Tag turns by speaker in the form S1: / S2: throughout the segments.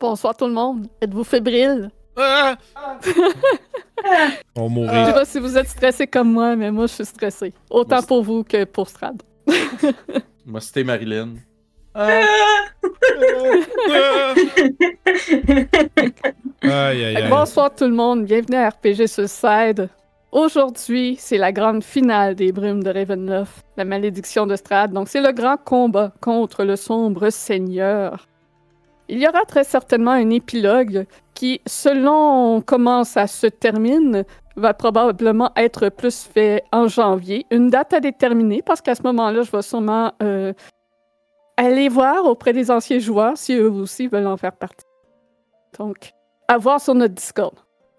S1: Bonsoir tout le monde. Êtes-vous fébrile?
S2: Ah!
S3: On
S1: Je
S3: mourrait.
S1: sais pas si vous êtes stressé comme moi, mais moi je suis stressé. Autant
S2: Moi, c'est-
S1: pour vous que pour Strad.
S2: Moi, c'était Marilyn.
S3: Ah! Aïe,
S1: Fait
S3: aïe,
S1: que
S3: aïe.
S1: Bonsoir tout le monde, bienvenue à RPG Suicide. Aujourd'hui, c'est la grande finale des brumes de Ravenloft, la malédiction de Strad. Donc, c'est le grand combat contre le sombre seigneur. Il y aura très certainement un épilogue qui, selon comment ça se termine, va probablement être plus fait en janvier. Une date à déterminer parce qu'à ce moment-là, je vais sûrement euh, aller voir auprès des anciens joueurs si eux aussi veulent en faire partie. Donc, à voir sur notre Discord.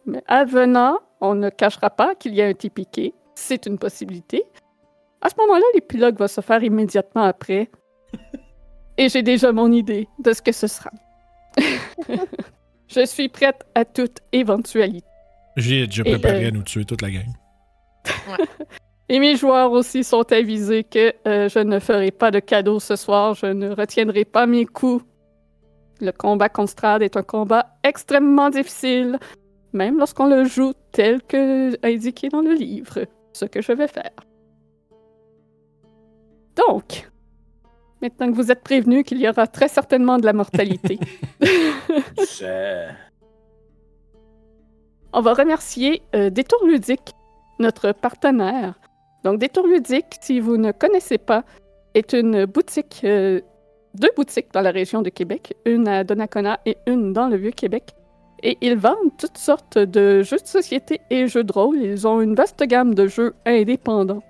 S1: Mais advenant, on ne cachera pas qu'il y a un TPK. C'est une possibilité. À ce moment-là, l'épilogue va se faire immédiatement après. Et j'ai déjà mon idée de ce que ce sera. Je suis prête à toute éventualité.
S3: J'ai déjà
S1: Et,
S3: préparé
S1: euh,
S3: à nous tuer toute la gang.
S1: Et mes joueurs aussi sont avisés que euh, je ne ferai pas de cadeaux ce soir, je ne retiendrai pas mes coups. Le combat contre Strad est un combat extrêmement difficile, même lorsqu'on le joue tel que indiqué dans le livre, ce que je vais faire. Donc, maintenant que vous êtes prévenus qu'il y aura très certainement de la mortalité,
S2: Je-
S1: on va remercier euh, Détour Ludique, notre partenaire. Donc, Détour Ludique, si vous ne connaissez pas, est une boutique, euh, deux boutiques dans la région de Québec, une à Donnacona et une dans le Vieux-Québec. Et ils vendent toutes sortes de jeux de société et jeux de rôle. Ils ont une vaste gamme de jeux indépendants.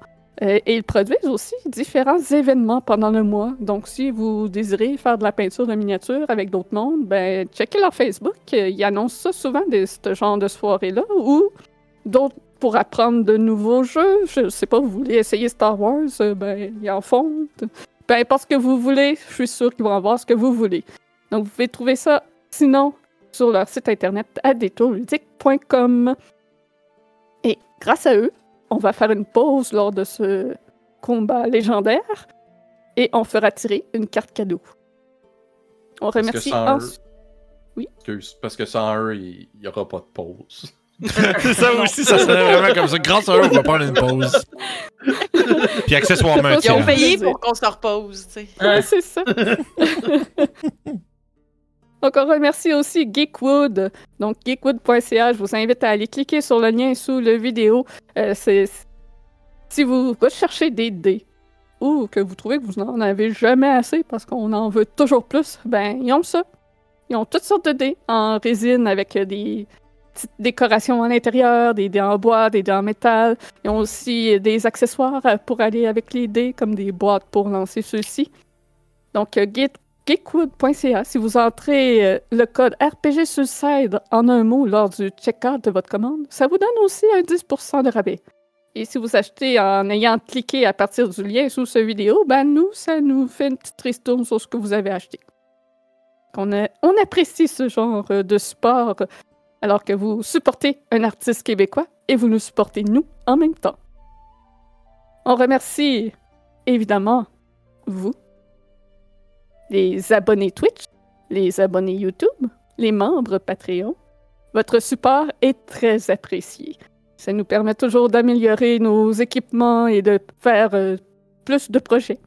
S1: Euh, et ils produisent aussi différents événements pendant le mois. Donc, si vous désirez faire de la peinture de miniature avec d'autres mondes, ben, checkez leur Facebook. Euh, Ils annoncent ça souvent, des, ce genre de soirées-là, ou d'autres pour apprendre de nouveaux jeux. Je sais pas, vous voulez essayer Star Wars, euh, ben, ils en font. Peu importe ce que vous voulez, je suis sûr qu'ils vont avoir ce que vous voulez. Donc, vous pouvez trouver ça, sinon, sur leur site internet à détourludique.com. Et grâce à eux, on va faire une pause lors de ce combat légendaire et on fera tirer une carte cadeau. On
S2: Parce que
S1: remercie
S2: sans
S1: ensuite-
S2: eux-
S1: Oui.
S2: Ah, Excuse, parce que sans eux, il n'y aura pas de pause.
S3: C'est ça aussi, ça serait vraiment comme ça. Grâce à eux, on va prendre une pause. Puis accessoirement,
S1: Ils
S4: Ils ont
S1: Ouais.
S3: tiens.
S4: payé pour qu'on se repose, tu sais.
S1: Ouais, c'est ça. Donc, on remercie aussi Geekwood. Donc, geekwood.ca, je vous invite à aller cliquer sur le lien sous la vidéo. Euh, c'est- Si vous recherchez des dés ou que vous trouvez que vous n'en avez jamais assez parce qu'on en veut toujours plus, ben, ils ont ça. Ils ont toutes sortes de dés en résine avec euh, des petites décorations à l'intérieur, des dés en bois, des dés en métal. Ils ont aussi euh, des accessoires euh, pour aller avec les dés, comme des boîtes pour lancer ceux-ci. Donc, euh, geek- geekwood.ca, si vous entrez euh, le code RPG Suicide en un mot lors du checkout de votre commande, ça vous donne aussi un 10% de rabais. Et si vous achetez en ayant cliqué à partir du lien sous cette vidéo, ben nous, ça nous fait une petite ristourne sur ce que vous avez acheté. On, a- on apprécie ce genre euh, de support alors que vous supportez un artiste québécois et vous nous supportez nous en même temps. On remercie évidemment vous, les abonnés Twitch, les abonnés YouTube, les membres Patreon. Votre support est très apprécié. Ça nous permet toujours d'améliorer nos équipements et de faire euh, plus de projets.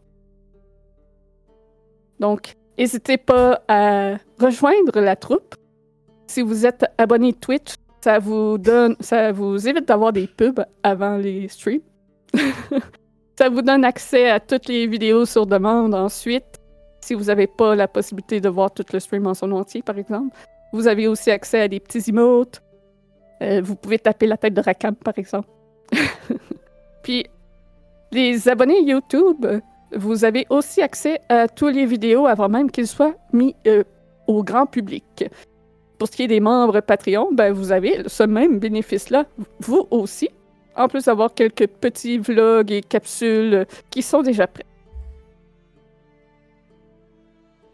S1: Donc, n'hésitez pas à rejoindre la troupe si vous êtes abonné Twitch, ça vous donne, ça vous évite d'avoir des pubs avant les streams. ça vous donne accès à toutes les vidéos sur demande ensuite. Si vous n'avez pas la possibilité de voir tout le stream en son entier, par exemple, vous avez aussi accès à des petits emotes. Euh, vous pouvez taper la tête de Rakam, par exemple. Puis, les abonnés YouTube, vous avez aussi accès à toutes les vidéos avant même qu'ils soient mis euh, au grand public. Pour ce qui est des membres Patreon, ben vous avez ce même bénéfice-là, vous aussi. En plus d'avoir quelques petits vlogs et capsules euh, qui sont déjà prêts.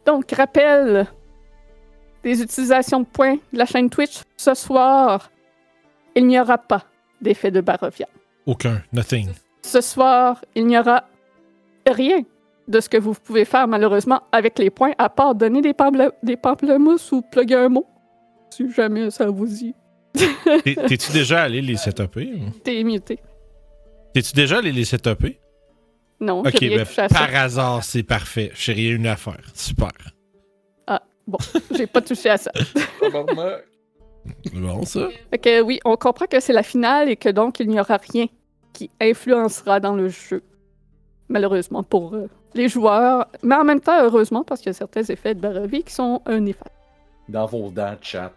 S1: Donc, rappel des utilisations de points de la chaîne Twitch. Ce soir, il n'y aura pas d'effet de Barovia.
S3: Aucun. Nothing.
S1: Ce soir, il n'y aura rien de ce que vous pouvez faire, malheureusement, avec les points, à part donner des, pamble- des pamplemousses ou plugger un mot. Si jamais ça vous dit.
S3: T'es- T'es-tu déjà allé les setuper? ou?
S1: T'es muté.
S3: T'es-tu déjà allé les setuper?
S1: Non,
S3: Ok,
S1: j'ai rien
S3: ben,
S1: touché à ça.
S3: par hasard, c'est parfait. Chérie, une affaire. Super.
S1: J'ai pas touché à ça.
S2: Tabarnak.
S3: Bon, ça.
S1: Fait que oui, on comprend que c'est la finale et que donc il n'y aura rien qui influencera dans le jeu. Malheureusement pour euh, les joueurs, mais en même temps, heureusement, parce qu'il y a certains effets de Barovie qui sont euh, un effet.
S2: Dans vos dents, chat.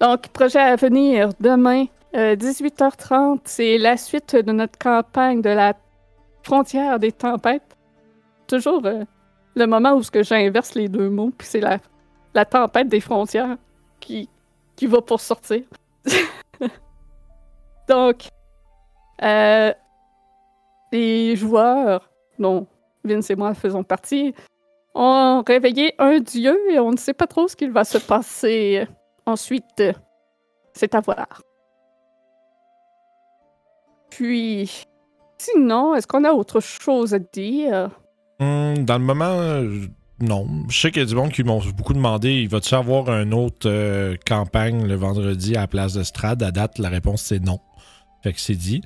S1: Donc, projet à venir demain, euh, 18h30, c'est la suite de notre campagne de la frontière des tempêtes. Toujours euh, le moment où ce que j'inverse les deux mots, puis c'est la, la tempête des frontières qui, qui va pour sortir. Donc, euh, les joueurs, dont Vince et moi faisons partie, ont réveillé un dieu et on ne sait pas trop ce qu'il va se passer. Ensuite, euh, c'est à voir. Puis, sinon, est-ce qu'on a autre chose à dire?
S3: Hum, dans le moment, euh, non. Je sais qu'il y a du monde qui m'ont beaucoup demandé il va-tu avoir une autre euh, campagne le vendredi à la place de Strad À date, la réponse c'est non. Fait que c'est dit.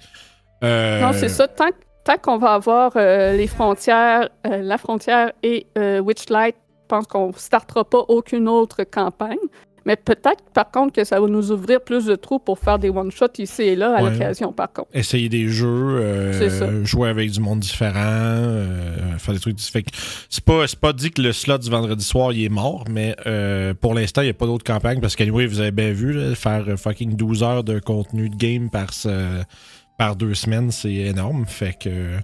S3: Euh,
S1: Non, c'est ça. Tant, tant qu'on va avoir euh, les frontières, euh, la frontière et euh, Witchlight, je pense qu'on ne startera pas aucune autre campagne. Mais peut-être, par contre, que ça va nous ouvrir plus de trous pour faire des one-shots ici et là à
S3: Ouais.
S1: l'occasion, par contre.
S3: Essayer des jeux, euh,
S1: C'est ça.
S3: jouer avec du monde différent, euh, faire des trucs différents. Fait que C'est pas, c'est pas dit que le slot du vendredi soir il est mort, mais euh, pour l'instant, il n'y a pas d'autre campagne parce qu'anyway, vous avez bien vu, là, faire euh, fucking 12 heures de contenu de game par, ce- par deux semaines, c'est énorme. Fait que euh,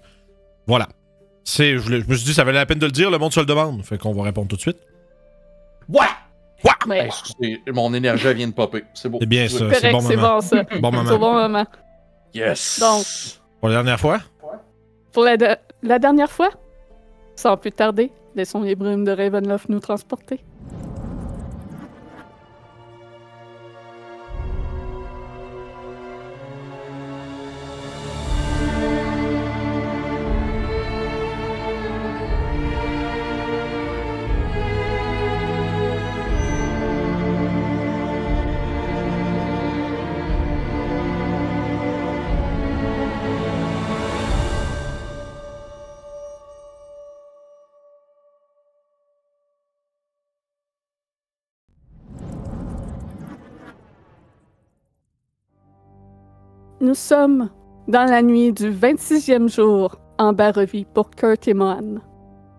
S3: voilà. C'est, je, voulais- je me suis dit, ça valait la peine de le dire, le monde se le demande. Fait qu'on va répondre tout de suite.
S2: Ouais!
S1: Mais
S2: Excusez, mon énergie vient de popper. C'est beau.
S3: C'est bien ça,
S1: correct,
S3: Ah, ben,
S1: c'est
S3: c'est bon moment.
S1: bon, ça.
S3: Bon
S1: C'est au
S3: moment.
S1: bon moment.
S2: Yes!
S1: Donc,
S3: Pour la dernière fois,
S1: Pour la, de- la dernière fois, sans plus tarder, laissons les brumes de Ravenloft nous transporter. Nous sommes dans la nuit du 26e jour en Barrevie pour Kurt et Mohan.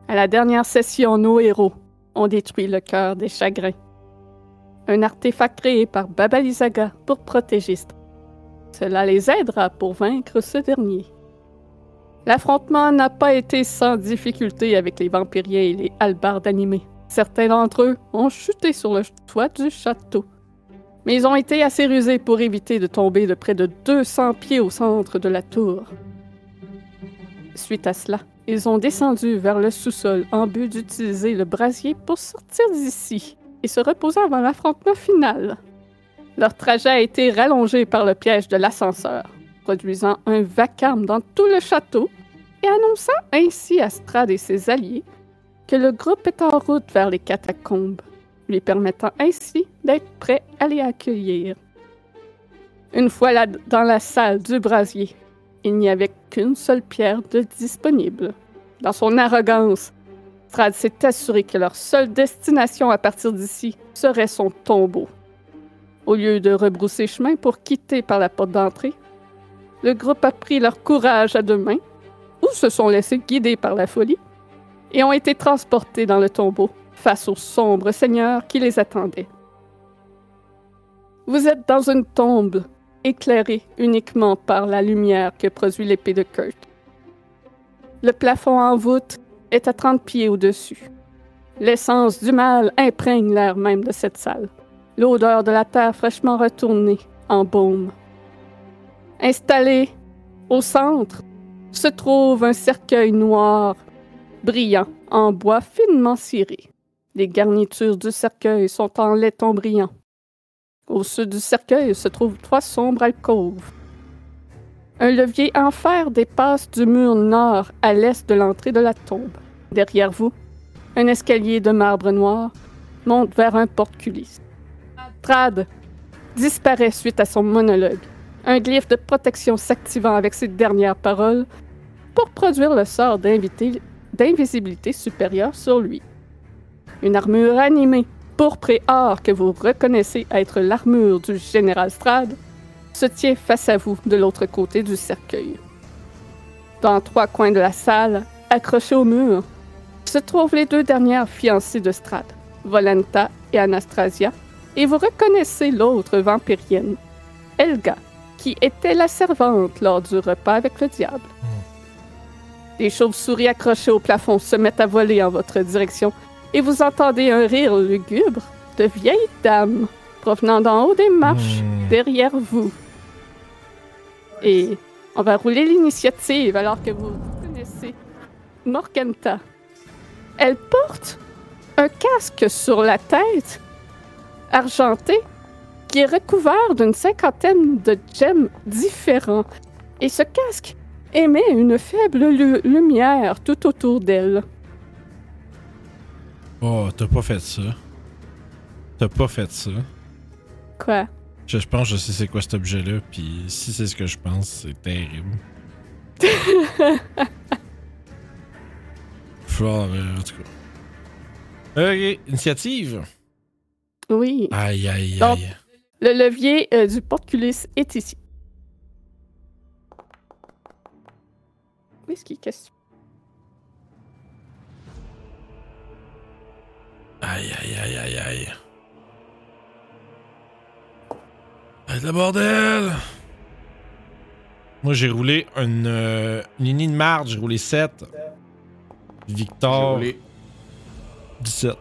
S1: À la dernière session, nos héros ont détruit le cœur des chagrins. Un artefact créé par Babalizaga pour protéger Stra- Cela les aidera pour vaincre ce dernier. L'affrontement n'a pas été sans difficulté avec les vampiriens et les halbards animés. Certains d'entre eux ont chuté sur le toit du château mais ils ont été assez rusés pour éviter de tomber de près de 200 pieds au centre de la tour. Suite à cela, ils ont descendu vers le sous-sol en but d'utiliser le brasier pour sortir d'ici et se reposer avant l'affrontement final. Leur trajet a été rallongé par le piège de l'ascenseur, produisant un vacarme dans tout le château et annonçant ainsi à Strad et ses alliés que le groupe est en route vers les catacombes lui permettant ainsi d'être prêt à les accueillir. Une fois là- dans la salle du brasier, il n'y avait qu'une seule pierre de disponible. Dans son arrogance, Strad s'est assuré que leur seule destination à partir d'ici serait son tombeau. Au lieu de rebrousser chemin pour quitter par la porte d'entrée, le groupe a pris leur courage à deux mains ou se sont laissés guider par la folie et ont été transportés dans le tombeau face au sombre seigneur qui les attendait. Vous êtes dans une tombe éclairée uniquement par la lumière que produit l'épée de Kurt. Le plafond en voûte est à 30 pieds au-dessus. L'essence du mal imprègne l'air même de cette salle. L'odeur de la terre fraîchement retournée en baume. Installé au centre se trouve un cercueil noir brillant, en bois finement ciré. Les garnitures du cercueil sont en laiton brillant. Au sud du cercueil se trouvent trois sombres alcôves. Un levier en fer dépasse du mur nord à l'est de l'entrée de la tombe. Derrière vous, un escalier de marbre noir monte vers un porte-culisse. Trad disparaît suite à son monologue, un glyphe de protection s'activant avec ses dernières paroles pour produire le sort d'invité- d'invisibilité supérieure sur lui. Une armure animée, pourpre et or que vous reconnaissez être l'armure du général Strad se tient face à vous de l'autre côté du cercueil. Dans trois coins de la salle, accrochés au mur, se trouvent les deux dernières fiancées de Strad, Volanta et Anastasia, et vous reconnaissez l'autre vampirienne, Helga, qui était la servante lors du repas avec le diable. Des chauves-souris accrochées au plafond se mettent à voler en votre direction, et vous entendez un rire lugubre de vieille dame provenant d'en haut des marches
S3: Hmm.
S1: derrière vous. Et on va rouler l'initiative alors que vous connaissez Morganta. Elle porte un casque sur la tête argenté qui est recouvert d'une cinquantaine de gemmes différents. Et ce casque émet une faible lu- lumière tout autour d'elle.
S3: Oh, t'as pas fait ça. T'as pas fait ça.
S1: Quoi?
S3: Je, je pense que je sais c'est quoi cet objet-là, puis si c'est ce que je pense, c'est terrible. Flore, euh, en tout cas. Ok, initiative.
S1: Oui.
S3: Aïe, aïe,
S1: Donc-
S3: aïe.
S1: Le levier euh, du porte-culisse est ici. Où est-ce qu'il est question?
S3: Aïe, aïe, aïe, aïe, aïe. Aïe, le bordel! Moi, j'ai roulé une, euh, une ligne de marge, j'ai roulé 7.
S2: J'ai
S3: Victor,
S2: roulé-
S3: 17.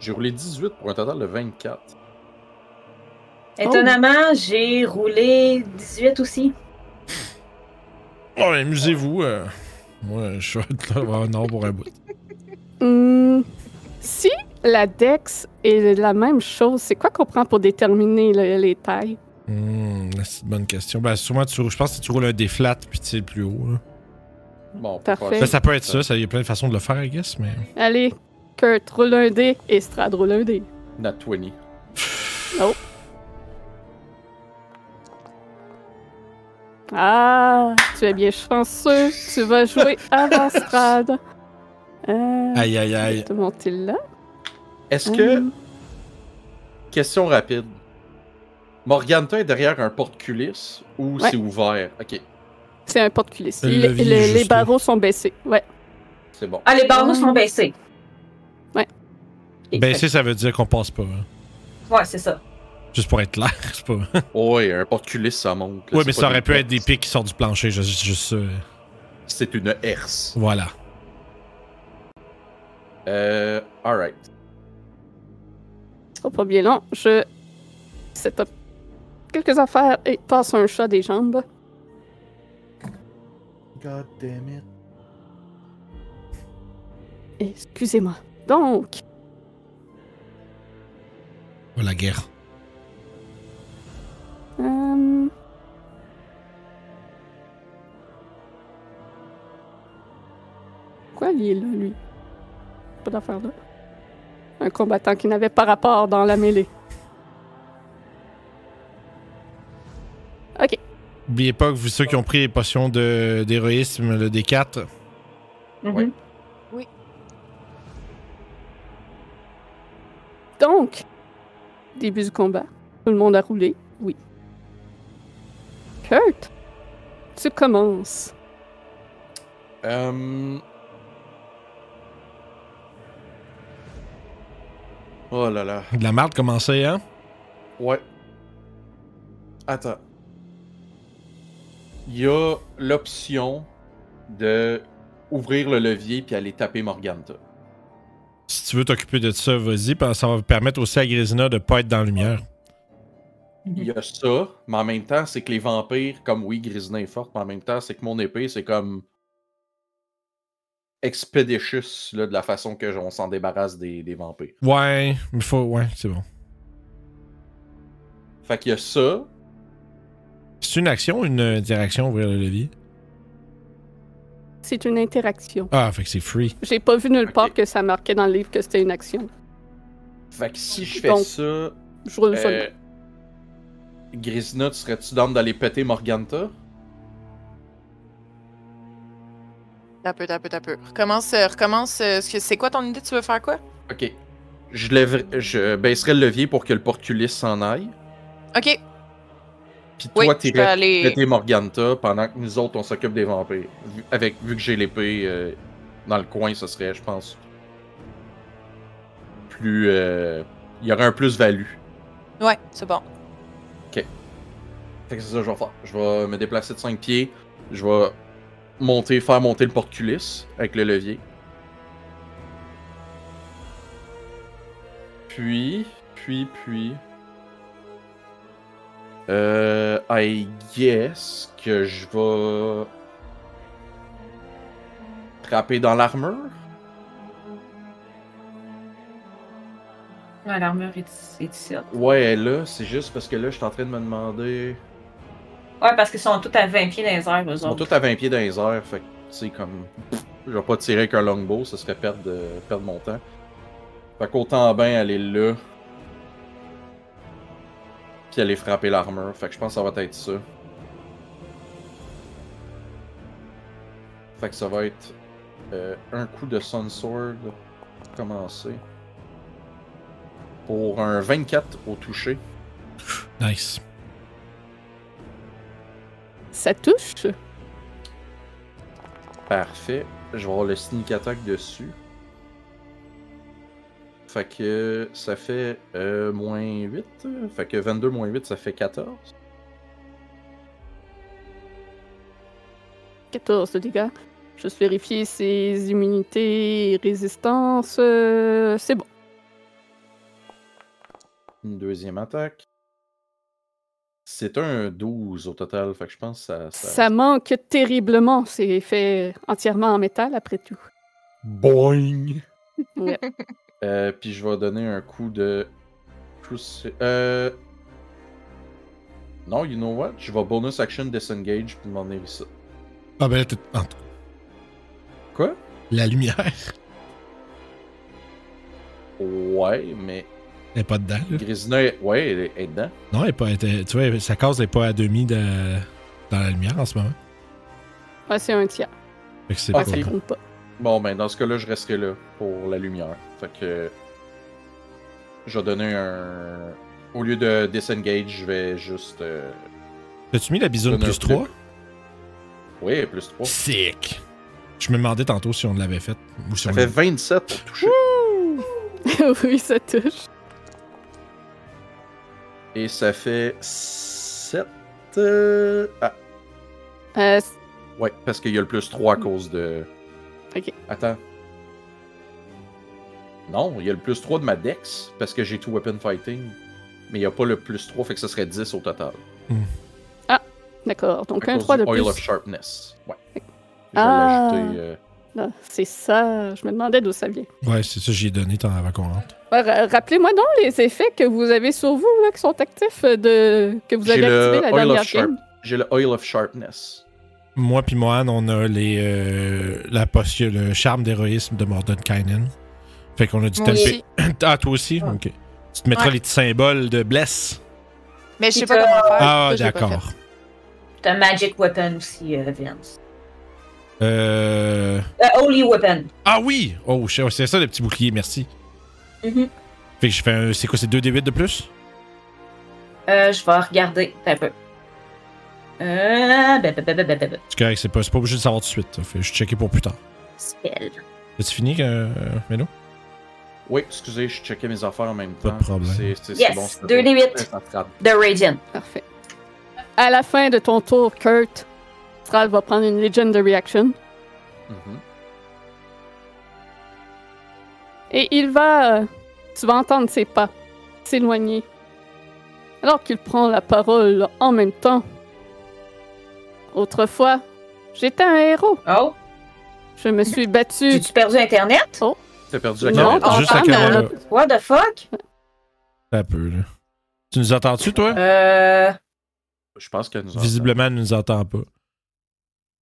S2: J'ai roulé 18 pour un total de 24.
S5: Oh. Étonnamment, j'ai roulé 18 aussi.
S3: Oh, amusez-vous. euh. Moi, je suis là, oh, non pour un bout.
S1: Hmm, si la Dex est la même chose, c'est quoi qu'on prend pour déterminer le- les tailles?
S3: Hmm, c'est une bonne question. Ben, souvent, tu, rou- je pense que tu roules un des flats, puis tu sais, le plus haut. là.
S2: Bon, on peut
S1: Parfait.
S2: faire
S3: Ben, ça peut être ça, ça- il y a plein de façons de le faire, I guess, mais.
S1: Allez, Kurt roule un dé et Strad roule un dé.
S2: Nat 20.
S1: Ah, tu es bien chanceux. Tu vas jouer avant Strad. Euh,
S3: Aïe, aïe,
S1: je vais
S3: aïe.
S1: te monter là.
S2: Est-ce que.
S1: Hum.
S2: Question rapide. Morganta est derrière un porte-culisse ou
S1: Ouais.
S2: c'est ouvert? Ok,
S1: C'est un porte-culisse.
S3: Le
S1: Les-
S3: levier,
S1: les- les
S3: juste là.
S1: barreaux sont baissés. Ouais.
S2: c'est bon.
S5: Ah, les barreaux sont baissés.
S1: Ouais.
S5: Et-
S3: Baisser, Ben, ça veut dire qu'on passe pas. hein.
S5: Ouais, c'est ça.
S3: Juste pour être clair, c'est pas.
S2: Oh, ouais, un porte-culisse, ça monte. là,
S3: Ouais,
S2: c'est
S3: mais
S2: pas
S3: ça aurait pu
S2: portes.
S3: être des pics qui sortent du plancher, je- juste, juste ça.
S2: C'est une herse.
S3: Voilà.
S2: Euh, alright.
S1: Ce sera pas bien long. Je set up quelques affaires et passe un chat des jambes.
S2: God damn it.
S1: Excusez-moi. Donc,
S3: Oh, la guerre.
S1: euh, Pourquoi il est là, lui? Pas d'affaire là. Un combattant qui n'avait pas rapport dans la mêlée. Ok.
S3: N'oubliez pas que vous, ceux qui ont pris les potions de- d'héroïsme, le D4,
S5: Mhm.
S2: Ouais.
S1: Donc, début du combat. Tout le monde a roulé, oui. Kurt, tu commences.
S2: Euh... Oh là là.
S3: de la marde commençait, hein?
S2: Ouais. Attends. Il y a l'option de ouvrir le levier puis aller taper Morganta.
S3: Si tu veux t'occuper de ça, vas-y, parce que ça va permettre aussi à Grisina de pas être dans la lumière.
S2: Il y a ça, mais en même temps, c'est que les vampires, comme oui, Grisina est forte, mais en même temps, c'est que mon épée, c'est comme expeditious là, de la façon que j- on s'en débarrasse des, des vampires.
S3: Ouais, mais faut. Ouais, c'est bon.
S2: Fait qu'il y a ça.
S3: C'est une action ou une interaction, ouvrir le levier?
S1: C'est une interaction.
S3: Ah, fait que c'est free.
S1: J'ai pas vu nulle
S2: Ok.
S1: part que ça marquait dans le livre que c'était une action.
S2: Fait que si je fais
S1: Donc,
S2: ça.
S1: Je roule ça.
S2: euh, Grisina, tu serais-tu d'âme d'aller péter Morganta?
S4: T'as peu, t'as peu, t'as peu. Recommence, euh, recommence. euh, ce que- C'est quoi ton idée? Tu veux faire quoi?
S2: Ok. Je, lèverai- je baisserai le levier pour que le porculus s'en aille.
S4: Ok.
S2: Puis toi,
S4: Oui, je vais
S2: t'irais
S4: aller.
S2: péter Morganta pendant que nous autres, on s'occupe des vampires. Vu, avec, vu que j'ai l'épée euh, dans le coin, ce serait, je pense, plus. euh, Il y aurait un plus-value.
S4: Ouais, c'est bon.
S2: Fait que c'est ça que je vais faire. Je vais me déplacer de 5 pieds. Je vais monter, faire monter le porte-culisse avec le levier. Puis, puis, puis. Euh, I guess que je vais. Frapper dans l'armure.
S5: Ouais, l'armure est ici- est ici.
S2: Ouais, elle est là, c'est juste parce que là, je suis en train de me demander.
S5: Ouais, parce qu'ils sont tous à 20 pieds dans les airs, eux
S2: Ils sont
S5: autres.
S2: tous à 20 pieds dans les airs, fait que, tu sais, comme. Je vais pas tirer qu'un longbow, ça serait perdre, de... perdre mon temps. Fait qu'autant bien aller là. Puis aller frapper l'armure, fait que je pense que ça va être ça. Fait que ça va être euh, un coup de Sun Sword pour commencer. Pour un 24 au toucher.
S3: Nice.
S1: Ça touche.
S2: Parfait. Je vais avoir le sneak attack dessus. Fait que ça fait euh, moins 8. euh, Fait que 22 moins 8, ça fait 14.
S1: 14 de dégâts. Juste vérifier ses immunités et résistances. euh, c'est bon.
S2: Une deuxième attaque. C'est un 12 au total. Fait que je pense que ça. ça...
S1: Ça manque terriblement. C'est fait entièrement en métal, après tout.
S2: Boing!
S1: Ouais.
S2: Euh, puis je vais donner un coup de. cruci- Euh... Non, you know what? Je vais bonus action disengage puis m'en venir ici.
S3: Ah ben là, t'es- en tout cas,
S2: Quoi?
S3: la lumière
S2: Ouais, mais
S3: n'est pas dedans. là.
S2: Grisina, est- ouais, elle est- elle est dedans.
S3: Non, elle est pas, elle était- tu vois, sa case n'est pas à demi de- dans la lumière en ce moment.
S1: Ouais, c'est un tiers. Ah,
S3: Fait que c'est
S2: Ok.
S1: Ça
S3: pas...
S1: compte pas.
S2: Bon, ben, dans ce cas-là, je resterai là pour la lumière. Fait que. Je vais donner un. Au lieu de disengage, je vais juste. euh,
S3: T'as-tu mis la bisoune
S2: donner un
S3: plus 3?
S2: Oui, plus 3.
S3: Sick! Je me demandais tantôt si on l'avait faite. Ou si
S2: Ça
S3: on
S2: fait
S3: l'avait-
S2: 27 pour toucher.
S1: oui, ça touche.
S2: Et ça fait 7. Ah,
S1: Euh, c-
S2: ouais, parce qu'il y a le plus 3 à cause de.
S1: Ok.
S2: Attends. Non, il y a le plus 3 de ma dex, parce que j'ai tout weapon fighting. Mais il n'y a pas le plus 3, fait que ça serait 10 au total.
S1: D'accord.
S2: À
S1: Donc un
S2: cause
S1: 3
S2: du
S1: de
S2: Oil of
S1: plus.
S2: Sharpness. Ouais. Je vais
S1: Ah.
S2: l'ajouter. euh,
S1: Ah, c'est ça. Je me demandais d'où ça vient.
S3: Ouais, c'est ça, j'y ai donné tant avant qu'on rentre.
S1: Ouais, ra- Rappelez-moi donc les effets que vous avez sur vous là, qui sont actifs euh, de que vous
S2: J'ai
S1: avez
S2: le
S1: activés la
S2: Oil
S1: dernière
S2: of Sharp.
S1: game.
S2: J'ai le Oil of Sharpness.
S3: Moi puis Mohan, on a les, euh, la potion, le charme d'héroïsme de Mordenkainen. Fait qu'on a dû
S4: Moi
S3: taper.
S4: aussi.
S3: Ah, toi aussi?
S5: Ouais.
S3: Ok. Tu te mettras
S4: Ouais.
S3: les petits symboles de bless.
S4: Mais je sais
S5: Puis
S4: pas
S5: t'as-
S4: comment faire.
S3: Ah,
S4: ça, je l'ai pas
S3: d'accord.
S5: T'as Magic Weapon aussi, euh, Vince.
S3: Euh...
S5: Euh, Holy Weapon.
S3: Ah oui! Oh, shit, c'est ça le petit bouclier, merci.
S4: Mm-hmm.
S5: Mhm.
S3: Fait que je fais un. C'est quoi, c'est 2d8 de plus?
S5: Euh, je vais regarder. T'as un peu. Euh, ben, ben, ben, ben, ben, ben, ben.
S3: C'est correct, c'est pas, c'est pas obligé de savoir tout de suite. ça. Fait que je checker pour plus tard.
S5: Spell.
S3: As-tu fini, euh, Melo?
S2: Oui, excusez, je checkais mes affaires en même
S3: Pas
S2: temps.
S3: de problème.
S2: C'est, c'est, c'est
S5: Yes,
S2: bon, c'est
S5: 2d8.
S2: bon. Ça frappe.
S5: The Radiant.
S1: Parfait. À la fin de ton tour, Kurt, Thrall va prendre une Legendary Action
S2: Mhm.
S1: et il va. euh, Tu vas entendre ses pas s'éloigner. Alors qu'il prend la parole en même temps. Autrefois, j'étais un héros.
S5: Oh.
S1: Je me suis battu.
S5: J'ai-tu perdu Internet?
S2: T'as perdu la
S1: Non,
S2: caméra.
S1: t'as-
S3: juste la
S1: parle,
S3: caméra.
S1: euh,
S5: What the fuck?
S4: Euh,
S3: Un peu, là. Tu nous entends-tu, toi?
S5: Euh.
S2: Je pense qu'elle nous entend.
S3: Visiblement, elle ne nous entend pas.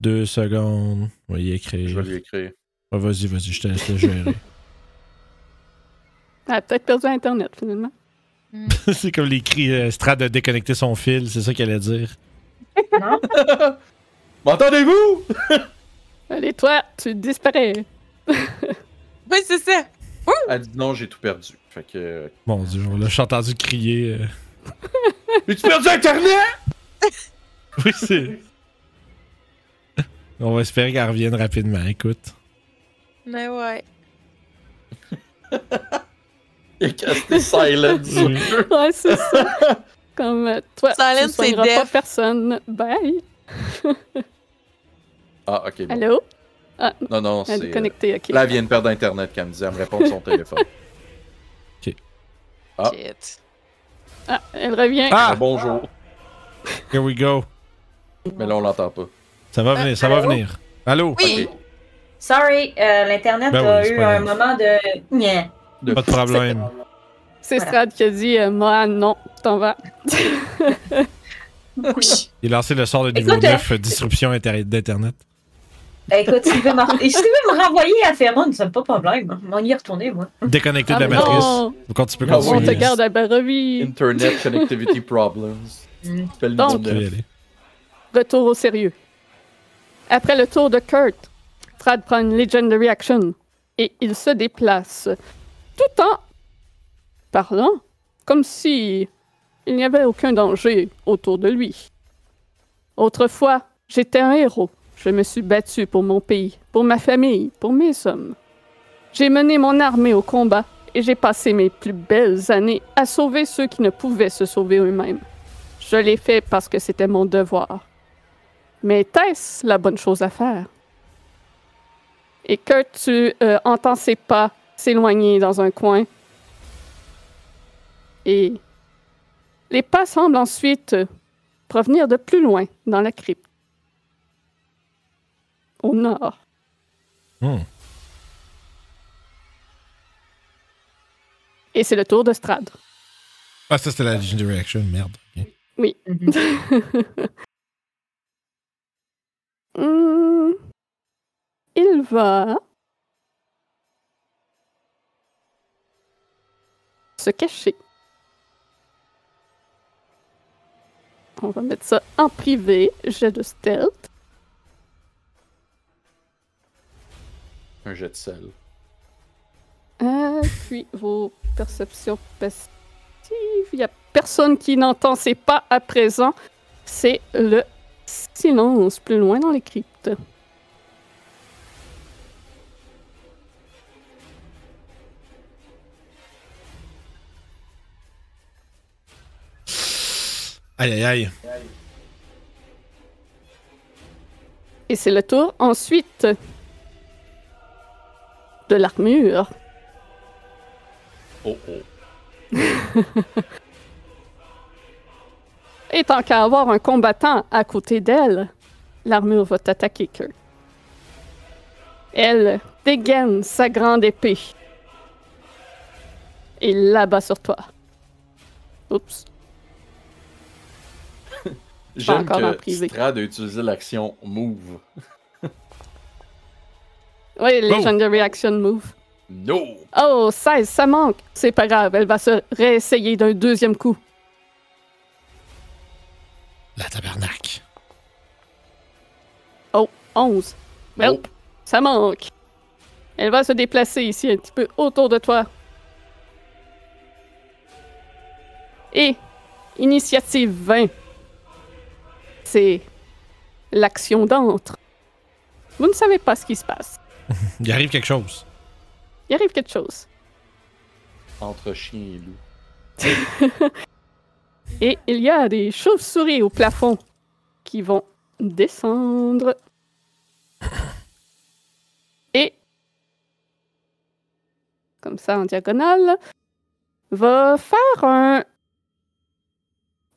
S3: Deux secondes. On va y
S2: Je
S3: écrire.
S2: vais lui écrire.
S3: Ah, vas-y, vas-y, je te laisse le gérer.
S1: Elle a Ah, peut-être perdu Internet, finalement.
S3: c'est comme les cris euh, Strad a déconnecté son fil, c'est ça qu'elle allait dire.
S5: Non?
S2: M'entendez-vous?
S1: Allez, toi, tu disparais.
S4: Oui, c'est ça.
S2: Elle dit non, j'ai tout perdu. Fait que. euh,
S3: Mon dieu, là, je suis entendu crier. euh.
S2: J'ai-tu perdu Internet?
S3: Oui, c'est. On va espérer qu'elle revienne rapidement, écoute.
S4: Mais ouais.
S2: Il a casté silence sur le jeu.
S1: Ouais, c'est ça. Comme euh, toi,
S4: Silence,
S1: tu soigneras
S4: c'est
S1: pas
S4: def.
S1: personne. Bye.
S2: Ah, ok. Bon.
S1: Allô?
S2: Non, non,
S1: Elle est
S2: c'est. euh,
S1: connectée, ok.
S2: Là, elle vient de perdre Internet qu'elle me disait. Elle me répond de son téléphone. Ah.
S4: Shit.
S1: Ah, elle revient.
S3: Ah!
S2: Bonjour.
S3: Here we go.
S2: Mais là, on l'entend pas.
S3: Ça
S1: Euh,
S3: va venir, ça va venir. Allô?
S4: Oui.
S2: Ok.
S5: Sorry, euh, l'Internet
S3: Ben
S5: a
S3: oui, c'est
S5: eu
S3: pas
S5: un
S3: grave.
S5: moment de... Nya.
S3: Pas de problème.
S1: C'est
S5: Voilà.
S1: Strad qui a dit euh, Mohan, non, tu t'en vas.
S4: Oui.
S3: Il a lancé le sort de niveau
S5: Écoute,
S3: 9, euh, disruption inter- d'Internet.
S5: Écoute, si tu veux me si tu veux me renvoyer à Ferron, ça me pas de problème. On y est retourné, moi.
S3: Déconnecté de la
S1: Ah, mais
S3: matrice.
S1: non,
S3: Quand tu peux
S2: Non,
S1: on
S3: continuer.
S1: te
S2: Oui.
S1: garde à Barovie.
S2: Internet connectivity problems.
S5: Mm.
S2: Appelle le
S1: Hmm. Donc,
S2: numéro
S3: Tu peux y
S2: neuf.
S3: aller.
S1: Retour au sérieux. Après le tour de Kurt, Strad prend une Legendary Action et il se déplace tout en parlant comme si il n'y avait aucun danger autour de lui. Autrefois, j'étais un héros. Je me suis battu pour mon pays, pour ma famille, pour mes hommes. J'ai mené mon armée au combat et j'ai passé mes plus belles années à sauver ceux qui ne pouvaient se sauver eux-mêmes. Je l'ai fait parce que c'était mon devoir. Mais était-ce la bonne chose à faire? Et que tu euh, entends ses pas s'éloigner dans un coin. Et les pas semblent ensuite euh, provenir de plus loin dans la crypte. Au nord.
S3: Hmm.
S1: Et c'est le tour de Strad.
S3: Ah, ça, c'était la Legendary Action, merde. Ok.
S5: Mhm.
S1: Hmm. Il va se cacher. On va mettre ça en privé, jet de stealth.
S2: Un jet de sel.
S1: Euh, puis vos perceptions passives. Il n'y a personne qui n'entend ses pas à présent. C'est le silence plus loin dans les cryptes.
S3: Aïe, aïe, aïe.
S1: Et c'est le tour ensuite de l'armure.
S2: Oh oh.
S1: Et tant qu'à avoir un combattant à côté d'elle, l'armure va t'attaquer, Kurt. Elle dégaine sa grande épée et l'abat sur toi. Oups.
S2: J'aime
S1: encore en
S2: que
S1: privé.
S2: Strad a utilisé l'action move.
S1: Oui,
S3: Oh.
S1: Legendary Action Move.
S2: No!
S1: Oh, 16, ça manque. C'est pas grave, elle va se réessayer d'un deuxième coup.
S3: La tabarnak.
S1: 11. Nope. Ça manque. Elle va se déplacer ici un petit peu autour de toi. Et initiative 20. C'est l'action d'entre. Vous ne savez pas ce qui se passe.
S3: Il arrive quelque chose.
S1: Il arrive quelque chose.
S2: Entre chien et loup.
S1: Et il y a des chauves-souris au plafond qui vont descendre. Et comme ça en diagonale, va faire un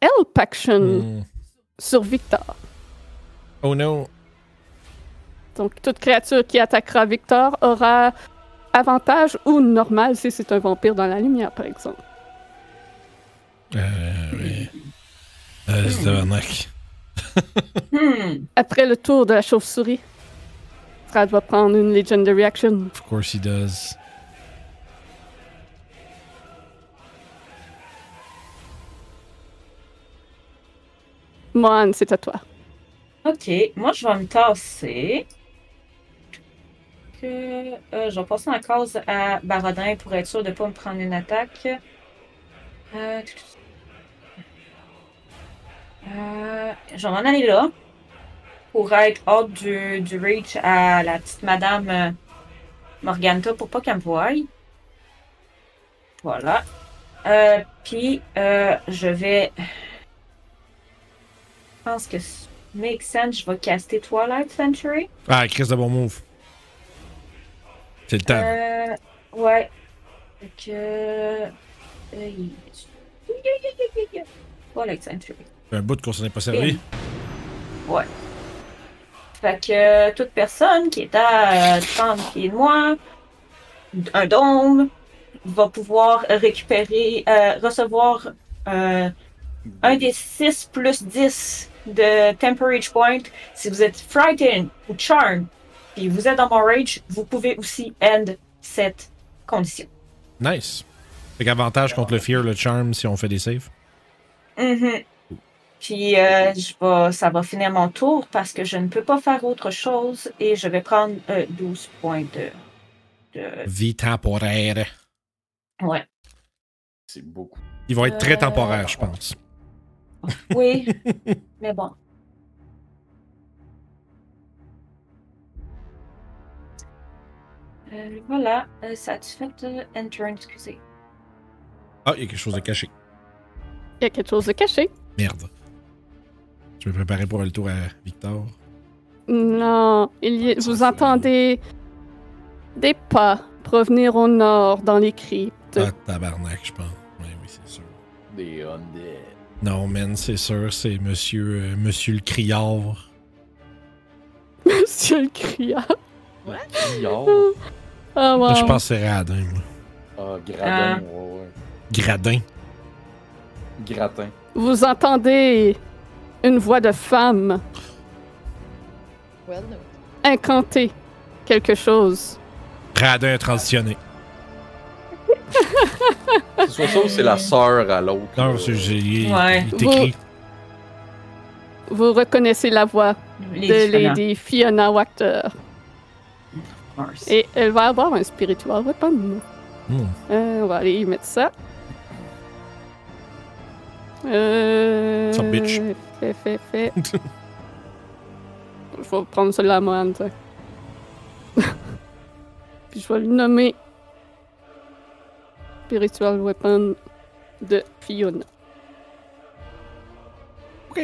S1: help action
S3: Hmm.
S1: sur Victor.
S3: Oh no.
S1: Donc toute créature qui attaquera Victor aura avantage ou normal si c'est un vampire dans la lumière par exemple.
S3: Euh, ouais. Euh, c'est tabarnak.
S5: Hmm.
S1: Après le tour de la chauve-souris, Strad va prendre une Legendary Action.
S3: Of course he does.
S1: Mohan, c'est à toi.
S5: Ok, moi je vais me tasser. Que, euh, je vais passer en cause à Barodin pour être sûr de ne pas me prendre une attaque. Euh, tout- tout- Euh, je vais m'en aller là pour être hors du, du reach à la petite madame euh, Morganta pour pas qu'elle me voie. Voilà. Euh, Puis euh, je vais. Je pense que ça make sense. Je vais caster Twilight Century.
S3: Ah, Chris de bon move. C'est le temps.
S5: Euh, ouais. Fait que. euh, il- Voilà, Accenture.
S3: Un bout qu'on s'en est pas servi.
S5: Fait que euh, toute personne qui est à euh, 30 pieds de moi, un dôme, va pouvoir récupérer, euh, recevoir euh, un des 6 plus 10 de Temperage Point. Si vous êtes Frightened ou Charmed, puis vous êtes dans mon rage, vous pouvez aussi end cette condition.
S3: Nice. Fait qu'avantage contre le fear, le charm, si on fait des saves.
S5: Mhm. Puis euh, je vais, ça va finir mon tour parce que je ne peux pas faire autre chose et je vais prendre euh, 12 points de. de-
S3: Vie temporaire.
S5: Ouais.
S2: C'est beaucoup.
S3: Il va être très
S5: Euh,
S3: temporaire, je pense.
S5: Oui, mais bon. Euh, voilà, euh, ça a fait de Enter, excusez.
S3: Ah, il y a quelque chose de caché.
S1: Il y a quelque chose de caché.
S3: Merde. Je vais préparer pour le tour à Victor.
S1: Non, il y-
S3: Ça,
S1: vous
S3: c'est-
S1: entendez des pas provenir au nord dans les cryptes.
S3: Ah, tabarnak, je pense. Oui, oui, c'est sûr.
S2: Des undead.
S3: Non, man, c'est sûr, c'est monsieur, euh, monsieur le criard.
S1: Monsieur le criard.
S2: Des pillards.
S1: Ah, wow.
S3: Là, Ben, je pense que c'est Radin, moi.
S2: Ah, gradin. ouais, ouais.
S3: Gradin.
S2: Gratin.
S1: Vous entendez une voix de femme
S4: Well, no.
S1: incanter quelque chose.
S3: Radin transitionné.
S2: C'est soit ça ou c'est
S1: Hmm.
S2: la sœur à l'autre. euh,
S3: Non,
S2: là.
S3: parce que j'ai- il,
S5: Ouais.
S3: il t'écrit.
S1: Vous reconnaissez la voix
S5: Les
S1: de
S5: différents.
S1: Lady Fiona Wachter.
S5: Mars.
S1: Et elle va avoir un spiritual weapon.
S3: Hmm.
S1: Euh, on va aller y mettre ça. Euh...
S3: Ça, bitch.
S1: Fait, fait, fait. je vais prendre celui-là à Mohan, ça. Puis je vais le nommer Spiritual Weapon de Fiona.
S3: Ok.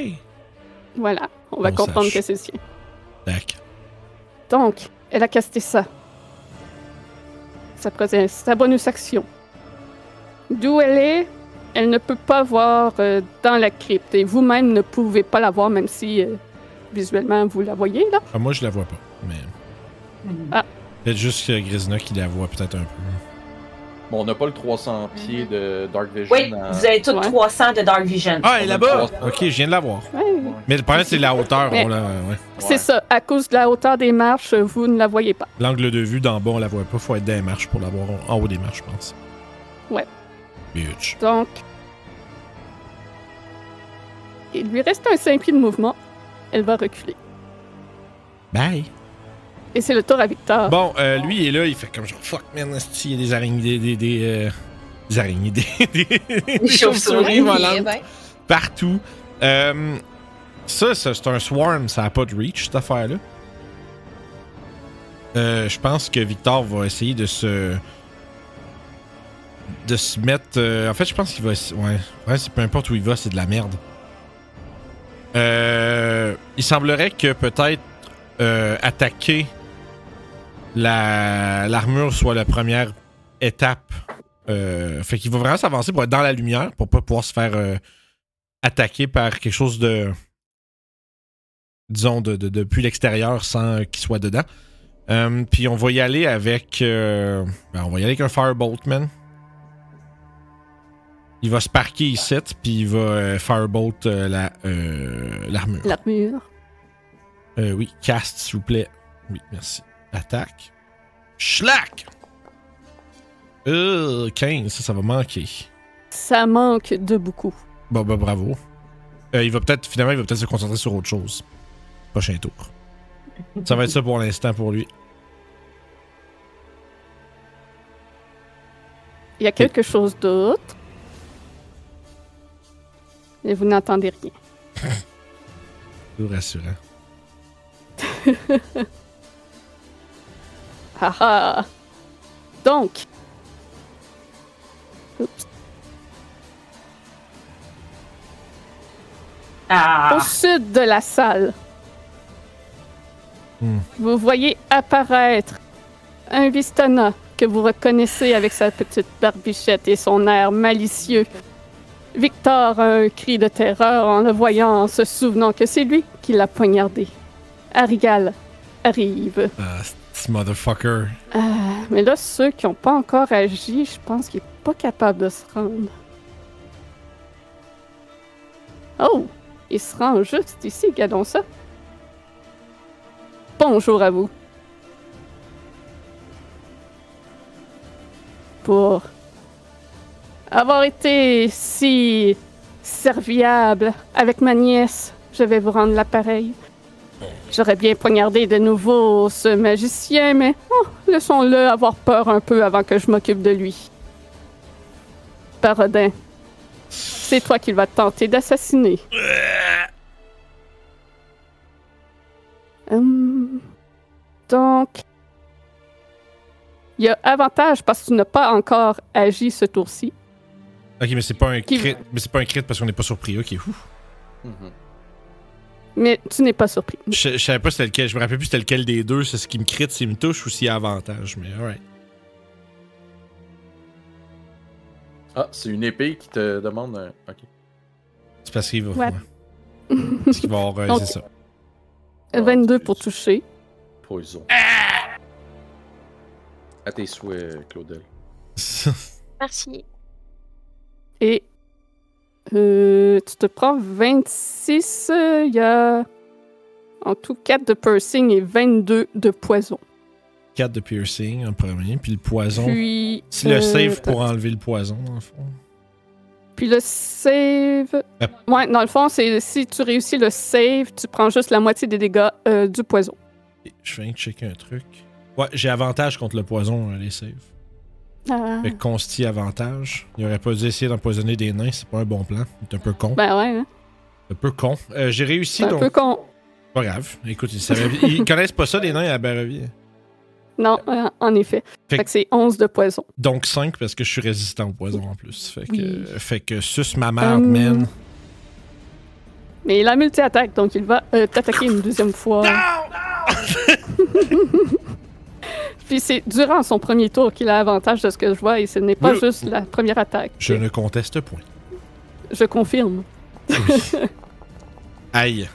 S1: Voilà, on va
S3: On
S1: comprendre
S3: sache.
S1: que c'est sien.
S3: Tac.
S1: Donc, elle a casté ça. Ça prenait sa bonus action. D'où elle est, elle ne peut pas voir euh, dans la crypte. Et vous-même ne pouvez pas la voir, même si euh, visuellement vous la voyez, là.
S3: Ah, moi, je la vois pas. Mais
S5: Mhm.
S3: peut-être juste euh, Grisna qui la voit peut-être un peu.
S2: Bon, on n'a pas le 300
S1: Hmm.
S2: pieds de Dark Vision.
S5: Oui,
S2: à-
S5: vous avez tous
S1: Ouais.
S5: 300 de Dark Vision.
S3: Ah, elle est
S2: est
S3: là-bas!
S2: là-bas!
S3: Ok, je viens de la voir.
S1: Ouais.
S2: Ouais.
S3: Mais le problème, c'est la hauteur.
S1: Mais-
S3: on la- ouais.
S1: C'est ça. À cause de la hauteur des marches, vous ne la voyez pas.
S3: L'angle de vue d'en bas, on la voit pas. Faut être dans les marches pour la voir en haut des marches, je pense.
S1: Ouais.
S3: Bitch.
S1: Donc, il lui reste un 5 pieds de mouvement. Elle va reculer.
S3: Bye.
S1: Et c'est le tour à Victor.
S3: Bon, euh, lui, il est là, il fait comme genre fuck man, esti, il y a des araignées, des. des, des, euh, des araignées, des. des, des
S5: chauves-souris.
S3: chauves-souris volantes
S4: ben.
S3: partout. Euh, ça, ça, c'est un swarm, ça n'a pas de reach, cette affaire-là. Euh, je pense que Victor va essayer de se. de se mettre. euh, en fait, je pense qu'il va. essa- Ouais, ouais c'est peu importe où il va, c'est de la merde. Euh, il semblerait que peut-être euh, attaquer la- l'armure soit la première étape. Euh, fait qu'il va vraiment s'avancer pour être dans la lumière, pour pas pouvoir se faire euh, attaquer par quelque chose de. disons, de, de- depuis l'extérieur sans euh, qu'il soit dedans. Euh, puis on va y aller avec. euh, ben, on va y aller avec un Firebolt, man. Il va se parquer ici, puis il va euh, firebolt euh, la, euh, l'armure.
S1: L'armure.
S3: Euh, oui, cast, s'il vous plaît. Oui, merci. Attaque. Schlack! Euh, 15, ça, ça va manquer.
S1: Ça manque de beaucoup.
S3: Bon, bah, bravo. Euh, il va peut-être, finalement, il va peut-être se concentrer sur autre chose. Prochain tour. Ça va être ça pour l'instant pour lui.
S1: Il y a quelque chose d'autre. Et vous n'entendez rien.
S3: Tout rassurant.
S1: Ah ah! Donc. Oups.
S5: Ah!
S1: Au sud de la salle,
S3: Hmm.
S1: vous voyez apparaître un Vistana que vous reconnaissez avec sa petite barbichette et son air malicieux. Victor a un cri de terreur en le voyant, en se souvenant que c'est lui qui l'a poignardé. Arigal arrive.
S3: Ah, ce motherfucker.
S1: Ah, mais là, ceux qui n'ont pas encore agi, je pense qu'il n'est pas capable de se rendre. Oh! Il se rend juste ici, regardons ça. Bonjour à vous. Pour avoir été si serviable avec ma nièce, je vais vous rendre l'appareil. J'aurais bien poignardé de nouveau ce magicien, mais Laissons-le avoir peur un peu avant que je m'occupe de lui. Parodin, c'est toi qu'il va tenter d'assassiner. Hum, donc, il y a avantage parce que tu n'as pas encore agi ce tour-ci.
S3: Ok, mais c'est pas un
S1: Qui-
S3: crit. Mais c'est pas un crit parce qu'on n'est pas surpris. Ok, ouf.
S2: Mhm.
S1: Mais tu n'es pas surpris.
S3: Je, je savais pas c'était lequel. Je me rappelle plus c'était lequel des deux. C'est ce qui me crit s'il me touche ou s'il y a avantage. Mais alright.
S2: Ah, c'est une épée qui te demande. un- Ok.
S3: C'est parce qu'il va.
S1: Ouais.
S3: Parce qu'il va avoir. euh,
S1: Donc-
S3: c'est ça.
S2: Ah,
S1: 22
S2: c'est-
S1: pour toucher.
S2: Poison.
S1: Ah!
S2: À tes souhaits, Claudel.
S6: Merci.
S1: Et euh, tu te prends 26, euh, il y a en tout 4 de piercing et 22 de poison.
S3: 4 de piercing en premier. Puis le poison.
S1: Puis,
S3: C'est le
S1: euh,
S3: save pour enlever le poison, dans le fond.
S1: Puis le save.
S3: Yep.
S1: Ouais, dans le fond, c'est si tu réussis le save, tu prends juste la moitié des dégâts euh, du poison.
S3: Et Je viens de checker un truc. Ouais, j'ai avantage contre le poison, euh, les saves.
S1: Ah.
S3: Fait que consti avantage. Il aurait pas dû essayer d'empoisonner des nains, c'est pas un bon plan. Il est un peu con.
S1: Ben ouais, hein.
S3: Un peu con. Euh, j'ai réussi,
S1: c'est Bah, un
S3: donc.
S1: peu con.
S3: Pas grave. Écoute, ils, savaient- ils connaissent pas ça, les nains à Barovie.
S1: Non, euh, en effet. Fait,
S3: Fait que-
S1: que c'est 11 de poison.
S3: Donc 5 parce que je suis résistant au poison en plus. Fait que,
S1: Oui.
S3: fait que suce ma merde,
S1: Hum.
S3: man.
S1: Mais il a multi-attaque, donc il va euh, t'attaquer une deuxième fois. Puis c'est durant son premier tour qu'il a avantage de ce que je vois, et ce n'est pas
S3: Oui.
S1: juste la première attaque.
S3: Je ne conteste point.
S1: Je confirme.
S3: Aïe.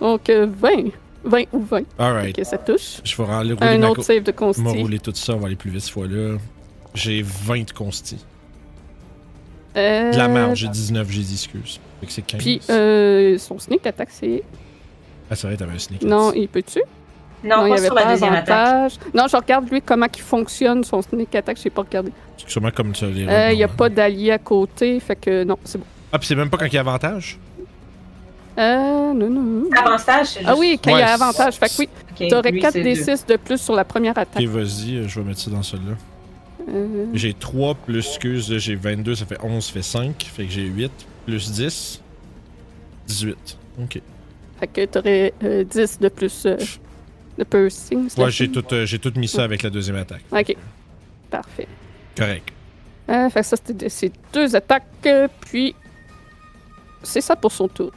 S1: Donc euh, 20. 20 ou 20,
S3: Alright.
S1: que ça touche.
S3: Je vais râler- rouler
S1: Un
S3: ma
S1: autre
S3: co-
S1: save de consti.
S3: m'a roulé tout ça, on va aller plus vite cette fois-là. J'ai 20 de consti.
S1: Euh,
S3: De la merde, j'ai 19, j'ai dit excuse. Fait que c'est 15.
S1: Puis euh, son sneak attack, c'est.
S3: Ah, c'est vrai, t'avais un sneak.
S1: Non,
S3: attack.
S1: il peut tu
S5: Non,
S1: il
S5: pas
S1: y avait
S5: sur la deuxième attaque.
S1: avantage. Non, je regarde lui comment il fonctionne, son sneak attack, je sais pas regardé.
S3: C'est sûrement comme ça. Les
S1: Euh, Il n'y a
S3: non, hein.
S1: pas d'allié à côté, fait que non, c'est bon.
S3: Ah, puis c'est même pas quand il y a avantage?
S1: Euh, non, non, non.
S5: Avantage, c'est juste.
S1: Ah oui, quand il y
S3: Ouais,
S1: a avantage, fait que oui.
S5: Ok,
S1: T'aurais
S5: lui,
S1: 4
S5: c'est
S1: des
S5: deux.
S1: 6 de plus sur la première
S3: Ok,
S1: attaque.
S3: vas-y, euh, je vais mettre ça dans celui-là.
S1: Euh,
S3: J'ai 3 plus, excuse, là, j'ai 22, ça fait 11, ça fait 5. Fait que j'ai 8 plus 10, 18. Ok.
S1: fait que t'aurais euh, 10 de plus euh, de piercing.
S3: Ouais,
S1: slashing.
S3: j'ai tout, euh, j'ai tout mis ça avec la deuxième attaque.
S1: Ok, parfait.
S3: Correct.
S1: Euh, fait que ça, c'était ses deux attaques, euh, puis. C'est ça pour son tour.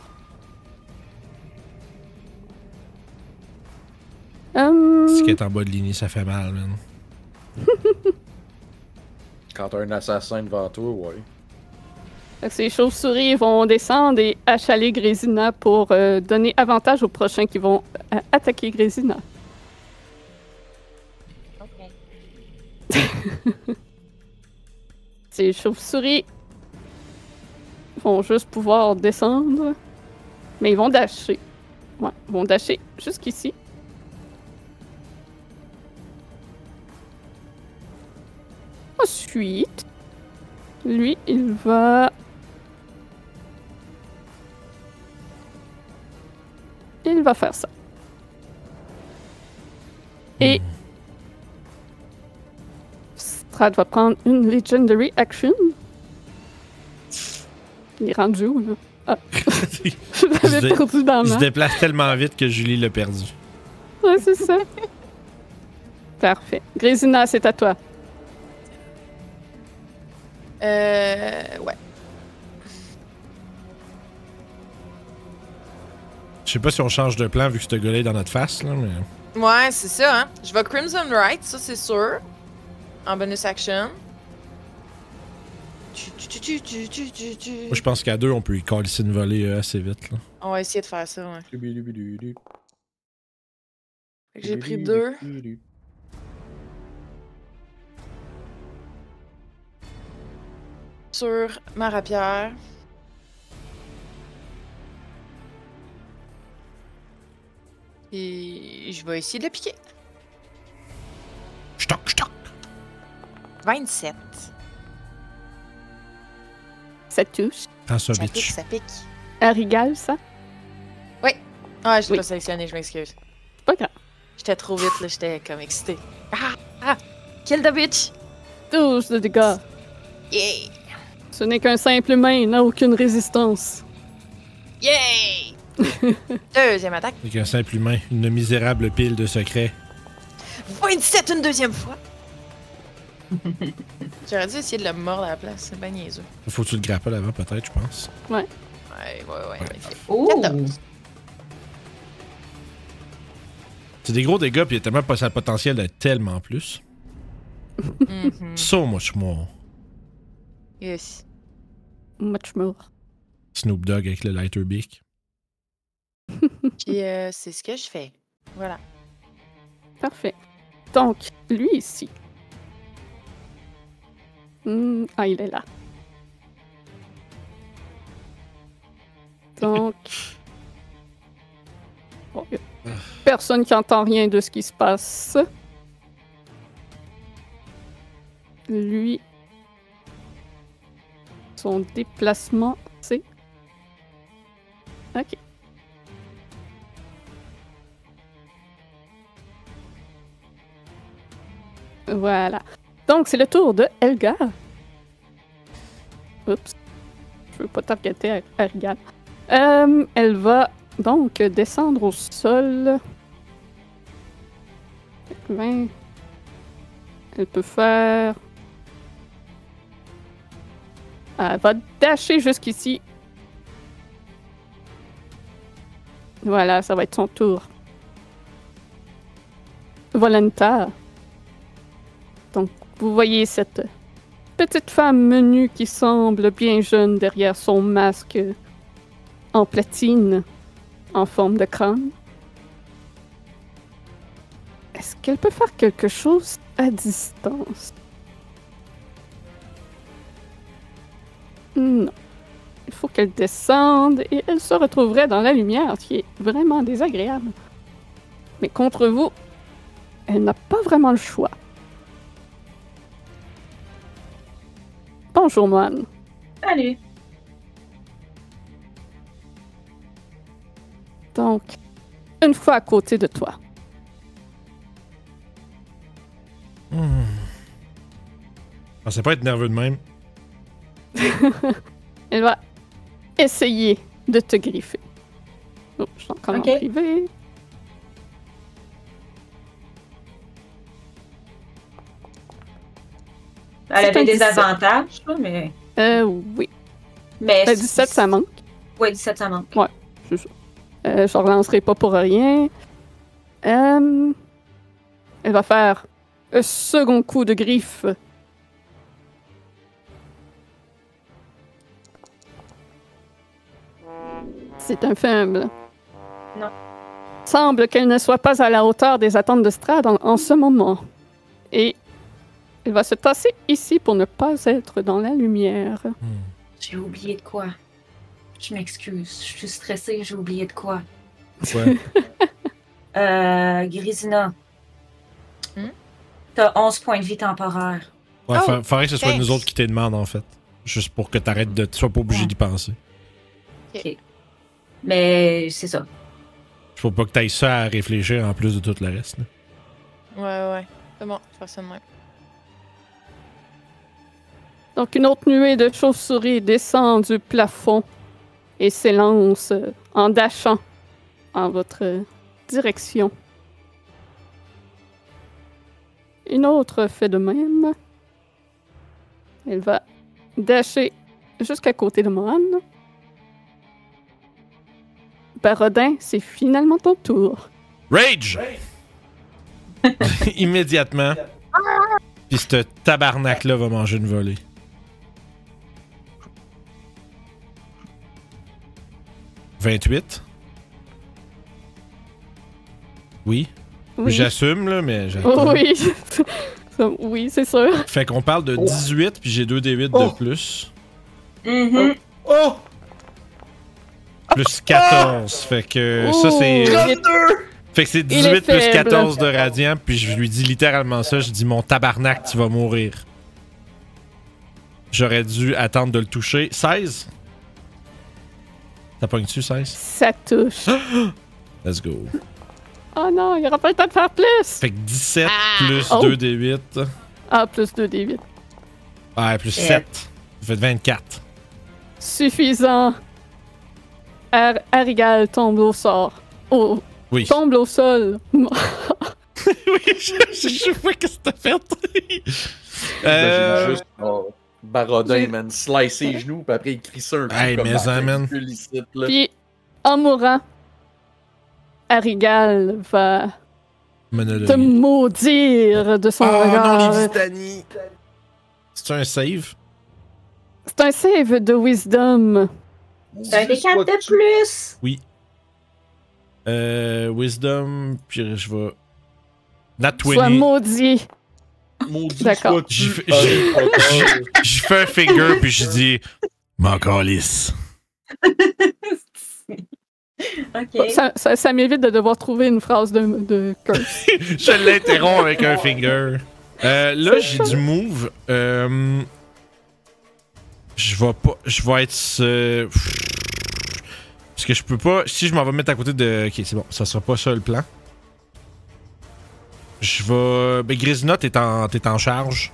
S1: Hum,
S3: Ce qui est en bas de ligne, ça fait mal, man.
S2: Quand t'as un assassin devant toi, ouais.
S1: Fait que Ces chauves-souris vont descendre et achaler Grésina pour euh, donner avantage aux prochains qui vont euh, attaquer Grésina.
S6: Ok.
S1: Ces chauves-souris vont juste pouvoir descendre. Mais ils vont dasher. Ouais, ils vont dasher jusqu'ici. Ensuite, lui, il va. Il va faire ça. Et. Strad va prendre une Legendary Action. Il est rendu où, là? Ah! Je
S3: Il se
S1: l'avais
S3: dé-
S1: perdu dans
S3: Il se
S1: ma.
S3: déplace tellement vite que Julie l'a perdu.
S1: Ouais, c'est ça. Parfait. Grésina, c'est à toi.
S4: Euh. Ouais.
S3: Je sais pas si on change de plan vu que ce gars-là est dans notre face, là, mais.
S4: Ouais, c'est ça, hein. Je vais Crimson Right, ça c'est sûr. En bonus action. Tu, tu, tu, tu, tu, tu, tu, tu.
S3: Moi, je pense qu'à deux, on peut y coller une volée euh, assez vite. Là.
S4: On va essayer de faire ça, ouais.
S2: J'ai
S4: Fait que J'ai pris deux. sur ma rapière. Et je vais essayer de la piquer.
S3: Ch'toc, ch'toc.
S4: 27.
S1: Ah, Ça touche.
S3: Prends ça,
S4: Ça pique,
S3: bitch.
S4: ça pique.
S1: À Rigal, ça?
S4: Ah, je l'ai
S1: Oui.
S4: pas sélectionné, je m'excuse.
S1: C'est pas grave.
S4: J'étais trop vite, là, j'étais comme excitée. Ah! ah, Kill the bitch!
S1: 12 de dégâts.
S4: Yay!
S1: Ce n'est qu'un simple humain, il n'a aucune résistance.
S4: Yay! Deuxième attaque.
S3: Avec un simple humain, une misérable pile de secrets.
S4: 27 une deuxième fois! J'aurais dû essayer de le mordre à la place, c'est bien niaiseux.
S3: Faut que tu le grappelles avant, peut-être, je pense.
S4: Ouais, ouais, ouais, ouais.
S5: Ouh!
S1: Oh!
S4: 14.
S3: C'est des gros dégâts, puis il y a tellement pas le potentiel de tellement plus.
S4: Mhm.
S3: So much more.
S4: Yes.
S1: Much more.
S3: Snoop Dogg avec le lighter beak.
S4: Puis euh, c'est ce que je fais. Voilà.
S1: Parfait. Donc, lui ici. Hmm, ah, il est là. Donc. Bon, y a personne qui entend rien de ce qui se passe. Lui. Son déplacement, c'est. Ok. Voilà. Donc, c'est le tour de Elgar. Oups. Je veux pas targeter Er- Elgar. Euh, elle va donc descendre au sol. 20. Elle peut faire. Elle va dasher jusqu'ici. Voilà, ça va être son tour. Volontaire. Vous voyez cette petite femme menue qui semble bien jeune derrière son masque euh, en platine en forme de crâne. Est-ce qu'elle peut faire quelque chose à distance? Non. Il faut qu'elle descende et elle se retrouverait dans la lumière, ce qui est vraiment désagréable. Mais contre vous, elle n'a pas vraiment le choix. Bonjour, Moine.
S5: Salut!
S1: Donc, une fois à côté de toi.
S3: Hmm. Je pensais pas être nerveux de même.
S1: Elle va essayer de te griffer. Oh, je suis encore
S5: Ok.
S1: en privé.
S5: Elle
S1: C'est un
S5: avait des
S1: 17.
S5: avantages, là, mais.
S1: Euh, oui.
S5: mais
S1: Ben, 17, ça manque.
S5: Ouais, 17, ça manque.
S1: Euh, je relancerai pas pour rien. Euh, elle va faire un second coup de griffe. C'est un faible.
S5: Non.
S1: Semble qu'elle ne soit pas à la hauteur des attentes de Strad en, en ce moment. Et elle va se tasser ici pour ne pas être dans la lumière.
S5: J'ai oublié de quoi. Je m'excuse, je suis stressée, j'ai oublié de quoi.
S3: Ouais.
S5: Euh, Grisina,
S4: Hmm?
S5: t'as 11 points de vie temporaire.
S3: Ouais,
S4: Oh,
S3: fa- faudrait que ce soit
S4: thanks.
S3: nous autres qui te demandent, en fait. Juste pour que t'arrêtes de. Tu sois pas obligé d'y penser.
S5: Mais c'est ça.
S3: Faut pas que t'ailles ça à réfléchir en plus de tout le reste. là.
S4: Ouais, ouais. C'est bon, je vais faire ça de même.
S1: Donc, une autre nuée de chauves-souris descend du plafond et s'élance euh, en dachant en votre euh, direction. Une autre fait de même. Elle va dasher jusqu'à côté de Mohan. Barodin, c'est finalement ton tour.
S3: Rage! Immédiatement. Puis ce tabarnak-là va manger une volée. « 28. Oui,
S1: Oui,
S3: j'assume, là, mais... j'attends.
S1: oui. Ça- oui, c'est sûr.
S3: Fait qu'on parle de 18, puis j'ai 2 D8
S2: Oh.
S3: de plus.
S5: Mhm.
S2: Oh!
S3: Plus 14. Fait que Euh, ça, c'est...
S1: Ouh.
S3: Fait que c'est
S1: est
S3: 18 plus
S1: faible.
S3: 14 de radiant, puis je lui dis littéralement ça, je dis mon tabarnak, tu vas mourir. J'aurais dû attendre de le toucher. 16? T'as pogne-tu 16?
S1: Ça touche.
S3: Let's go.
S1: Oh non, il n'y aura pas le temps de faire plus.
S3: Fait que 17 plus
S1: Oh.
S3: 2 des 8.
S1: Ah, plus 2 d
S3: Ouais, ah, plus
S5: Sept.
S3: 7. Ça fait 24.
S1: Suffisant. Ar- Arigal tombe au sort. Au-
S3: Oui.
S1: Tombe au sol.
S3: oui, je, je, je vois qu'est-ce que t'as fait.
S2: J'imagine
S3: euh...
S2: juste oh, Barodin,
S1: j'ai-
S2: man, slicer les genoux, puis après il crie ça un coup
S3: Hey,
S2: comme
S3: mais ça,
S2: dans
S3: man.
S2: ridicule ici, là.
S1: Puis, en mourant, Arigal va te
S3: Monologue.
S1: maudire de son regard.
S3: Vitani. C'est un save?
S1: C'est un save de wisdom.
S5: T'as un Ben, des quatre de plus!
S3: Euh, wisdom, puis je vais. Nat
S1: Sois
S3: 20.
S1: maudit.
S2: Maudit
S1: D'accord.
S2: sois-tu,
S3: J'y fais-
S2: homme
S3: j'y-
S2: potable.
S3: Je fais un finger, puis je dis. M'en calisse.
S5: ok.
S1: Ça, ça- ça m'évite de devoir trouver une phrase de, de curse.
S3: Je l'interromps avec un finger. Euh, là, j'ai du move. Euh, je vais pas. Je vais être. euh, Parce que je peux pas. Si je m'en vais mettre à côté de. Ok, c'est bon. Ça sera pas ça le plan. Je vais. Ben, Grisina, t'es en, t'es en charge.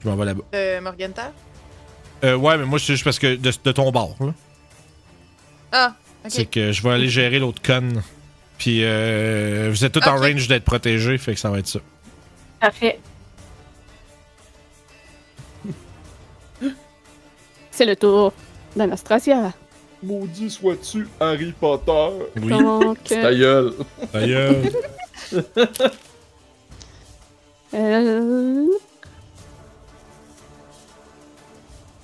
S3: Je m'en vais là-bas.
S4: Euh, Morganta?
S3: Euh, ouais, mais moi, c'est juste parce que de, de ton bord. là.
S4: Ah, ok.
S3: C'est que je vais aller gérer l'autre conne. Puis euh, vous êtes tous en
S4: Ok.
S3: range d'être protégés, fait que ça va être ça.
S5: Parfait.
S1: C'est le tour d'Anastasia.
S2: Maudit sois-tu, Harry Potter.
S3: Oui.
S1: Donc,
S2: Ta gueule.
S3: D'ailleurs.
S1: Elle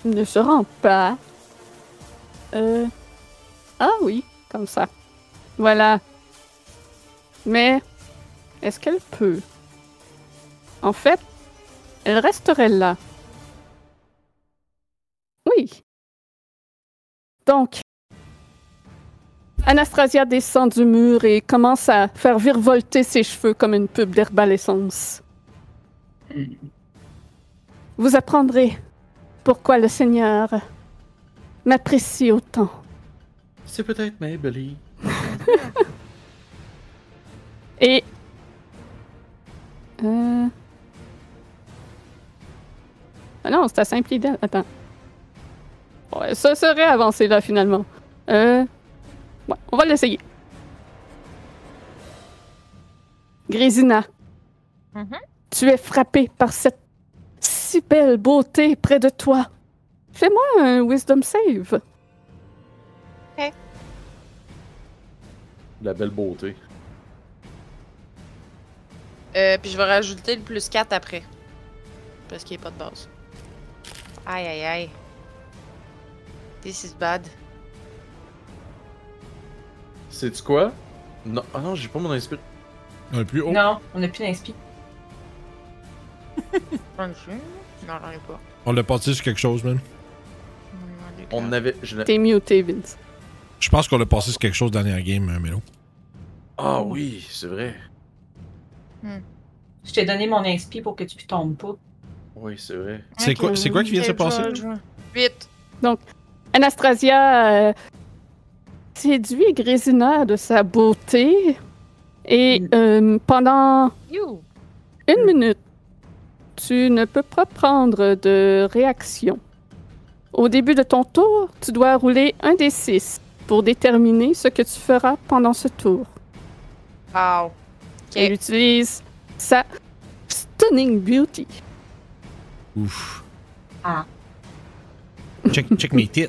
S1: ne se rend pas. Euh... Ah oui, comme ça. Voilà. Mais est-ce qu'elle peut En fait, elle resterait là. Oui. Donc, Anastasia descend du mur et commence à faire virevolter ses cheveux comme une pub d'herbalescence. Vous apprendrez pourquoi le Seigneur m'apprécie autant.
S2: C'est peut-être Maybelline.
S1: Et. Euh... Ah non, c'est à Saint-Plédel. Attends. Ouais, ça serait avancé là finalement. Euh. Ouais, on va l'essayer. Grésina.
S4: Mhm.
S1: Tu es frappé par cette si belle beauté près de toi. Fais-moi un wisdom save.
S2: La belle beauté.
S4: Euh, puis je vais rajouter le plus 4 après. Parce qu'il n'y a pas de base. Aïe, aïe, aïe. This is bad.
S2: Sais-tu quoi? Non, ah non, j'ai pas mon esprit.
S3: Un plus haut.
S5: Oh. Non, on n'a plus d'inspi.
S4: Non, j'en ai pas.
S3: On l'a parti sur quelque chose, même.
S4: Allez.
S2: On avait. je l'ai-
S1: T'es muté, Vince.
S3: Je pense qu'on a passé sur quelque chose dernière game, euh, Mélo.
S2: Ah oui, c'est vrai.
S5: Je t'ai donné mon XP pour que tu tombes pas.
S2: Oui, c'est vrai.
S3: C'est quoi, c'est quoi qui vient de se passer? là?
S4: Vite.
S1: Anastasia euh, séduit Grésina de sa beauté et
S5: Mm.
S1: euh, pendant
S4: You.
S1: une minute, tu ne peux pas prendre de réaction. Au début de ton tour, tu dois rouler un des six pour déterminer ce que tu feras pendant ce tour.
S4: Wow. Ok.
S1: Elle utilise sa Stunning Beauty.
S3: Ouf.
S5: Ah.
S3: Check, check mes tits.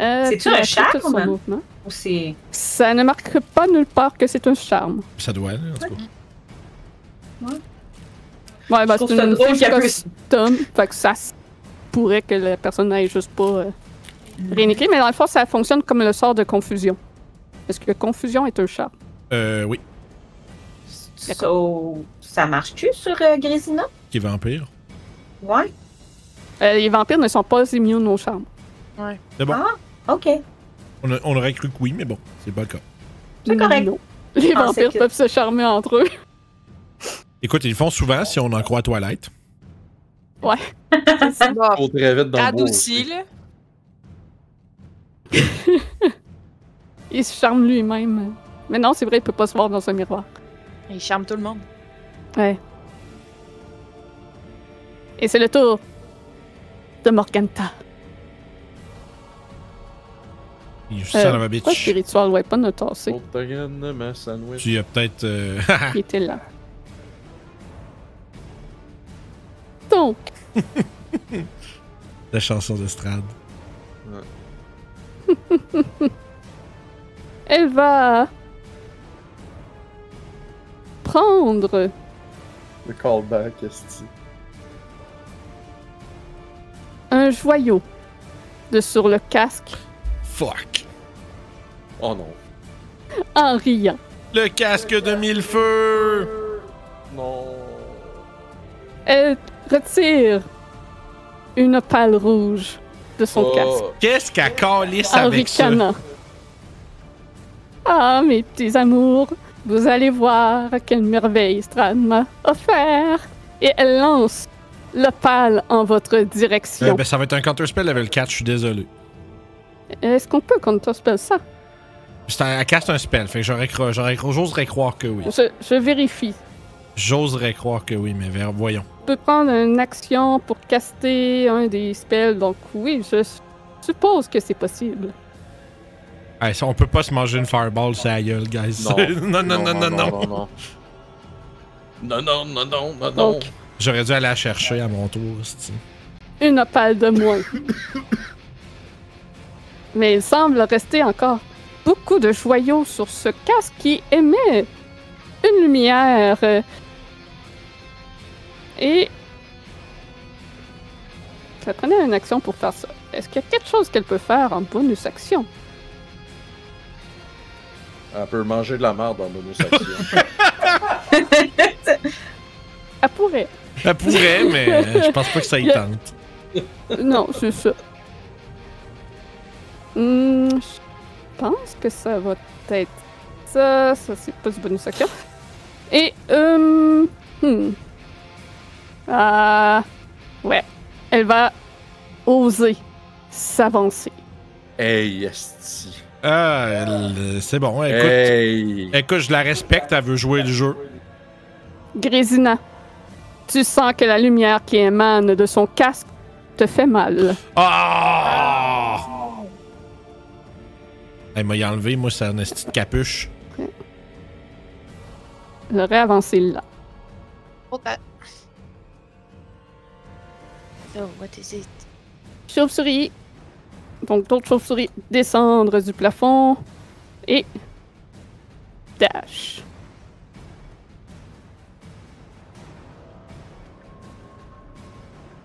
S1: Euh,
S5: C'est-tu
S1: tu
S5: un
S1: as fait
S5: charme?
S1: tout son mouvement.
S5: Ou c'est.
S1: Ça ne marque pas nulle part que c'est un charme.
S3: Ça doit aller, en tout cas.
S1: Ouais, bah,
S5: Je trouve
S1: c'est
S5: ça
S1: une
S5: drôle
S1: fiche
S5: qu'elle puisse-
S1: custom. Fait que ça se pourrait que la personne n'ait juste pas euh, rien écrit, mais dans le fond, ça fonctionne comme le sort de confusion. Parce que confusion est un chat.
S3: Euh, oui,
S5: So, ça marche-tu sur euh, Grésina?
S3: qui est vampire.
S5: Ouais.
S1: Euh, les vampires ne sont pas immunes aux charmes.
S3: C'est bon.
S5: Ok.
S3: On, a- on aurait cru que oui, mais bon, c'est pas le cas.
S5: C'est correct.
S1: Non. Les
S5: Ah,
S1: vampires
S5: c'est que-
S1: peuvent se charmer entre eux.
S3: Écoute, ils le font souvent si on en croit à Twilight.
S4: Bon,
S2: Faut très vite dans le bois
S4: radouci,
S2: aussi.
S4: là.
S1: Il se charme lui-même. Mais non, c'est vrai, il peut pas se voir dans un miroir.
S4: Il charme tout le monde.
S1: Et c'est le tour de Morganta.
S3: You son of a
S1: Pourquoi
S3: bitch.
S1: Spiritual Weapon a tassé?
S2: Faut que t'aies une ma sandwich.
S3: Tu as peut-être. euh,
S1: Il était là. Donc,
S3: la chanson d'estrade.
S1: elle va prendre
S2: Le callback, est
S1: un joyau de sur le casque
S3: Fuck.
S2: Oh non.
S1: en riant.
S3: Le casque de mille feux.
S2: Non.
S1: Elle retire une opale rouge de son
S2: Oh.
S1: casque
S3: Qu'est-ce qu'elle calisse
S1: en
S3: avec ça?
S1: ricanant. Ah, mes petits amours, vous allez voir quelle merveille Strad m'a offert. Et elle lance l'opale en votre
S3: Euh,
S1: direction.
S3: ben, ça va être un counterspell level 4, je suis désolé.
S1: Est-ce qu'on peut counterspell ça?
S3: C'est un- Elle casse un spell, fait que j'aurais cro- j'aurais cro- j'oserais croire que oui.
S1: Je, je vérifie.
S3: J'oserais croire que oui, mais ver- voyons.
S1: Je peux prendre une action pour caster un des spells, donc oui, je s- suppose que c'est possible.
S3: Hey, Eh, ça, on peut pas se manger une fireball, ça gueule, guys. non, non, non, non, non.
S2: non. Non, non, non, non, non, non.
S1: Donc,
S3: J'aurais dû aller la chercher à mon tour, c'ti.
S1: une opale de moins. Mais il semble rester encore beaucoup de joyaux sur ce casque qui émet une lumière. euh, Et. Ça prenait une action pour faire ça. Est-ce qu'il y a quelque chose qu'elle peut faire en bonus action?
S2: Elle peut manger de la merde en bonus action.
S1: Elle pourrait.
S3: Elle pourrait, mais euh, je pense pas que ça y tente.
S1: Non, c'est ça. Hmm, je pense que ça va être ça. Ça, c'est pas du bonus action. Et, euh... hmm. Ah... Ouais. Elle va oser s'avancer.
S2: hey, esti.
S3: Ah, elle- c'est bon, écoute.
S2: Euh. Hey.
S3: Écoute, je la respecte, elle veut jouer le jeu.
S1: Grésina, tu sens que la lumière qui émane de son casque te fait mal.
S3: Ah! Elle m'a y enlevé, moi, c'est un esti de capuche.
S1: Elle aurait avancé là.
S4: Trop tard. Oh,
S6: So, what is it?
S1: chauve-souris. Donc d'autres chauves-souris descendre du plafond et dash.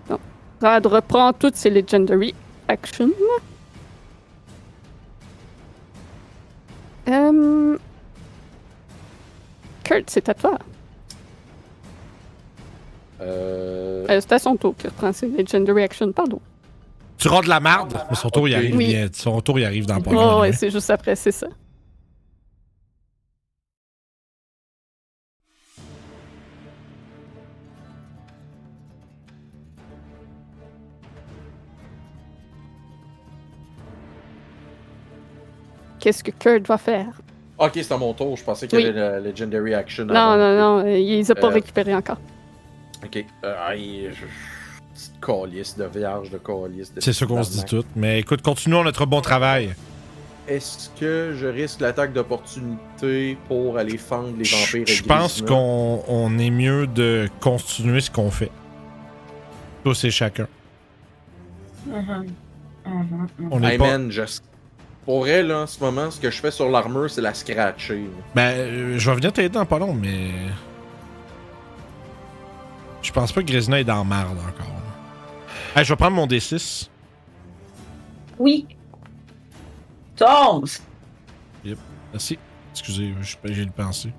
S1: Donc, Rad reprend toutes ses legendary actions. Hum. Kurt, c'est à toi.
S2: Euh,
S1: Euh, c'est à son tour qu'il reprend ses legendary actions, pardon.
S3: Tu rends de la marde, mais son tour, il
S2: Ok.
S3: arrive
S1: Oui.
S3: bien. Son tour, il arrive dans pas
S1: Ouais,
S3: long,
S1: Oh, ouais,
S3: anyway.
S1: c'est juste après, c'est ça. Qu'est-ce que Kurt va faire?
S2: Ok, c'est à mon tour. Je pensais qu'il y
S1: Oui.
S2: avait la Legendary Action.
S1: Non, non, non, euh, il les a pas
S2: Euh,
S1: récupérés encore.
S2: Ok. Euh, aïe, je... Petite calice de vierge, de calice de.
S3: C'est ça qu'on se dit
S2: tabarnak.
S3: tout. Mais écoute, continuons notre bon travail.
S2: Est-ce que je risque l'attaque d'opportunité pour aller fendre les vampires
S3: Je je pense
S2: qu'on
S3: qu'on on est mieux de continuer ce qu'on fait. Tous et chacun.
S5: Mhm. Mhm, mhm.
S3: On est
S2: Hey
S3: pas-
S2: man, je... pour elle, là, en ce moment, ce que je fais sur l'armure, c'est la scratcher. là.
S3: Ben, euh, je vais venir t'aider dans pas long, mais. Je pense pas que Grisina est dans marde encore. là. Hey, je vais prendre mon D6.
S5: Oui. Tombe.
S3: Merci. Excusez, je suis pas- j'ai le pensé.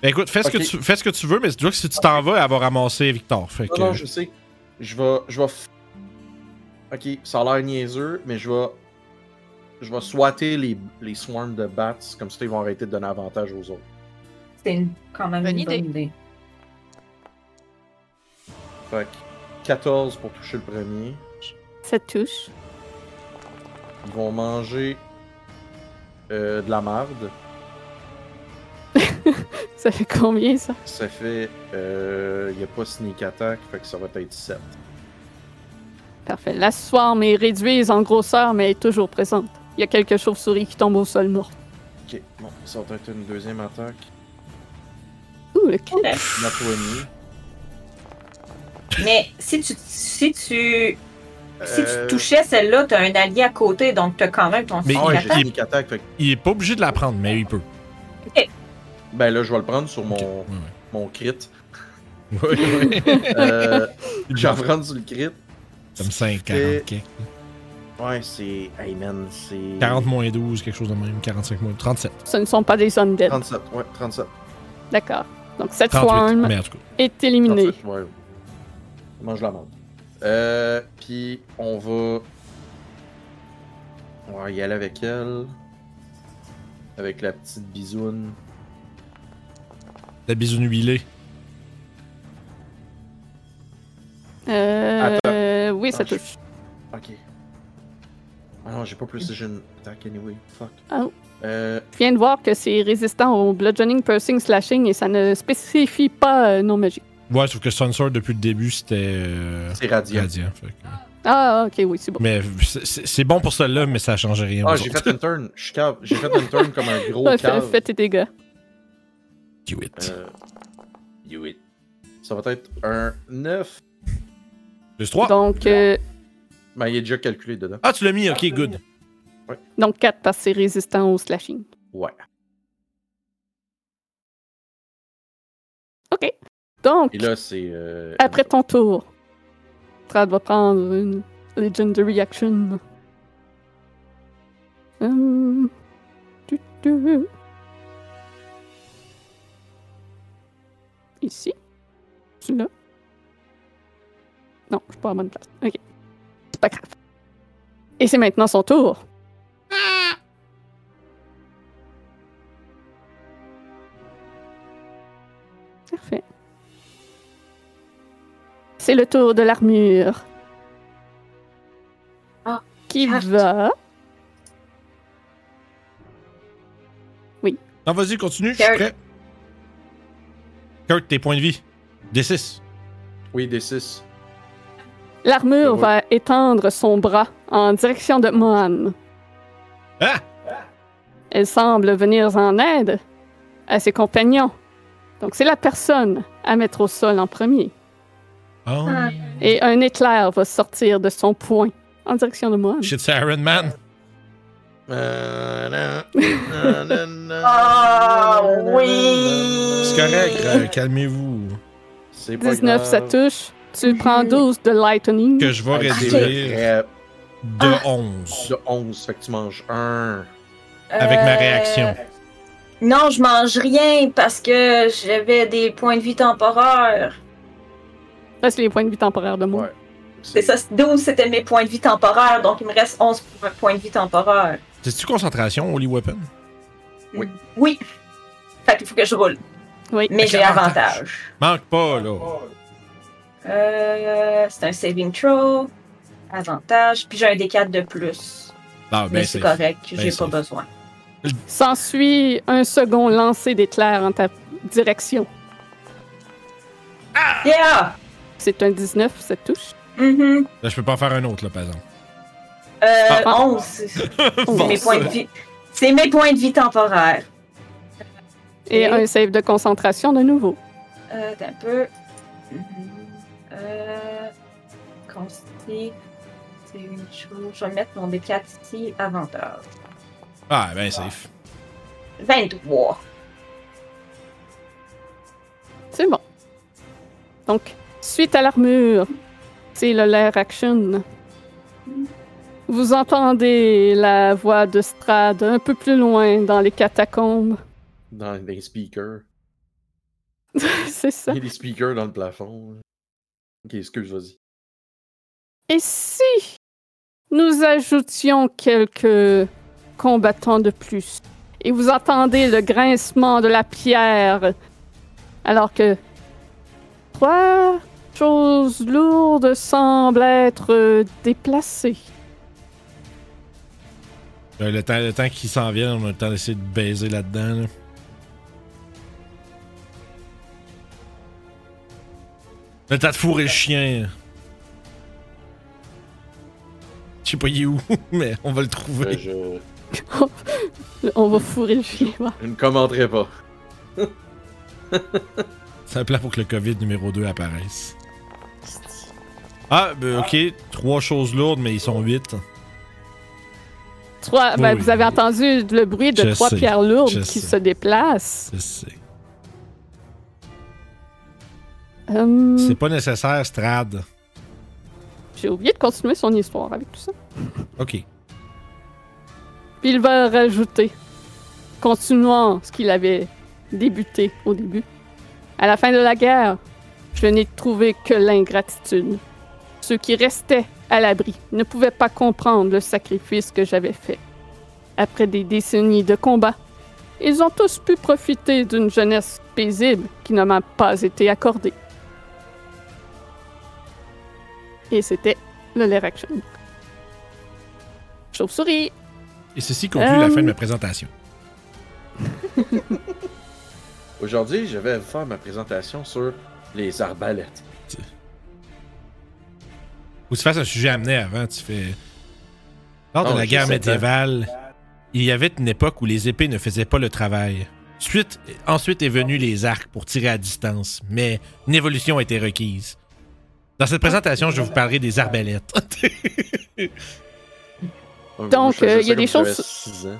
S3: Ben écoute, fais ce,
S2: Ok.
S3: que tu, fais ce que tu veux, mais dis-toi que si tu t'en vas, elle va ramasser Victor. Fait que,
S2: Non, non, je sais. Je vais. Je vais. f- Ok, ça a l'air niaiseux, mais je vais. Je vais swatter les, les swarms de bats, comme ça ils vont arrêter de donner avantage aux autres.
S5: C'est une- quand même
S4: Bonne
S5: une
S4: idée.
S5: bonne idée.
S2: Fait que 14 pour toucher le premier.
S1: Ça touche.
S2: Ils vont manger euh, de la marde.
S1: Ça fait combien, ça?
S2: Ça fait. Il n'y a pas sneak attack, fait que ça va être 7.
S1: Parfait. La swarm est réduite en grosseur, mais elle est toujours présente. Il y a quelques chauves-souris qui tombent au sol mortes.
S2: Ok, bon, ça va être une deuxième attaque.
S1: Ouh, lequel?
S2: Not 20.
S5: Mais si tu, si tu, si tu
S2: Euh,
S5: touchais celle-là, t'as un allié à côté, donc t'as quand même ton
S3: Mais
S2: Ah
S5: sneak
S2: ouais, j'ai
S5: attack.
S2: sneak attack, fait que-
S3: Il est pas obligé de la prendre, mais il peut.
S2: Ben là, je vais le prendre sur mon,
S3: Ok,
S2: mon crit.
S3: ouais, ouais.
S2: Euh, J'en prends sur le crit.
S3: Comme 5, 40.
S2: Et-
S3: ok.
S2: Ouais, c'est. Hey man, c'est.
S3: 40 moins 12, quelque chose de même. 45 moins 37.
S1: Ce ne sont pas des hommes dead.
S2: 37, ouais, 37.
S1: D'accord. Donc cette
S3: 38.
S1: swarm
S3: Mais en tout cas.
S1: est éliminée.
S2: 37, ouais. Mange la menthe. Euh, puis on va. On va y aller avec elle. Avec la petite bisoune.
S3: La bisoune huilée.
S1: Euh, oui, ça
S2: Ah, je-
S1: touche.
S2: Ok. Ah non, j'ai pas plus j'ai une attaque anyway. Fuck.
S1: Oh.
S2: Euh,
S1: Je viens de voir que c'est résistant au bludgeoning, piercing, slashing et ça ne spécifie pas euh, non magique.
S3: Ouais, sauf que Sunsword, depuis le début, c'était. euh,
S2: c'est radiant.
S3: Radiant, fait que-
S1: Ah, ok, oui, c'est bon.
S3: Mais c'est- c'est c'est bon pour celle-là, mais ça change rien.
S2: Ah,
S3: aux
S2: j'ai
S3: autres.
S2: fait une turn. Je suis cave. J'ai fait une turn comme un gros
S1: Ouais, fais,
S2: cave.
S1: fais tes dégâts.
S3: Kiwit.
S2: Euh, you it. Ça va être un 9.
S3: Plus 3.
S1: Donc, euh,
S2: Ben, il est déjà calculé dedans.
S3: Ah, tu l'as mis, ok, good.
S1: donc 4 parce que c'est résistant au slashing.
S2: Ouais.
S1: Donc,
S2: Et là, c'est. euh,
S1: après ton tour, Strad va prendre une Legendary Action. Hum. Tu, tu. Ici. Celui-là. Non, je suis pas à la bonne place. Ok. C'est pas grave. Et c'est maintenant son tour. Parfait. C'est le tour de l'armure.
S5: Ah,
S1: qui
S5: carte.
S1: va.
S3: Non, vas-y, continue, je suis
S5: Kurt.
S3: prêt. Kurt, tes points de vie. D6.
S2: Oui, des 6.
S1: L'armure
S2: Ouais.
S1: va étendre son bras en direction de Mohan.
S3: Ah!
S1: Elle semble venir en aide à ses compagnons. Donc c'est la personne à mettre au sol en premier.
S3: Oh,
S5: Ah.
S1: Et un éclair va sortir de son poing en direction de Mohan.
S3: shit, c'est Iron Man.
S2: Euh,
S5: Ah,
S2: Ah
S5: oui!
S3: C'est correct, euh, calmez-vous.
S2: C'est pas
S1: 19, ça
S2: grave.
S1: touche. Tu prends 12 de lightning.
S3: Que je vais
S2: Ouais, c'est
S3: réduire
S2: vrai.
S3: de
S5: Ah.
S3: 11
S2: De 11, fait que tu manges 1.
S3: avec ma
S5: Euh,
S3: réaction.
S5: Non, je mange rien parce que j'avais des points de vie temporaires.
S1: Là, c'est les points de vie temporaires de moi.
S2: Ouais.
S5: C'est ça, c'est- 12 c'était mes points de vie temporaires, donc il me reste 11 po- points de vie temporaires.
S3: C'est-tu concentration, Holy Weapon?
S5: Oui. Fait qu'il faut que je roule.
S1: Oui.
S5: Mais
S3: Avec
S5: j'ai avantage.
S3: avantage. Manque pas, là.
S5: Euh, c'est un saving throw. Avantage. Puis j'ai un D4 de plus.
S3: Ah,
S5: mais
S3: ben,
S5: c'est
S3: c'est.
S5: correct, j'ai
S3: c'est-
S5: pas besoin.
S1: S'ensuit un second lancer d'éclair en ta direction.
S3: Ah.
S5: Yeah!
S1: C'est un 19, ça touche.
S5: Mhm.
S3: Là, je peux pas en faire un autre, là, par exemple.
S5: Euh,
S1: Ah.
S5: 11. C'est
S1: Bon,
S5: mes points de vie. C'est mes points de vie temporaires.
S1: Et un save de concentration de nouveau.
S5: Euh, attends un peu. Mhm. Euh. Consti. C'est une chose. Je vais mettre mon D4 ici, avantage.
S3: Ah, ben, safe.
S5: 23.
S1: C'est bon. Donc, suite à l'armure, c'est le lair action. Vous entendez la voix de Strad un peu plus loin dans les catacombes.
S2: Dans les speakers.
S1: C'est ça.
S2: Il y a des speakers dans le plafond. Ok, excuse, vas-y.
S1: Et si nous ajoutions quelques combattants de plus et vous entendez le grincement de la pierre alors que trois choses lourdes semblent être euh, déplacées.
S3: Euh, le temps, le temps qu'il s'en vienne, on a le temps d'essayer de baiser là-dedans, là. Le temps de fourrer le chien. Je sais pas, il est où, mais on va le
S2: Euh,
S3: trouver.
S2: Je
S1: On va fourrer le chien. va.
S2: je ne commenterai pas.
S3: C'est un plan pour que le COVID numéro 2 apparaisse. Ah, ben, ok. Trois choses lourdes, mais ils sont huit.
S1: Trois, ben,
S3: Oui.
S1: Vous avez entendu le bruit de
S3: Je
S1: trois
S3: sais,
S1: pierres lourdes
S3: je
S1: qui
S3: sais.
S1: se déplacent.
S3: Je sais.
S1: Hum,
S3: C'est pas nécessaire, Strad.
S1: J'ai oublié de continuer son histoire avec tout ça.
S3: Ok.
S1: Puis il va rajouter, continuant ce qu'il avait débuté au début. À la fin de la guerre, je n'ai trouvé que l'ingratitude. Ceux qui restaient à l'abri ne pouvaient pas comprendre le sacrifice que j'avais fait. Après des décennies de combats, ils ont tous pu profiter d'une jeunesse paisible qui ne m'a pas été accordée. Et c'était le Lair Action. Chauve-souris!
S3: Et ceci conclut la
S1: Euh.
S3: fin de ma présentation.
S2: Aujourd'hui, je vais vous faire ma présentation sur les arbalètes.
S3: Ou tu fasses un sujet amené avant, tu fais. Lors de
S2: Non,
S3: la
S2: je
S3: guerre
S2: sais
S3: médiévale, il y avait une époque où les épées ne faisaient pas le travail. Suite, ensuite est venu les arcs pour tirer à distance, mais une évolution a été requise. Dans cette présentation, je vous parlerai des arbalètes.
S2: Donc,
S1: Donc,
S2: je faisais
S1: euh,
S2: ça
S1: il y a
S2: comme
S1: des
S2: j'avais
S1: choses-
S2: six ans.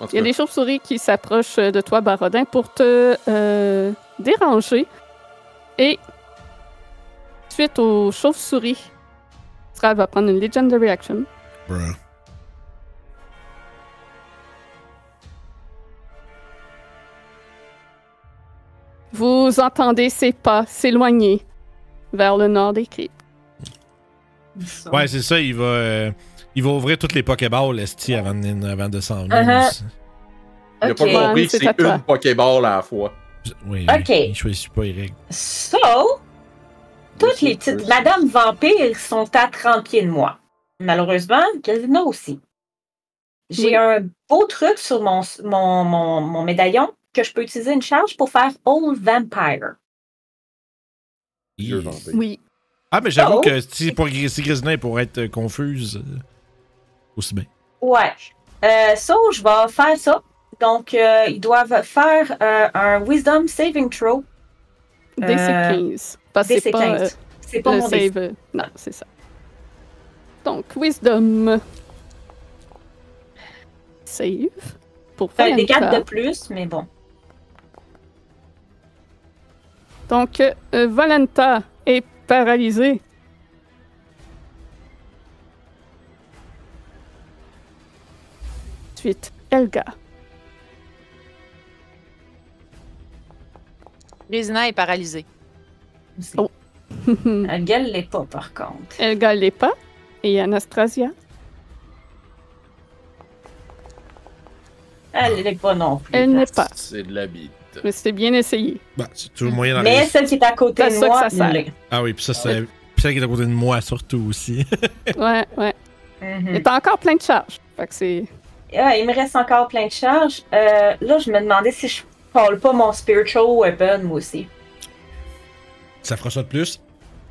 S2: En tout
S1: Il y a
S2: cas,
S1: des chauves-souris qui s'approchent de toi, Barodin, pour te euh, déranger. Et suite aux chauves-souris, Strad va prendre une Legendary Action.
S3: Bruh.
S1: Vous entendez ses pas s'éloigner vers le nord des cryptes.
S3: Ouais, c'est ça, il va, euh, il va ouvrir toutes les Pokéballs, Esti, avant, de- avant de s'en venir.
S5: Uh-huh.
S3: aussi.
S2: il a
S5: Ok.
S2: pas compris que
S1: C'est à
S2: c'est
S1: toi.
S2: une Pokéball à la fois.
S3: Oui,
S5: Ok.
S3: oui, il choisit pas les règles.
S5: So, toutes les petites Madame Vampire sont à 30 pieds de moi. Malheureusement, Casino aussi. J'ai
S1: Oui.
S5: un beau truc sur mon, mon, mon, mon médaillon que je peux utiliser une charge pour faire Old Vampire.
S2: Dieu
S3: Ih.
S2: vampire.
S1: Oui.
S3: Ah, mais j'avoue
S5: Oh.
S3: que si, pour, si Grisina est pour être euh, confuse, euh, aussi bien.
S5: Ouais. Euh, so, je vais faire ça. Donc, euh, ils doivent faire euh, un Wisdom Saving Throw.
S1: DC
S5: Euh,
S1: 15. Parce que
S5: DC
S1: Ah, c'est pas,
S5: 15. C'est
S1: euh,
S5: pas
S1: le
S5: mon DC.
S1: save. euh, Non, c'est ça. Donc, Wisdom. Save. Pour
S5: Fait
S1: faire
S5: Euh, des
S1: une
S5: 4
S1: carte.
S5: de plus, mais bon.
S1: Donc, euh, Valenta est paralysée. Ensuite, Elga. Oh.
S4: Résina est paralysée.
S5: Elle gueule l'est pas, par contre.
S1: Elga l'est pas. Et Anastasia.
S5: Elle l'est pas non plus.
S1: Elle n'est pas.
S2: C'est de la bite.
S1: Mais c'était bien essayé.
S3: Bah, c'est toujours moyen d'en
S5: Mais
S3: rester.
S5: celle qui est à côté
S1: C'est
S5: de
S1: ça que
S5: moi,
S1: ça sert.
S5: l'est.
S3: Ah oui, puis ça, c'est. Puis celle qui est à côté de moi, surtout aussi.
S1: Ouais, ouais.
S5: Mhm.
S1: Et t'as encore plein de charges. Fait que c'est.
S5: Ah, il me reste encore plein de charges. Euh, là, je me demandais si je parle pas mon spiritual weapon, moi aussi.
S3: ça fera ça de plus.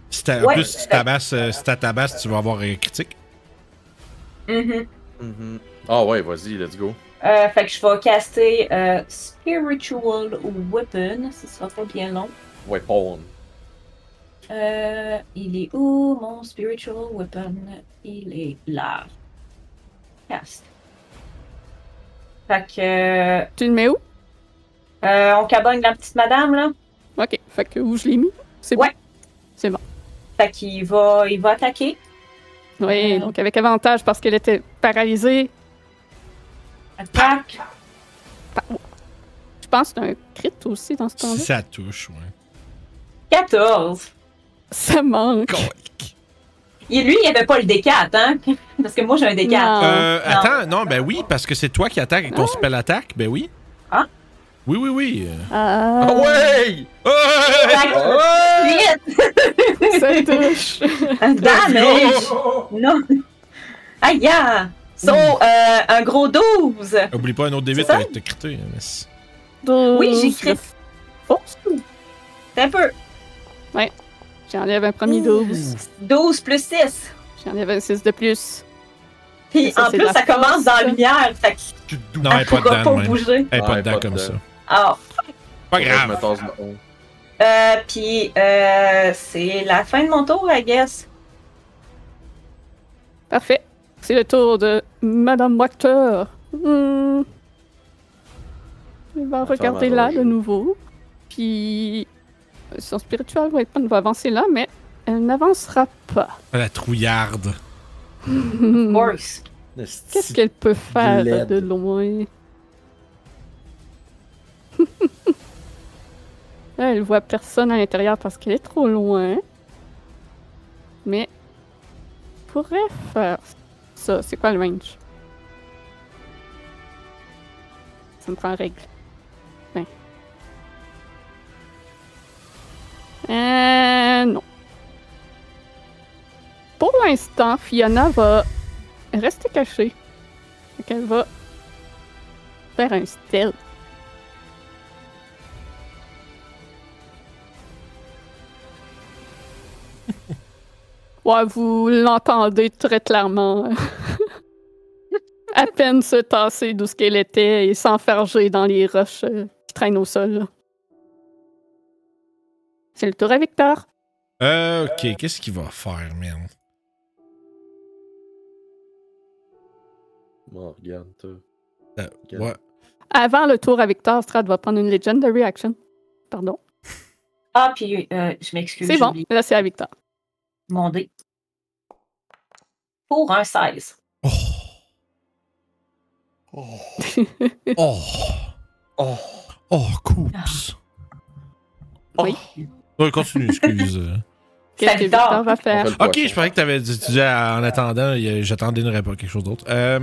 S3: Si t'as- en
S5: Ouais.
S3: plus, si tu tabasses, euh, si t'as tabasse, tu vas avoir un critique.
S5: Mhm.
S2: Mhm. Ah ouais, vas-y, let's go.
S5: Euh, fait que je vais caster euh, Spiritual Weapon. Ce sera pas bien long.
S2: Ouais, pawn.
S5: Euh, il est où mon Spiritual Weapon? Il est là. Cast. Fait que.
S1: Tu le mets où?
S5: euh, on cabogne la petite madame, là.
S1: Ok. Fait que où je l'ai mis? C'est
S5: Ouais. Fait qu'il va, il va attaquer.
S1: bon. Oui,
S5: Euh.
S1: donc avec avantage parce qu'elle était paralysée.
S5: Attaque.
S1: Je pense que c'est un crit aussi dans ce
S3: Si
S1: temps-là.
S3: ça touche, ouais.
S5: 14.
S1: Ça manque.
S5: Et lui, il avait pas le D4, hein? Parce que moi, j'ai un D4.
S1: Non.
S3: Euh, attends, non, ben oui, parce que c'est toi qui attaques avec ton spell attack, ben oui.
S5: Ah.
S3: Oui, oui, oui. euh.
S1: Ah,
S2: Ah ouais! Ah
S5: Fait que-
S2: Ouais!
S1: Ça touche.
S5: Damage! Non! Aïe! ya. So,
S1: Hmm.
S5: euh, un gros 12!
S3: Oublie pas un autre D8
S5: C'est ça?
S3: avec te crité. hein, mais c'est-
S5: Oui, j'ai
S1: Douze.
S5: crit. C'est un peu.
S1: J'enlève un
S5: Mmh.
S1: premier 12.
S5: 12 plus 6.
S1: J'enlève un 6 de plus.
S5: Puis
S1: Ça,
S5: en
S1: c'est
S5: plus,
S1: la
S5: ça
S1: force,
S5: commence dans
S1: ça.
S5: la lumière. Fait que
S3: Non, elle est pas
S5: pourra
S3: dedans, de
S5: pas
S3: même.
S5: bouger.
S3: Elle est
S2: Ouais,
S3: pas dedans
S2: pas
S3: comme
S2: dedans.
S3: ça.
S5: Ah.
S3: Pas
S2: Je me
S3: grave.
S2: tasse de honte.
S5: Euh, puis euh, c'est la fin de mon tour, I guess.
S1: Parfait. C'est le tour de Madame Wachter. Hmm. Elle va
S2: Attends,
S1: regarder
S2: Madame
S1: là
S2: Wachter.
S1: de nouveau. Puis euh, son spiritual weapon va avancer là, mais elle n'avancera pas.
S3: La trouillarde.
S1: Hmm.
S5: Worse.
S1: Qu'est-ce qu'elle peut faire
S2: laide.
S1: de loin? Là, elle voit personne à l'intérieur parce qu'elle est trop loin. Mais elle pourrait faire ça. C'est quoi le range? Ça me prend en règle. Ben. Ouais. Euh, non. Pour l'instant, Fiona va rester cachée. Fait qu'elle va faire un stealth. Ouais, vous l'entendez très clairement. à peine se tasser d'où ce qu'elle était et s'enfarger dans les roches euh, qui traînent au sol. C'est le tour à Victor.
S3: Euh, ok, qu'est-ce qu'il va faire, man?
S2: Morgane, toi.
S3: Euh,
S2: Quel-
S3: ouais.
S1: Avant le tour à Victor, Strad va prendre une Legendary Action. Pardon.
S5: Ah, puis euh, je m'excuse.
S1: C'est
S5: j'ai
S1: bon,
S5: oublié
S1: là c'est à Victor.
S5: Mon dé. Pour un 16.
S3: Oh. Oh.
S2: Oh!
S3: Oh, coups.
S1: Oui.
S3: Ouais, continue, excuse.
S1: Qu'est-ce
S5: Ça
S1: que
S5: dort.
S1: Victor va
S2: on
S1: faire?
S2: fait le
S3: Ok,
S2: poisson.
S3: je pensais que t'avais dit, tu disais, en attendant, il y a- j'attendais une réponse, quelque chose d'autre. Euh...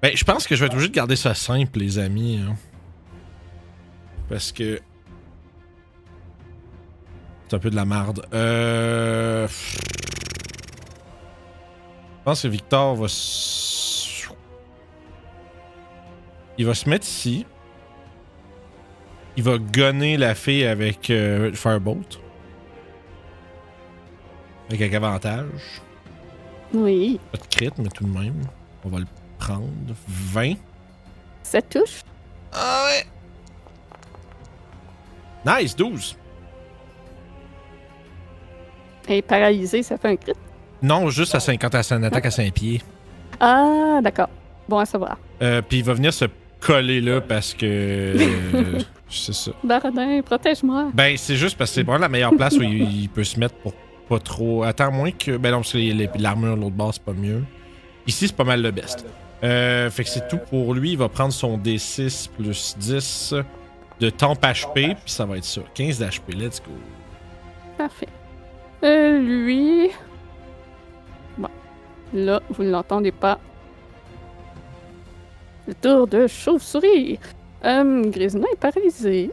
S3: Ben, je pense que je vais être obligé de garder ça simple, les amis. hein. Parce que. C'est un peu de la marde. Euh. Je pense que Victor va. s- Il va se mettre ici. Il va gonner la fille avec euh, Firebolt. Avec un avantage.
S1: Oui.
S3: Pas de crit, mais tout de même. On va le prendre. 20.
S1: Ça touche.
S3: Nice, 12.
S1: Elle est paralysée, ça fait un crit.
S3: Non, juste à 50, à son attaque à 5 pieds.
S1: Ah, d'accord. Bon à savoir.
S3: Euh, Puis il va venir se coller là parce que. euh, c'est ça.
S1: Baradin, protège-moi.
S3: Ben, c'est juste parce que c'est vraiment la meilleure place où il, il peut se mettre pour pas trop. Attends, moins que. Ben non, parce que les- les- l'armure, l'autre bord, c'est pas mieux. Ici, c'est pas mal le best. Euh, fait que c'est tout pour lui. Il va prendre son D6 plus 10. de temp HP, puis ça va être ça. 15 d'HP, let's go.
S1: Parfait. Euh, lui. Bon. Là, vous ne l'entendez pas. Le tour de chauve-souris. Euh, Grisina est paralysé.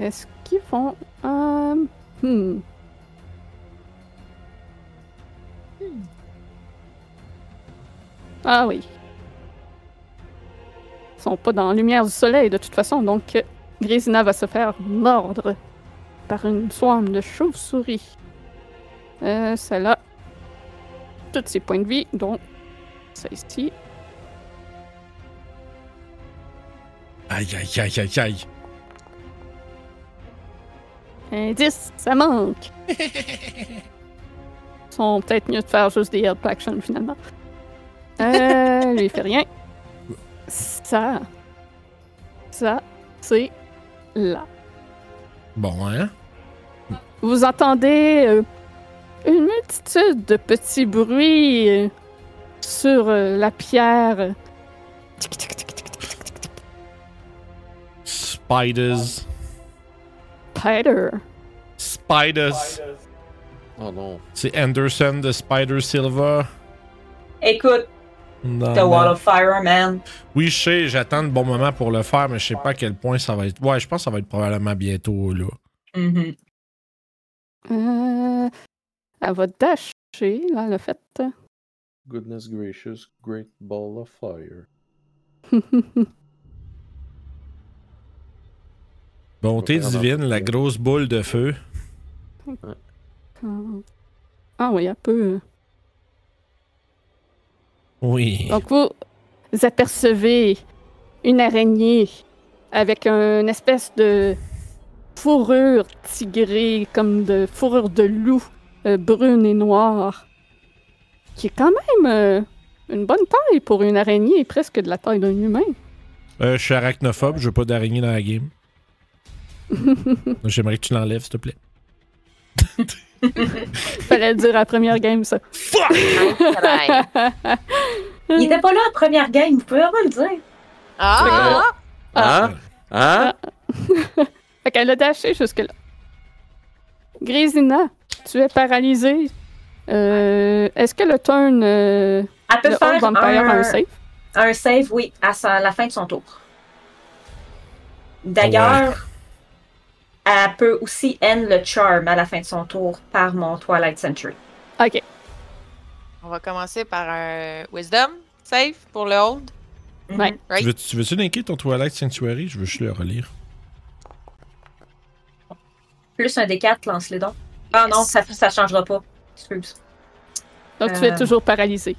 S1: Est-ce qu'ils font. Euh, hmm. Ah oui. Ils sont pas dans la lumière du soleil de toute façon, donc euh, Grisina va se faire mordre par une swarm de chauve-souris. Euh, celle-là, tous ses points de vie, dont ça ici.
S3: Aïe, aïe, aïe, aïe, aïe.
S1: Indice, ça manque. Ils sont peut-être mieux de faire juste des help action finalement. Euh, lui, il fait rien. Ça, ça, c'est là.
S3: Bon, hein?
S1: Vous entendez euh, une multitude de petits bruits euh, sur euh, la pierre. Tic, tic, tic, tic, tic, tic, tic.
S3: Spiders.
S1: Spider.
S3: Spiders.
S2: Oh non.
S3: C'est Anderson de Spider Silva.
S5: Écoute,
S3: Non,
S5: The
S3: Oh non.
S5: Wall of Fire, man.
S3: Oui, je sais, j'attends le bon moment pour le faire, mais je sais pas à quel point ça va être. Ouais, je pense que ça va être probablement bientôt, là.
S5: Mhm.
S1: Euh, elle va dasher, là, le fait.
S2: Goodness gracious, great ball of fire.
S3: Bonté
S2: Vraiment.
S3: divine, la grosse boule de feu.
S1: ah oui, un peu.
S3: Oui.
S5: Oh.
S1: Donc vous vous apercevez une araignée avec un- une espèce de fourrure tigrée, comme de fourrure de loup, euh, brune et noire, qui est quand même euh, une bonne taille pour une araignée, presque de la taille d'un humain.
S3: Euh, je suis arachnophobe, je veux pas d'araignée dans la game. J'aimerais que tu l'enlèves, s'il te plaît.
S1: Fallait le dire à la première game, ça. Ah.
S4: Caroline.
S5: Il était pas là en première game, vous pouvez vraiment le dire.
S4: Ah!
S2: Hein? Hein?
S1: Ah. Fait qu'elle a dashé jusque-là. Grisina, tu es paralysée. Euh, Est-ce que le turn, euh,
S5: Elle peut
S1: le Old
S5: faire
S1: Vampire a
S5: un,
S1: un save?
S5: un save, oui, à sa- la fin de son tour. D'ailleurs, elle peut aussi end le charm à la fin de son tour par mon Twilight Century.
S1: Ok.
S4: On va commencer par un Wisdom, save pour le hold.
S5: Mhm.
S1: Ouais.
S4: Right.
S3: Tu veux- tu veux-tu linker ton Twilight Sanctuary? Je veux juste le relire.
S5: Plus un D4, lance les dons. Ah non,
S4: Yes.
S5: ça, ça changera pas. Excuse.
S1: Donc, tu es
S5: Euh,
S1: toujours paralysé.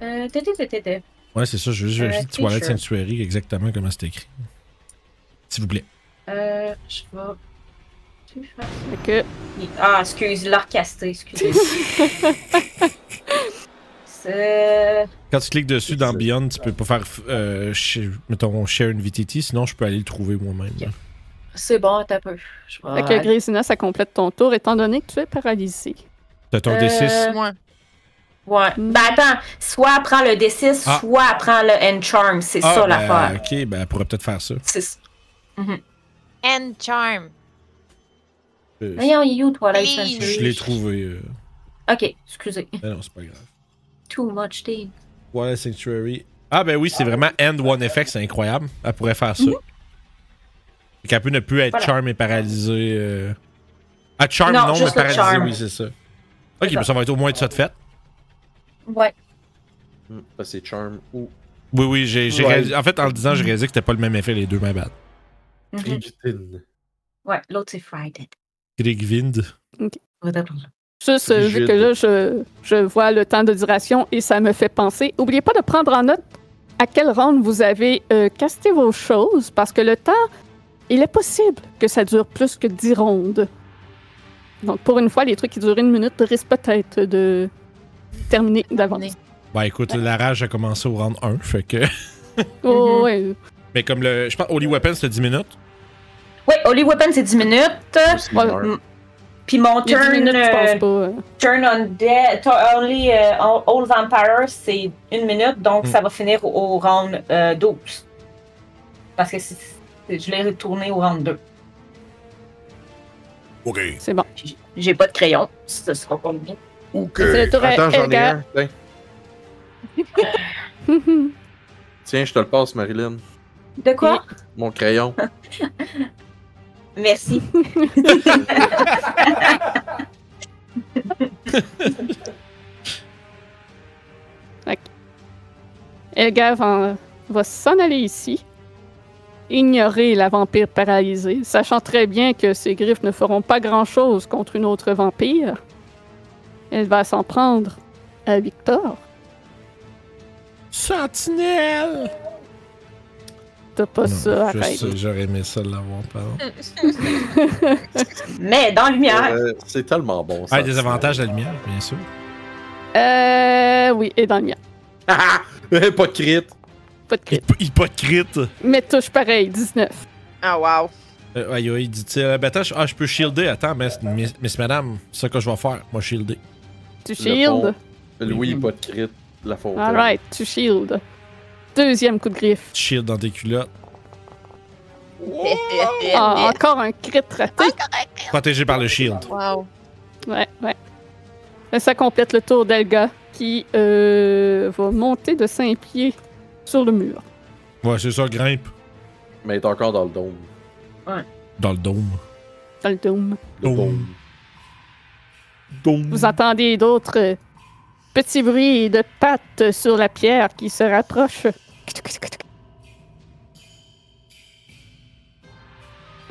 S5: Euh, té, té, té, té, té.
S3: Ouais, c'est ça, je veux juste
S5: Euh,
S3: vérifier Twilight
S5: feature.
S3: Sanctuary exactement comment c'est écrit. S'il vous plaît.
S5: Euh, je vais. Tu fais ça.
S1: Fait que,
S5: Ah, excuse, l'orcaster, excusez. C'est.
S3: Quand tu cliques dessus dans
S2: C'est-
S3: Beyond, tu peux pas faire, euh, sh- mettons, share une VTT, sinon je peux aller le trouver moi-même. hein.
S5: Ok. C'est bon, t'as peu. Je vais
S1: fait que Grisina, ça complète ton tour, étant donné que tu es paralysé.
S3: T'as ton
S5: Euh,
S3: D6.
S4: Moi.
S5: Ouais.
S1: Mm.
S5: Ben attends, soit elle prend le D6,
S3: Ah.
S5: soit elle prend le N-Charm. C'est
S3: Ah,
S5: ça
S3: ben,
S5: l'affaire.
S3: ok, ben, elle pourrait peut-être faire ça.
S5: C'est ça.
S4: And Charm.
S3: Euh,
S5: Voyons, il est où, Twilight
S4: Oui.
S5: Century?
S3: je l'ai trouvé. euh,
S5: Ok, excusez.
S3: ben non, c'est pas grave.
S5: Too much thing.
S3: Twilight Sanctuary. Ah, ben oui, c'est vraiment End One Effect, c'est incroyable. Elle pourrait faire ça. Fait qu'elle peut ne plus être
S5: Voilà.
S3: charm et paralysée. euh. Ah, charm,
S5: Non,
S3: non,
S5: juste
S3: mais
S5: le
S3: paralysée,
S5: charm.
S3: oui, c'est ça. Ok,
S5: ça.
S3: ben, ça va être au moins de ça de fait.
S5: Ouais.
S2: Hmm, bah, c'est charm ou
S3: Oui, oui, j'ai, j'ai
S2: Ouais.
S3: réalisé- En fait, en le disant, j'ai réalisé que c'était pas le même effet, les deux, ma bad.
S5: Mhm.
S2: Rigidine.
S5: Ouais, l'autre c'est Friday.
S3: Grigvind.
S1: Juste euh, vu
S2: Rigide.
S1: que là, je, je vois le temps de duration et ça me fait penser. Oubliez pas de prendre en note à quelle ronde vous avez euh, casté vos choses, parce que le temps, il est possible que ça dure plus que 10 rondes. Donc, pour une fois, les trucs qui durent une minute risquent peut-être de terminer d'avance.
S3: Bah écoute, la rage a commencé au round 1, fait que.
S1: Oh,
S5: Mhm.
S1: ouais.
S3: Mais comme le. Je pense Holy Weapon, c'était 10 minutes.
S5: Ouais, Holy Weapon c'est 10 minutes.
S2: Aussi
S1: ouais,
S2: meurt.
S5: Puis mon
S1: Il y a 10
S5: turn,
S1: minutes, je
S5: euh,
S1: pense pas. euh.
S5: turn on Dead, Only euh, Old Vampire c'est 1 minute, donc
S3: Mm.
S5: ça va finir au, au round euh, 12. Parce que c'est- c'est- je l'ai retourné au round 2.
S7: OK.
S1: C'est bon.
S5: J'ai- J'ai pas de crayon, ça sera pas bien.
S7: OK.
S1: C'est le tour à
S2: Attends, j'en ai
S1: Elga.
S2: un. Tiens. Tiens, je te le passe, Marilyn.
S5: De quoi?
S2: Mon crayon.
S5: Merci.
S1: Elgar va, va s'en aller ici, ignorer la vampire paralysée, sachant très bien que ses griffes ne feront pas grand-chose contre une autre vampire. Elle va s'en prendre à Victor.
S3: Sentinelle!
S1: T'as pas
S3: Non,
S1: ça,
S3: je
S1: arrête.
S3: sais, J'aurais aimé ça l'avoir, pardon.
S5: Mais dans la lumière.
S2: Euh, c'est tellement bon.
S3: Ah,
S2: ça.
S3: et des avantages de la lumière, bien sûr.
S1: Euh, oui, et dans le mien.
S2: Ah, ah, Pas de crit.
S1: Pas de crit.
S3: Hypo- Hypocrite!
S1: Mais touche pareil, 19.
S4: Ah, wow.
S3: Euh, aïe, aïe, dit-il. Ben, attends, je- ah, je peux shielder. Attends, mais, mais, mais c'est madame, c'est ça que je vais faire. Moi, shielder.
S1: Tu
S2: Le
S1: shield.
S2: pont. Louis,
S3: Mm-hmm.
S2: pas de crit. La faute.
S1: Alright, tu shield. Deuxième coup de griffe.
S3: Shield dans tes culottes.
S1: Ah, encore un crit raté.
S3: Protégé par le shield.
S4: Wow.
S1: Ouais, ouais. Et Ça complète le tour d'Elga qui euh, va monter de 5 pieds sur le mur.
S3: Ouais, c'est ça, grimpe.
S2: Mais il est encore dans le dôme.
S3: Dans le dôme.
S1: Dans le dôme.
S2: Le
S3: Dôme.
S2: dôme.
S1: Vous entendez d'autres euh, petits bruits de pattes sur la pierre qui se rapprochent.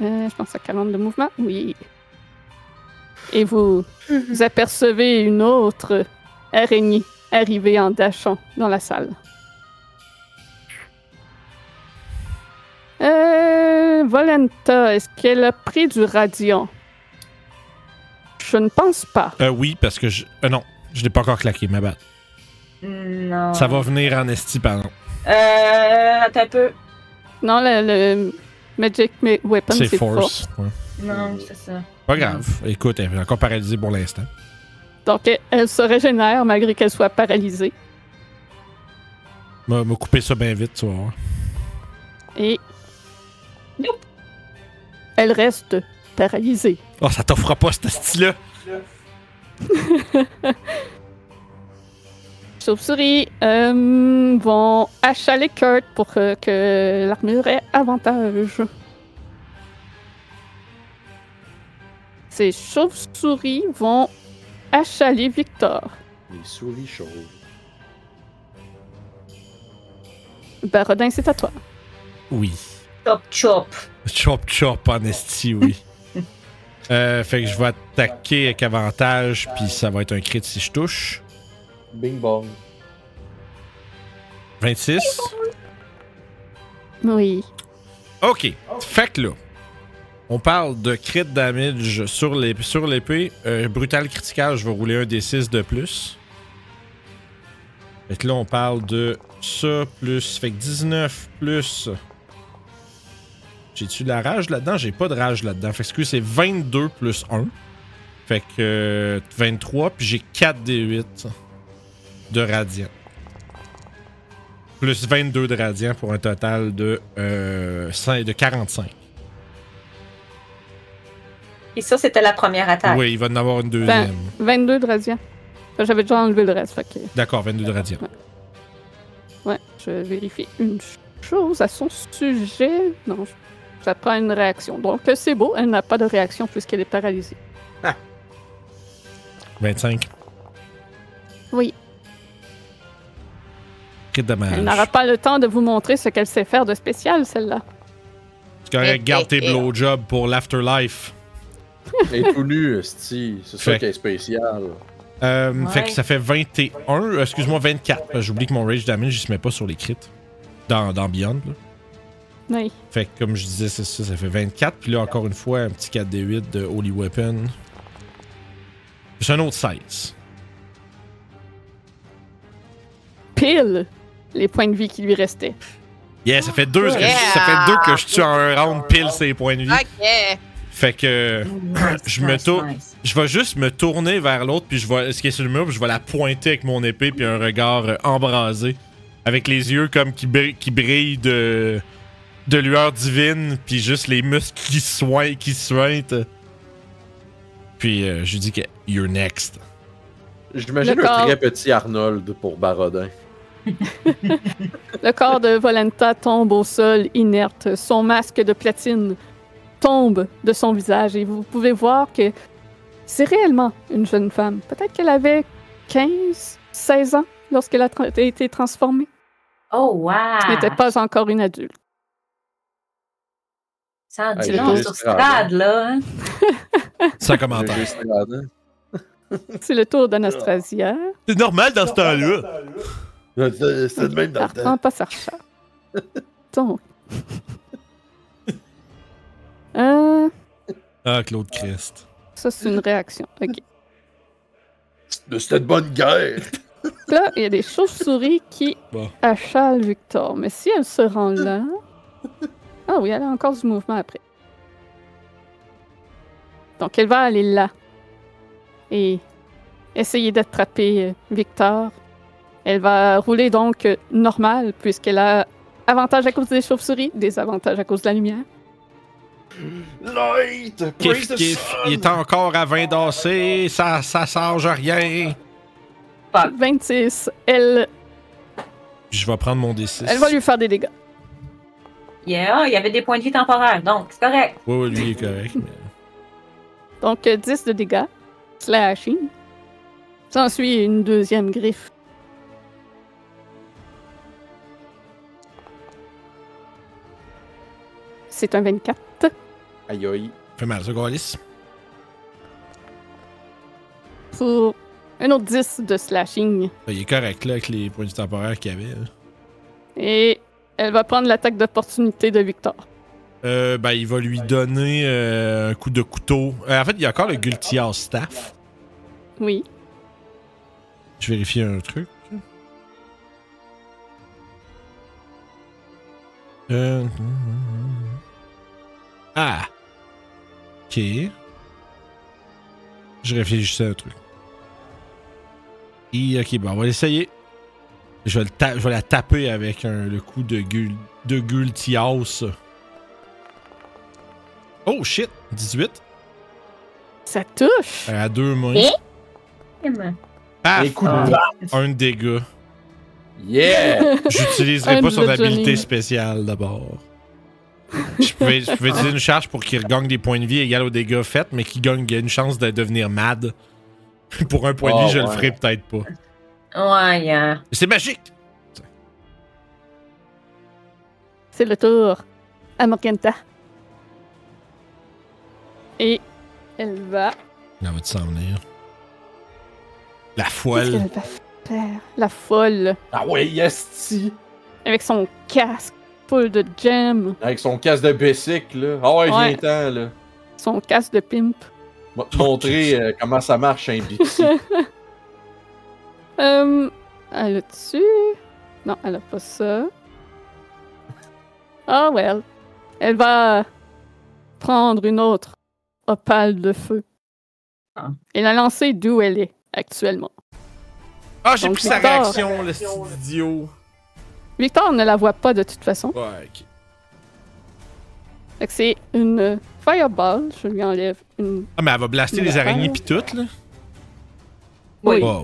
S1: Euh, je pense à 40 de mouvement. Oui. Et vous, vous apercevez une autre araignée arriver en dachant dans la salle. Euh, Volenta, est-ce qu'elle a pris du radiant? Je ne pense pas.
S3: Euh, oui, parce que je. euh, non, je l'ai pas encore claqué, ma batte.
S5: Non.
S3: Ça va venir en esti, pardon.
S5: Euh, attends un peu.
S1: Non, le, le Magic Ma- Weapon,
S3: C'est
S1: c'est force.
S3: force. Ouais.
S5: Non, c'est ça.
S3: Pas grave. Écoute, elle est encore paralysée pour l'instant.
S1: Donc, elle, elle se régénère malgré qu'elle soit paralysée.
S3: M'a m'a coupé ça bien vite, tu vas voir.
S1: Et.
S5: Nope.
S1: Elle reste paralysée.
S3: Oh, ça t'offre pas, cet esti-là.
S1: Chauve-souris euh, vont achaler Kurt pour euh, que l'armure ait avantage. Ces chauves-souris vont achaler Victor.
S2: Les souris chaudes.
S1: Barodin, c'est à toi.
S3: Oui.
S5: Chop chop.
S3: Chop chop en esti, oui. Euh, fait que je vais attaquer avec avantage, puis ça va être un crit si je touche.
S2: Bing bong.
S3: 26.
S1: Oui.
S3: Ok. Fait que là, on parle de crit damage sur les- sur l'épée. Euh, brutal critical, je vais rouler un des 6 de plus. Fait que là, on parle de ça plus. Fait que 19 plus. J'ai-tu de la rage là-dedans? J'ai pas de rage là-dedans. Fait que excuse, c'est 22 plus 1. Fait que euh, 23, puis j'ai 4 des 8 de radiant. Plus 22 de radiant pour un total de, euh, 5 de 45.
S5: Et ça, c'était la première attaque.
S3: Oui, il va en avoir une deuxième.
S1: 22 de radiant. J'avais déjà enlevé le reste, fait que...
S3: D'accord, 22 de radiant.
S1: Ouais, je vérifie une ch- chose à son sujet. Non, je- ça prend une réaction. Donc, euh, c'est beau, elle n'a pas de réaction puisqu'elle est paralysée.
S3: 25.
S1: Oui.
S3: Crit
S1: Elle n'aura
S3: dommage.
S1: pas le temps de vous montrer ce qu'elle sait faire de spécial, celle-là.
S3: Tu correct, garde tes blowjobs pour l'afterlife.
S2: Elle est tout nue, Sti. C'est
S3: Fait.
S2: ça qui est spécial.
S3: Euh,
S5: Ouais.
S3: Fait que ça fait 21, euh, excuse-moi, 24. parce que J'oublie que mon rage damage, il se met pas sur les crits. Dans, dans Beyond. là.
S1: Oui.
S3: Fait que comme je disais, c'est ça, ça fait 24. Puis là, encore une fois, un petit 4d8 de Holy Weapon. C'est un autre 16.
S1: Pile les points de vie qui lui restaient.
S3: Yeah, ça fait deux, que je-
S4: Yeah!
S3: ça fait deux que je tue en un round pile ses points de vie.
S4: OK.
S3: Fait que
S5: Nice,
S3: Je me
S5: nice,
S3: tourne.
S5: nice.
S3: je vais juste me tourner vers l'autre, puis je vais, ce qui est sur le mur, puis je vais la pointer avec mon épée, puis un regard euh, embrasé, avec les yeux comme qui, bri- qui brillent de, de lueur divine, puis juste les muscles qui soignent, qui suintent. Puis euh, je lui dis que you're next.
S2: J'imagine
S1: Le corps.
S2: un très petit Arnold pour Barodin.
S1: Le corps de Volenta tombe au sol, inerte. Son masque de platine tombe de son visage et vous pouvez voir que c'est réellement une jeune femme. Peut-être qu'elle avait 15, 16 ans lorsqu'elle a tra- a été transformée.
S5: Oh, wow!
S1: Ce n'était pas encore une adulte.
S5: Ça en
S1: Ah,
S5: dit long
S1: j'ai
S5: sur
S2: juste
S5: Strad, là. hein.
S3: Sans
S2: J'ai
S3: commentaire.
S2: juste regardé.
S1: C'est le tour d'Anastasia.
S2: Ah.
S3: C'est normal dans ce temps-là.
S2: C'est c'est de même dans le
S1: Partant
S2: temps.
S1: pas sa recharge. Donc. Euh,
S3: Ah, Claude Christ.
S1: ça, c'est une réaction. OK.
S2: De cette bonne guerre.
S1: Là, il y a des chauves-souris qui
S3: Bon.
S1: achalent Victor. Mais si elle se rend là. Ah oui, elle a encore du mouvement après. Donc, elle va aller là. Et essayer d'attraper euh, Victor. Elle va rouler donc euh, normal, puisqu'elle a avantage à cause des chauves-souris, désavantage à cause de la lumière.
S2: Light! Praise
S3: Kiff,
S2: the
S3: kiff. Il est
S2: sun!
S3: encore à 20 dansés. Ça, ça change rien.
S5: Ah.
S1: 26. Elle,
S3: Je vais prendre mon D6.
S1: elle va lui faire des dégâts.
S5: Yeah, il y avait des points de vie temporaires, donc c'est correct.
S3: Ouais, ouais, lui, il est correct. mais-
S1: Donc, euh, 10 de dégâts. Slashing. S'ensuit une deuxième griffe. C'est un 24.
S2: Aïe aïe.
S3: Fait mal, ça, Gaulis.
S1: Pour un autre 10 de slashing.
S3: Il est correct, là, avec les points du temporaire qu'il y avait. là.
S1: Et elle va prendre l'attaque d'opportunité de Victor.
S3: Euh, ben, il va lui donner euh, un coup de couteau. Euh, en fait, il y a encore le Gultiar Staff.
S1: Oui.
S3: Je vérifie un truc. Euh... Ah! Ok. Je réfléchissais à un truc. Et, ok, bon, on va l'essayer. Je vais, le ta- je vais la taper avec un- le coup de, Gul de Gultias. Oh shit! 18.
S1: Ça touche!
S3: À deux mains.
S6: Eh?
S3: Paf!
S2: Écoute,
S5: Ah.
S3: Un dégât.
S2: yeah!
S3: J'utiliserai
S1: Un
S3: pas son
S1: nouveau Johnny.
S3: habilité spéciale d'abord. Je pouvais, je pouvais utiliser une charge pour qu'il regagne des points de vie égal aux dégâts faits, mais qu'il gagne une chance de devenir mad. pour un point de
S2: Oh,
S3: vie, je le
S2: ouais.
S3: ferai peut-être pas.
S5: Ah. Ouais, euh. yeah.
S3: C'est magique!
S1: C'est le tour à Morganta. Et elle va.
S3: On va s'en venir. La
S1: Qu'est-ce
S3: foile.
S1: qu'elle va faire? La folle.
S2: Ah ouais, yesti!
S1: Avec son casque full de gems.
S2: Avec son casque de bicycle, là. Ah ouais,
S1: Ouais.
S2: viens temps, là.
S1: Son casque de pimp.
S2: Va te montrer euh, comment ça marche un bixi.
S1: Euh, elle a dessus Non, elle a pas ça. Ah, well. Elle va prendre une autre opale de feu.
S5: Ah.
S1: Et la lancer d'où elle est actuellement.
S3: Ah, j'ai
S1: Donc,
S3: plus sa
S1: Victor.
S3: réaction, le style idiot.
S1: Victor ne la voit pas de toute façon.
S3: Ouais, ok.
S1: Fait que C'est une euh, fireball. Je lui enlève une.
S3: Ah, mais elle va blaster les
S1: Ouais.
S3: araignées pis tout, là.
S5: Oui,
S3: Ouais, ouais.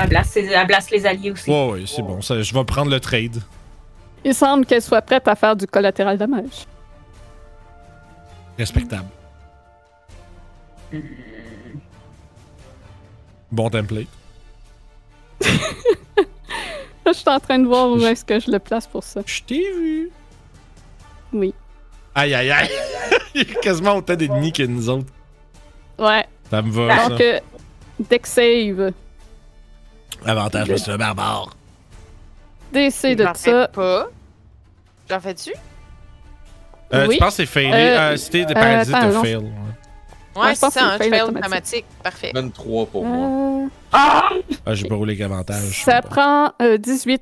S5: Elle, blast ses- elle blast les alliés aussi.
S3: Ouais, ouais, c'est bon. ça- je vais prendre le trade.
S1: Il semble qu'elle soit prête à faire du collatéral dommage.
S3: Respectable. Bon template.
S1: Je suis en train de voir où est-ce que je le place pour ça.
S3: Je t'ai vu.
S1: Oui.
S3: Aïe, aïe, aïe. Il y a quasiment autant d'ennemis que nous autres.
S1: Ouais.
S3: Ça me va, ça.
S1: Donc, euh, deck save.
S3: Avantage, parce que c'est un barbare.
S1: DC de
S4: J'en
S1: ça.
S4: fais
S1: Euh,
S4: pas. J'en fais-tu?
S3: Euh,
S1: Oui.
S3: Tu penses que c'est failé?
S1: Euh,
S3: Euh, si t'es paralysé,
S1: attends,
S3: t'as
S1: non.
S3: fail. ouais.
S4: Ouais,
S1: je
S4: c'est
S1: pense que
S4: ça, hein,
S1: c'est
S4: je fais
S1: automatique.
S4: automatique. Parfait.
S2: 23 pour moi.
S1: Euh,
S5: Ah!
S3: Ah, j'ai pas roulé qu'avantage.
S1: Ça prend euh, 18.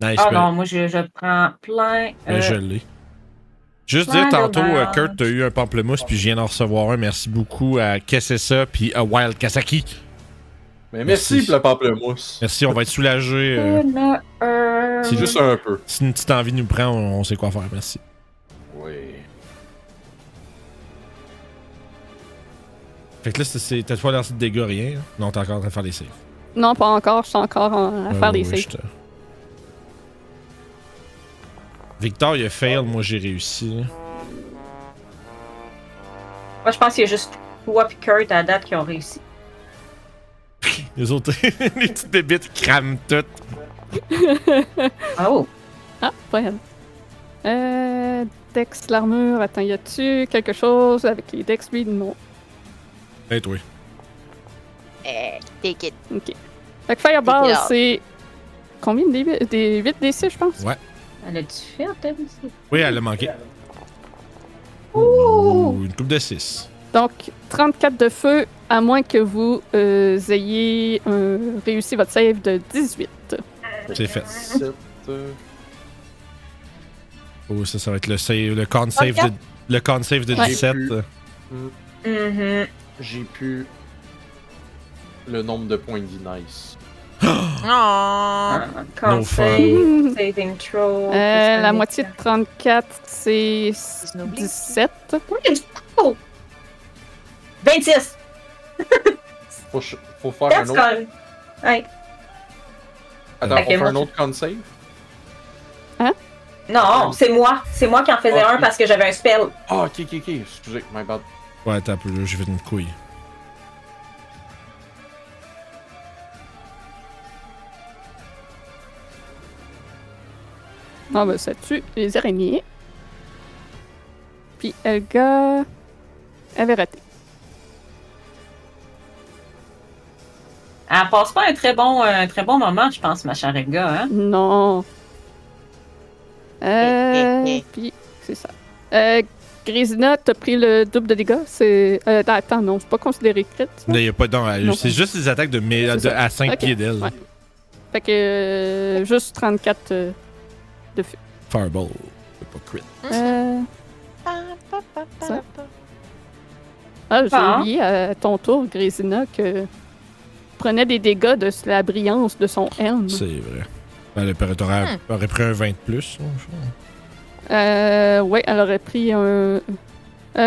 S3: Nice,
S5: Ah
S3: mais-
S5: non, moi, je, je prends plein.
S3: mais
S5: euh,
S3: je l'ai. Juste
S5: plein
S3: dire
S5: de
S3: tantôt, euh,
S5: barres.
S3: Kurt, t'as eu un pamplemousse, puis je viens d'en recevoir un. Merci beaucoup à Kessessa, puis à Wild Kasaki.
S2: Mais merci,
S3: Merci.
S2: pour le pamplemousse.
S3: Merci, on va être soulagés. euh,
S5: une euh, heure.
S2: C'est juste un peu.
S3: Si une petite envie nous prend, on, on sait quoi faire. Merci. Fait que là, c'est- c'est- t'as pas lancé de dégâts, rien. là? Non, t'es encore en train de faire les saves.
S1: Non, pas encore. Je suis encore en- à
S3: Ouais,
S1: faire
S3: ouais,
S1: des
S3: ouais,
S1: saves.
S3: je te- Victor, il a fail, moi j'ai réussi.
S5: Moi, je pense qu'il y a juste toi et Kurt à date qui ont réussi.
S3: Les autres, les petites débites crament toutes.
S5: Oh!
S1: Ah, pas elle. Euh, Dex, l'armure. Attends, y a-tu quelque chose avec les Dex? Lui, non.
S3: Eh, toi.
S6: Eh, take it.
S1: Ok. Fait que Fireball,
S6: Dégueulasse.
S1: c'est. Combien de D8 Des 8 des 6, je pense.
S5: Elle a dû faire, t'as vu ça?
S3: Oui, elle l'a manqué. Ouh, une coupe de 6.
S1: Donc, 34 de feu, à moins que vous euh, ayez euh, réussi votre save de 18.
S3: C'est fait.
S2: Sept, euh,
S3: Oh, ça, ça va être le save, le con save de, le con save de
S1: Ouais.
S3: 17.
S5: Mhm.
S2: J'ai pu le nombre de points de vie, nice.
S4: Oh!
S5: Ah, Can't
S3: No
S5: save, saving throw.
S1: Euh, la moitié de 34, c'est 17.
S5: 26!
S2: Faut, ch- faut faire
S5: That's
S2: un autre.
S5: all! Ouais.
S2: Attends,
S5: Ok,
S2: faut faire
S5: moi,
S2: un autre con save?
S5: Non, c'est moi. C'est moi qui en faisais
S2: Ah,
S5: un
S2: ok.
S5: parce que j'avais un spell.
S2: Ah, ok, ok, ok. Excusez, my bad.
S3: Ouais, attends un peu, là, j'ai fait une couille.
S1: Ah, ben, ça tue les araignées. Puis Elga avait raté.
S5: Elle passe pas un très bon, un très bon moment, je pense, ma chère Elga, hein?
S1: Non. Euh,
S6: Eh, eh, eh.
S1: Puis, c'est ça. Euh, Grisina, t'as pris le double de dégâts. C'est. euh, attends, non, c'est pas considéré crit. ça.
S3: Là, il a pas de dents, elle-
S1: Non.
S3: C'est juste les attaques de, mé-
S1: C'est
S3: de-
S1: ça.
S3: à 5
S1: Ok,
S3: pieds d'elle.
S1: ouais. Fait que euh, juste 34. euh,
S3: Fireball. C'est pas crit.
S6: Hein?
S1: euh,
S4: Ah.
S6: Pa, pa, pa, pa,
S1: Ça?
S6: pa.
S1: ah, j'ai
S5: Bon.
S1: oublié à ton tour, Grésina, que prenait des dégâts de s- la brillance de son helm.
S3: C'est vrai. Ben, le père aurait,
S1: Ah.
S3: aurait pris un 20 de plus. là, je crois.
S1: Euh, ouais, elle aurait pris un. Euh,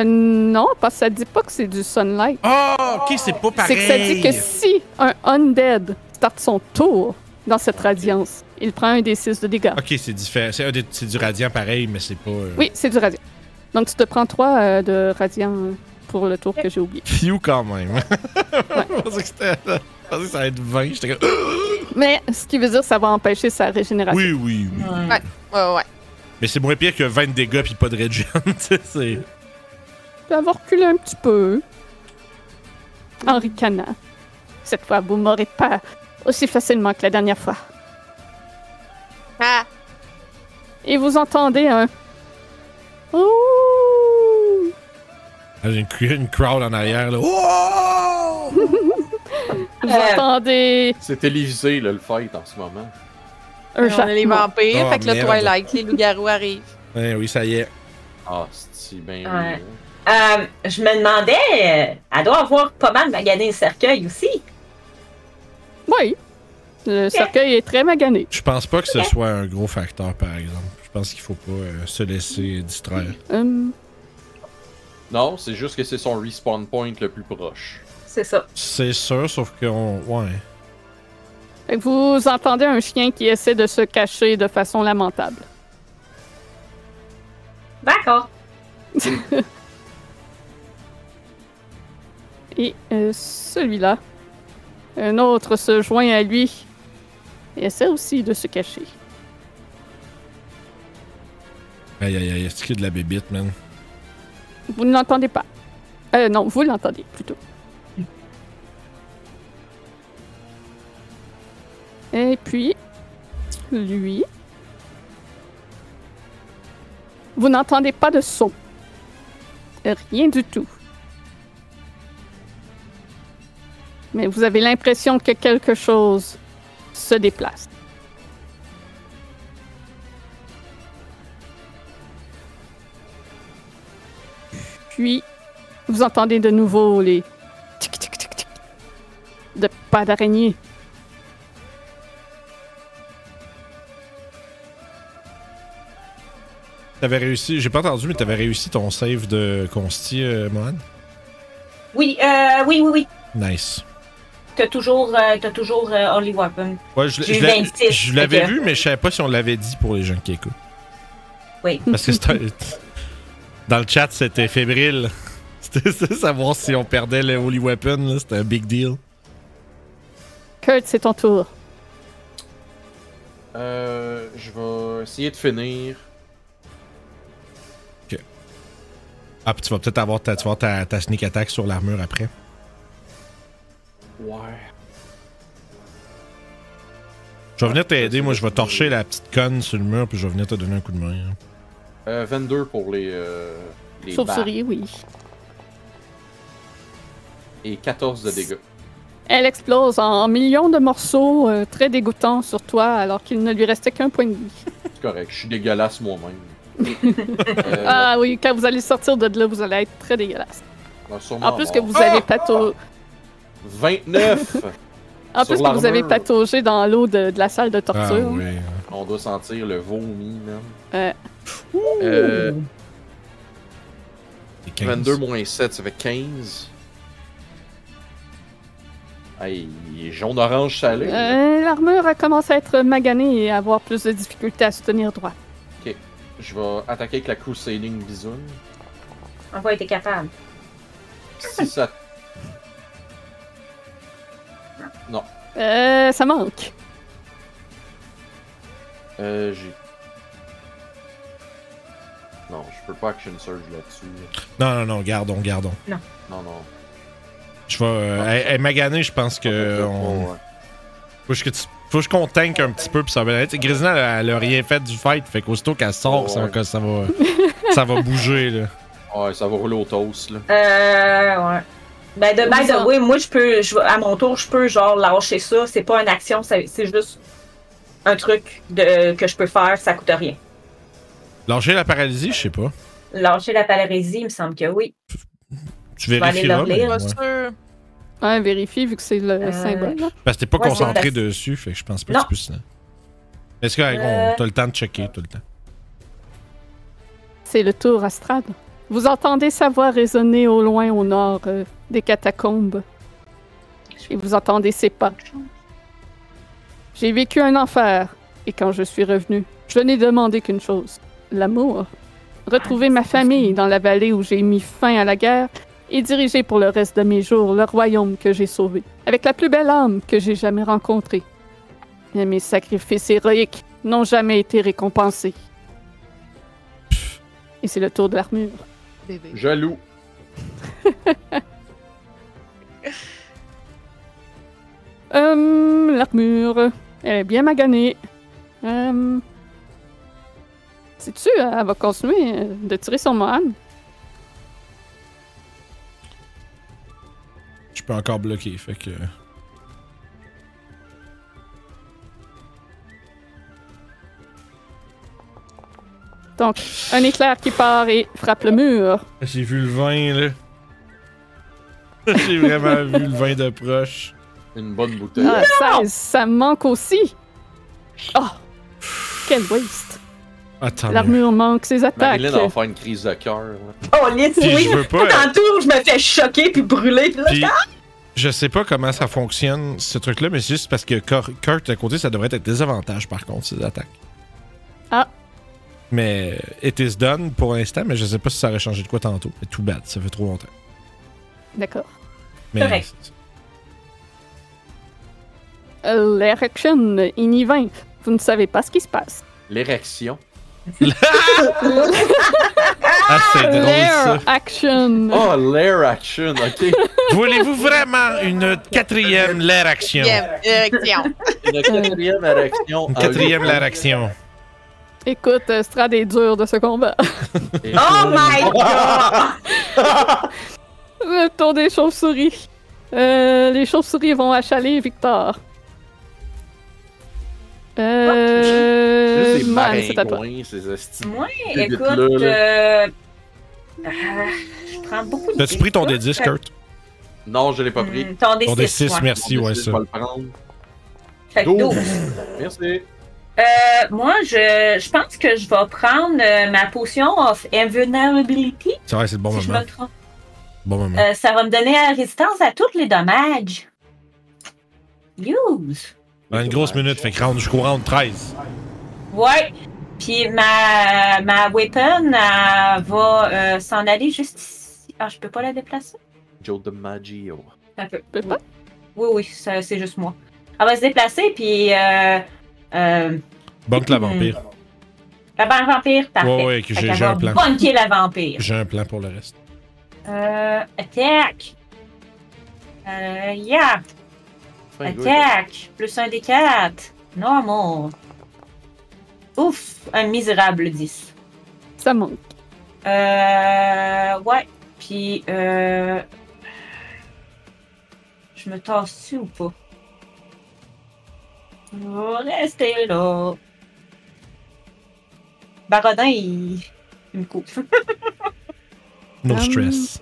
S1: non, parce que ça dit pas que c'est du sunlight.
S3: Ah, ok, c'est pas
S1: C'est
S3: pareil.
S1: que ça dit que si un undead starte son tour dans cette radiance, il prend un des 6 de dégâts.
S3: Ok, c'est différent. C'est, un des- c'est du radiant pareil, mais c'est pas. euh,
S1: Oui, c'est du radiant. Donc tu te prends 3 de radiant euh, pour le tour que j'ai oublié.
S3: Few quand même. je, pensais que c'était- je pensais que ça allait être 20. J'étais comme.
S1: Mais ce qui veut dire que ça va empêcher sa régénération.
S3: Oui, oui, oui.
S5: Ouais.
S4: Ouais, ouais.
S3: Mais c'est moins pire que 20 de dégâts puis pas de regen. tu sais, c'est...
S1: peut avoir reculé un petit peu. En ricanant. Cette fois, vous m'aurez pas aussi facilement que la dernière fois.
S6: Ah,
S1: Et vous entendez un. Ouh!
S3: J'ai une, cr- une crowd en arrière. Là. Oh!
S1: Vous
S5: Euh.
S1: entendez
S2: C'est télévisé, là, le fight en ce moment.
S1: un
S4: on a les
S1: jappement.
S4: vampires,
S3: Oh,
S4: fait que le
S3: merde.
S4: Twilight, les loups-garous arrivent.
S3: Eh oui, ça y est.
S2: Ah, c'est bien.
S5: Ouais. Euh, je me demandais, euh, elle doit avoir pas mal magané le cercueil aussi.
S1: Oui. Le cercueil est très magané.
S3: Je pense pas que ce soit un gros facteur, par exemple. Je pense qu'il faut pas euh, se laisser distraire.
S1: Hum,
S2: Non, c'est juste que c'est son respawn point le plus proche.
S5: C'est ça.
S3: C'est sûr, sauf qu'on. Ouais.
S1: fait que vous entendez un chien qui essaie de se cacher de façon lamentable.
S5: D'accord.
S1: Et euh, celui-là, un autre se joint à lui et essaie aussi de se cacher.
S3: Aïe, aïe, aïe, c'est de la bébite, man.
S1: Vous ne l'entendez pas. Euh, non, vous l'entendez plutôt. Et puis, lui. Vous n'entendez pas de son. Rien du tout. Mais vous avez l'impression que quelque chose se déplace. Puis, vous entendez de nouveau les tic tic tic tic de pas d'araignée.
S3: T'avais réussi, j'ai pas entendu, mais t'avais réussi ton save de Consti, euh, Mohan?
S5: Oui, euh, oui, oui, oui.
S3: Nice.
S5: T'as toujours, euh, t'as toujours euh, Holy Weapon.
S3: Ouais, je,
S5: J'ai
S3: je l'ai-
S5: 26,
S3: je l'avais
S5: fait que-
S3: vu, mais je savais pas si on l'avait dit pour les gens qui écoutent.
S5: Oui.
S3: Parce que c'était. Dans le chat, c'était fébrile. C'était ça, savoir si on perdait le Holy Weapon, là, c'était un big deal.
S1: Kurt, c'est ton tour.
S2: Euh, je vais essayer de finir.
S3: Ah, puis tu vas peut-être avoir ta, tu vas avoir ta, ta sneak attack sur l'armure après.
S2: Ouais.
S3: Je vais venir t'aider, moi je vais torcher la petite conne sur le mur, puis je vais venir te donner un coup de main. hein.
S2: Euh, 22 pour les. Euh, les barres.
S1: Chauve-souris, oui.
S2: Et 14 de dégâts.
S1: Elle explose en millions de morceaux euh, très dégoûtants sur toi, alors qu'il ne lui restait qu'un point de vie.
S2: C'est correct, je suis dégueulasse moi-même. Euh,
S1: Ah oui, quand vous allez sortir de là, vous allez être très dégueulasse.
S2: non, sûrement
S1: En plus que
S2: mort.
S1: vous avez patau-
S2: 29
S1: en
S2: Sur
S1: plus que vous avez
S2: l'armure.
S1: pataugé dans l'eau de, de la salle de
S3: Ah
S1: torture. hein?
S3: oui.
S2: On doit sentir le vomi, man.
S1: Ouais.
S2: Euh,
S3: Et 15.
S2: 22 moins 7, ça fait 15. Hey, il est jaune-orange salé.
S1: Euh, L'armure a commencé à être maganée et à avoir plus de difficultés à se tenir droit.
S2: Je vais attaquer avec la Crusading Bisoun.
S5: On va être capable.
S2: Si ça.
S1: Euh, ça manque.
S2: Euh, j'ai. Non, je peux pas Action Surge là-dessus.
S3: Non, non, non, gardons, gardons.
S2: Non, non.
S3: Je vais. euh, elle- elle m'a gagné, je pense que. on-
S2: Ouais.
S3: Faut que tu- faut qu'on tank un petit peu, puis ça va être. Grisina, elle, elle a rien fait du fight, fait qu'aussitôt qu'elle sort, ça, va, ça, va, ça va bouger, là.
S2: Ouais, ça va rouler au toast, là.
S5: Euh, ouais. Ben, de by the way, moi, je peux, je, à mon tour, je peux, genre, lâcher ça. C'est pas une action, ça- c'est juste un truc de, que je peux faire, ça coûte rien.
S3: Lâcher la paralysie, je sais pas.
S5: Lâcher la palérésie, il me semble que oui.
S3: Tu
S5: vais aller
S3: vérifieras.
S5: leur lire,
S3: mais
S4: Pas
S3: ouais.
S4: sûr.
S1: Ouais, Hein, vérifie vu que c'est le
S5: Euh,
S1: symbole. là.
S3: Parce que t'es pas
S5: Ouais, c'est
S3: concentré
S5: facile.
S3: dessus, fait que je pense pas
S5: Non.
S3: que tu puisses. là. Est-ce que
S5: Euh.
S3: on- t'as le temps de checker tout le temps?
S1: C'est le tour Astrad. Vous entendez sa voix résonner au loin au nord euh, des catacombes. Et vous entendez ses pas. J'ai vécu un enfer, et quand je suis revenu, je n'ai demandé qu'une chose l'amour. Retrouver ma famille dans la vallée où j'ai mis fin à la guerre et diriger pour le reste de mes jours le royaume que j'ai sauvé, avec la plus belle âme que j'ai jamais rencontrée. Mais mes sacrifices héroïques n'ont jamais été récompensés. Et c'est le tour de l'armure.
S4: Bébé.
S2: Jaloux.
S1: Hum, l'armure. Elle est bien maganée. Hum. Sais-tu, elle va continuer euh, de tirer son Mohan.
S3: Je peux encore bloquer, fait que.
S1: Donc, un éclair qui part et frappe le mur.
S3: J'ai vu le vin, là. J'ai vraiment vu le vin de proche.
S2: Une bonne bouteille.
S1: Ah, 16, ça manque aussi. Oh! Quel waste.
S3: Attends.
S1: L'armure manque ses attaques.
S2: Marilyn va faire une crise de cœur, là.
S5: Oh, lisse,
S3: Puis
S5: oui!
S3: je veux
S5: Tout
S3: pas. euh,
S5: en tour, je me fais choquer puis brûler. Puis là,
S3: Puis, je sais pas comment ça fonctionne, ce truc-là, mais c'est juste parce que Cor- Kurt à côté, ça devrait être des avantages, par contre, ces attaques.
S1: Ah.
S3: Mais it is done pour l'instant, mais je sais pas si ça aurait changé de quoi tantôt. Mais tout bad, ça fait trop longtemps.
S1: D'accord.
S3: Mais
S5: Correct.
S1: Euh, L'érection inivin. Vous ne savez pas ce qui se passe.
S2: L'érection.
S3: Ah, c'est drôle ça.
S1: L'air action.
S2: Oh, l'air action, ok.
S3: Voulez-vous vraiment une quatrième l'air action?
S4: Bien, direction.
S2: Une quatrième érection.
S3: Une quatrième l'air action.
S1: Écoute, euh, Strad est dur de ce combat.
S5: Oh my god!
S1: Le tour des chauves-souris. Euh, les chauves-souris vont achaler Victor.
S2: Ah,
S1: Euh.
S2: C'est
S1: Man, c'est à toi.
S2: maringouin, ces estis.
S5: Moi,
S2: Ces
S5: écoute,
S2: bêtes-là, là.
S5: euh, ah, je prends beaucoup de.
S3: T'as-tu pris ton D10, Kurt?
S2: Non, je l'ai pas pris.
S5: Hmm, Ton D6.
S3: Ton D6,
S5: ouais.
S3: merci,
S2: Mon
S3: ouais,
S2: D6,
S3: ça.
S2: Je vais le prendre.
S5: Fait que
S2: 12.
S5: 12.
S2: Merci.
S5: Euh, moi, je, je pense que je vais prendre euh, ma potion of invulnerability,
S3: C'est vrai, c'est le bon
S5: si je me
S3: moment.
S5: trompe.
S3: Bon moment.
S5: Euh, ça va me donner la résistance à tous les dommages. Use.
S3: Dans une grosse minute, fait que round jusqu'au round 13.
S5: Ouais. Puis ma, ma weapon elle va euh, s'en aller juste ici. Ah, je peux pas la déplacer?
S2: Joe de Maggio.
S5: Un peu.
S1: Peut pas?
S5: Oui, oui, ça, c'est juste moi. Elle va se déplacer, puis euh, euh,
S3: Bonk la vampire.
S5: la barre vampire, parfait.
S3: Ouais, ouais, que
S5: Fait
S3: j'ai
S5: qu'elle
S3: j'ai
S5: va
S3: un plan.
S5: bunker la vampire.
S3: J'ai un plan pour le reste.
S5: Euh, attaque. Euh, yeah,
S2: Fin, good.
S5: attaque. Plus un des quatre. Normal. Ouf, un misérable 10.
S1: Ça manque.
S5: Euh. Ouais. Puis, euh. Je me tasse dessus ou pas? Je vais rester là. Barodin, il, il me coupe.
S3: No
S1: Hum.
S3: stress.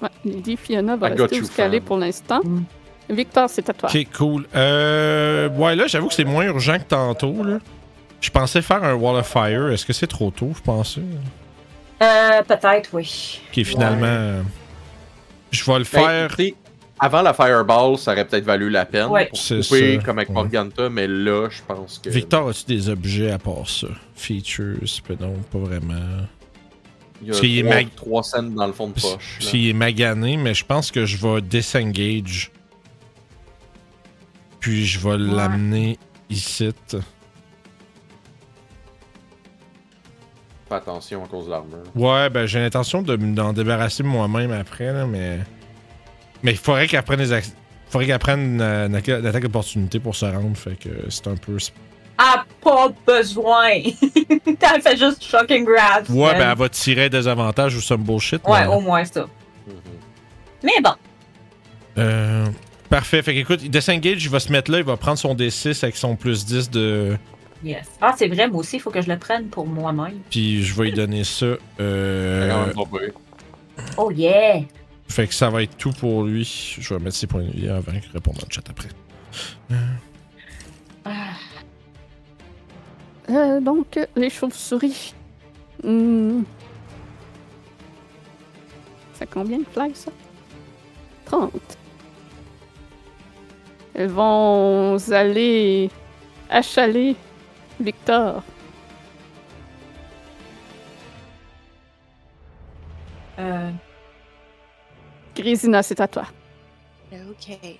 S1: Ouais, Lady Fiona va
S2: I got
S1: rester
S2: you,
S1: où qu'elle est
S2: fam.
S1: pour l'instant.
S5: Mm.
S1: Victor, c'est à toi.
S3: Ok, cool. Euh, ouais, là, j'avoue que c'est moins urgent que tantôt. Là. Je pensais faire un Wall of Fire. Est-ce que c'est trop tôt, vous pensez?
S5: Euh, peut-être, oui.
S3: Qui finalement. euh, Je vais le
S2: Ben,
S3: faire.
S2: écoutez, avant la Fireball, ça aurait peut-être valu la peine.
S5: Ouais.
S2: Pour
S3: C'est
S2: couper
S3: ça,
S2: comme avec
S3: ouais.
S2: Morganta, mais là, je pense que.
S3: Victor, as-tu des objets à part ça? Features, ben non, pas vraiment.
S2: il y a
S3: parce qu'il est
S2: trois,
S3: mag-
S2: trois scènes dans le fond de poche. là.
S3: S'il est magané, mais je pense que je vais disengage. Puis je vais l'amener ici.
S2: Fais attention à cause de l'armure.
S3: Ouais, ben j'ai l'intention de m'en débarrasser moi-même après, là, mais. Mais il faudrait qu'elle prenne des acc- faudrait qu'elle prenne euh, une, acc- une attaque d'opportunité pour se rendre, fait que c'est un peu.
S5: Ah, pas besoin! T'as fait juste shocking grab.
S3: Ouais, ben
S5: Euh,
S3: elle va tirer des avantages ou some bullshit.
S5: Ouais,
S3: mais-
S5: au moins ça.
S2: Mhm.
S5: Mais bon.
S3: Euh, parfait, fait que écoute, il disengage, il va se mettre là, il va prendre son D6 avec son plus 10 de.
S5: Yes. Ah, c'est vrai, moi aussi, il faut que je le prenne pour moi-même.
S3: Puis je vais lui donner ça.
S2: C'est quand
S3: Euh,
S2: même pas pire.
S5: Oh yeah!
S3: Fait que ça va être tout pour lui. Je vais mettre ses points de vie avant qu'il réponde dans le chat après.
S1: Euh, donc, euh, les chauves-souris. Hmm. Ça combien de plaques, ça? 30. Elles vont aller achaler Victor.
S5: Euh,
S1: Grésina, c'est à toi.
S4: Ok. Ben,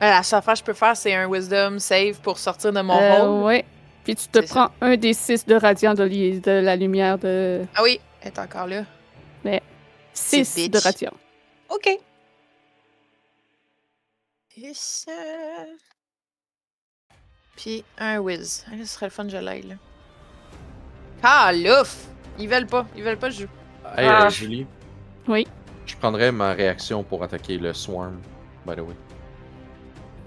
S4: la seule affaire que je peux faire, c'est un wisdom save pour sortir de mon
S1: Euh,
S4: hole.
S1: ouais. Puis tu te
S4: C'est
S1: prends un des six de radiant de, li- de la lumière de...
S4: Ah oui, elle est encore là.
S1: 6
S6: bitch.
S1: de radiant.
S4: Ok. Et ça. Puis un whiz. Ah, là, ce serait le fun que je l'aille, là. Ah, l'ouf! Ils veulent pas, ils veulent pas que je joue.
S2: Hey, euh,
S5: Ah.
S2: Julie.
S1: Oui.
S2: Je prendrais ma réaction pour attaquer le Swarm, by the way.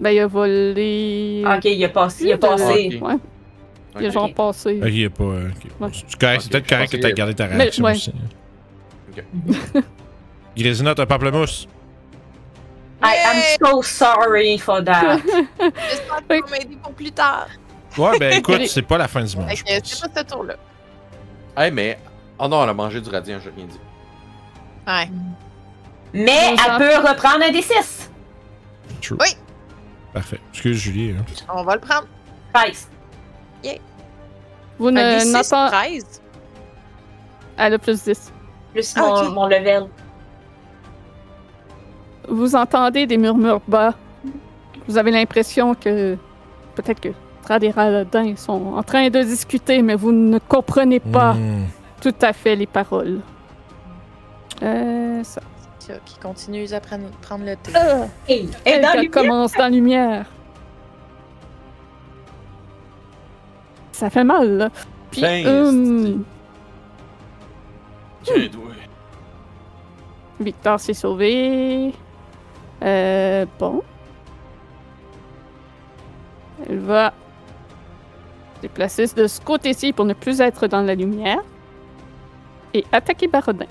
S1: Ben, il a volé...
S5: Ah, ok, il a passé. Il a
S1: Euh,
S5: passé.
S2: Ok.
S1: Ouais, il a
S2: Ok.
S1: genre passé.
S3: Ok, il est pas. euh, ok.
S1: Ouais.
S3: C'est correct, c'est peut-être
S2: Ok, je
S3: correct que
S2: pensais-
S3: t'as gardé ta
S1: Mais-
S3: réaction
S1: ouais.
S3: aussi.
S2: Ok.
S3: Grésina, t'as un pamplemousse.
S5: I am so sorry for that.
S4: J'espère que tu vas m'aider pour plus tard.
S3: Ouais, ben écoute,
S1: Allez.
S3: c'est pas la fin du monde.
S4: Fait
S3: je
S4: que
S3: pense.
S4: c'est pas ce tour-là.
S2: Hey, mais. Oh non, elle a mangé du radiant, j'ai rien dit.
S4: Ouais.
S5: Mais elle peut reprendre un des six.
S3: True.
S4: Oui.
S3: Parfait. Excuse Julie. hein.
S4: On va le prendre.
S5: Nice.
S1: Vous
S4: Un
S1: ne
S4: des six,
S1: n'entendez...
S4: 13.
S1: Elle a plus 10.
S5: Plus
S4: Ah,
S5: mon,
S4: ok.
S5: mon level.
S1: Vous entendez des murmures bas. Vous avez l'impression que peut-être que Trad et Radin sont en train de discuter, mais vous ne comprenez pas
S2: Mm.
S3: Hmm.
S1: tout à fait les paroles. Euh, ça.
S4: Ça, qui continue à prendre, prendre le thé.
S5: Hey, et dans
S1: Elle
S5: le
S1: commence dans la lumière. Ça fait mal, là. Puis,
S2: Ben,
S1: hum,
S2: esti. Tiens, toi.
S1: Victor s'est sauvé. Euh, bon. Elle va se déplacer de ce côté-ci pour ne plus être dans la lumière. Et attaquer Barodin.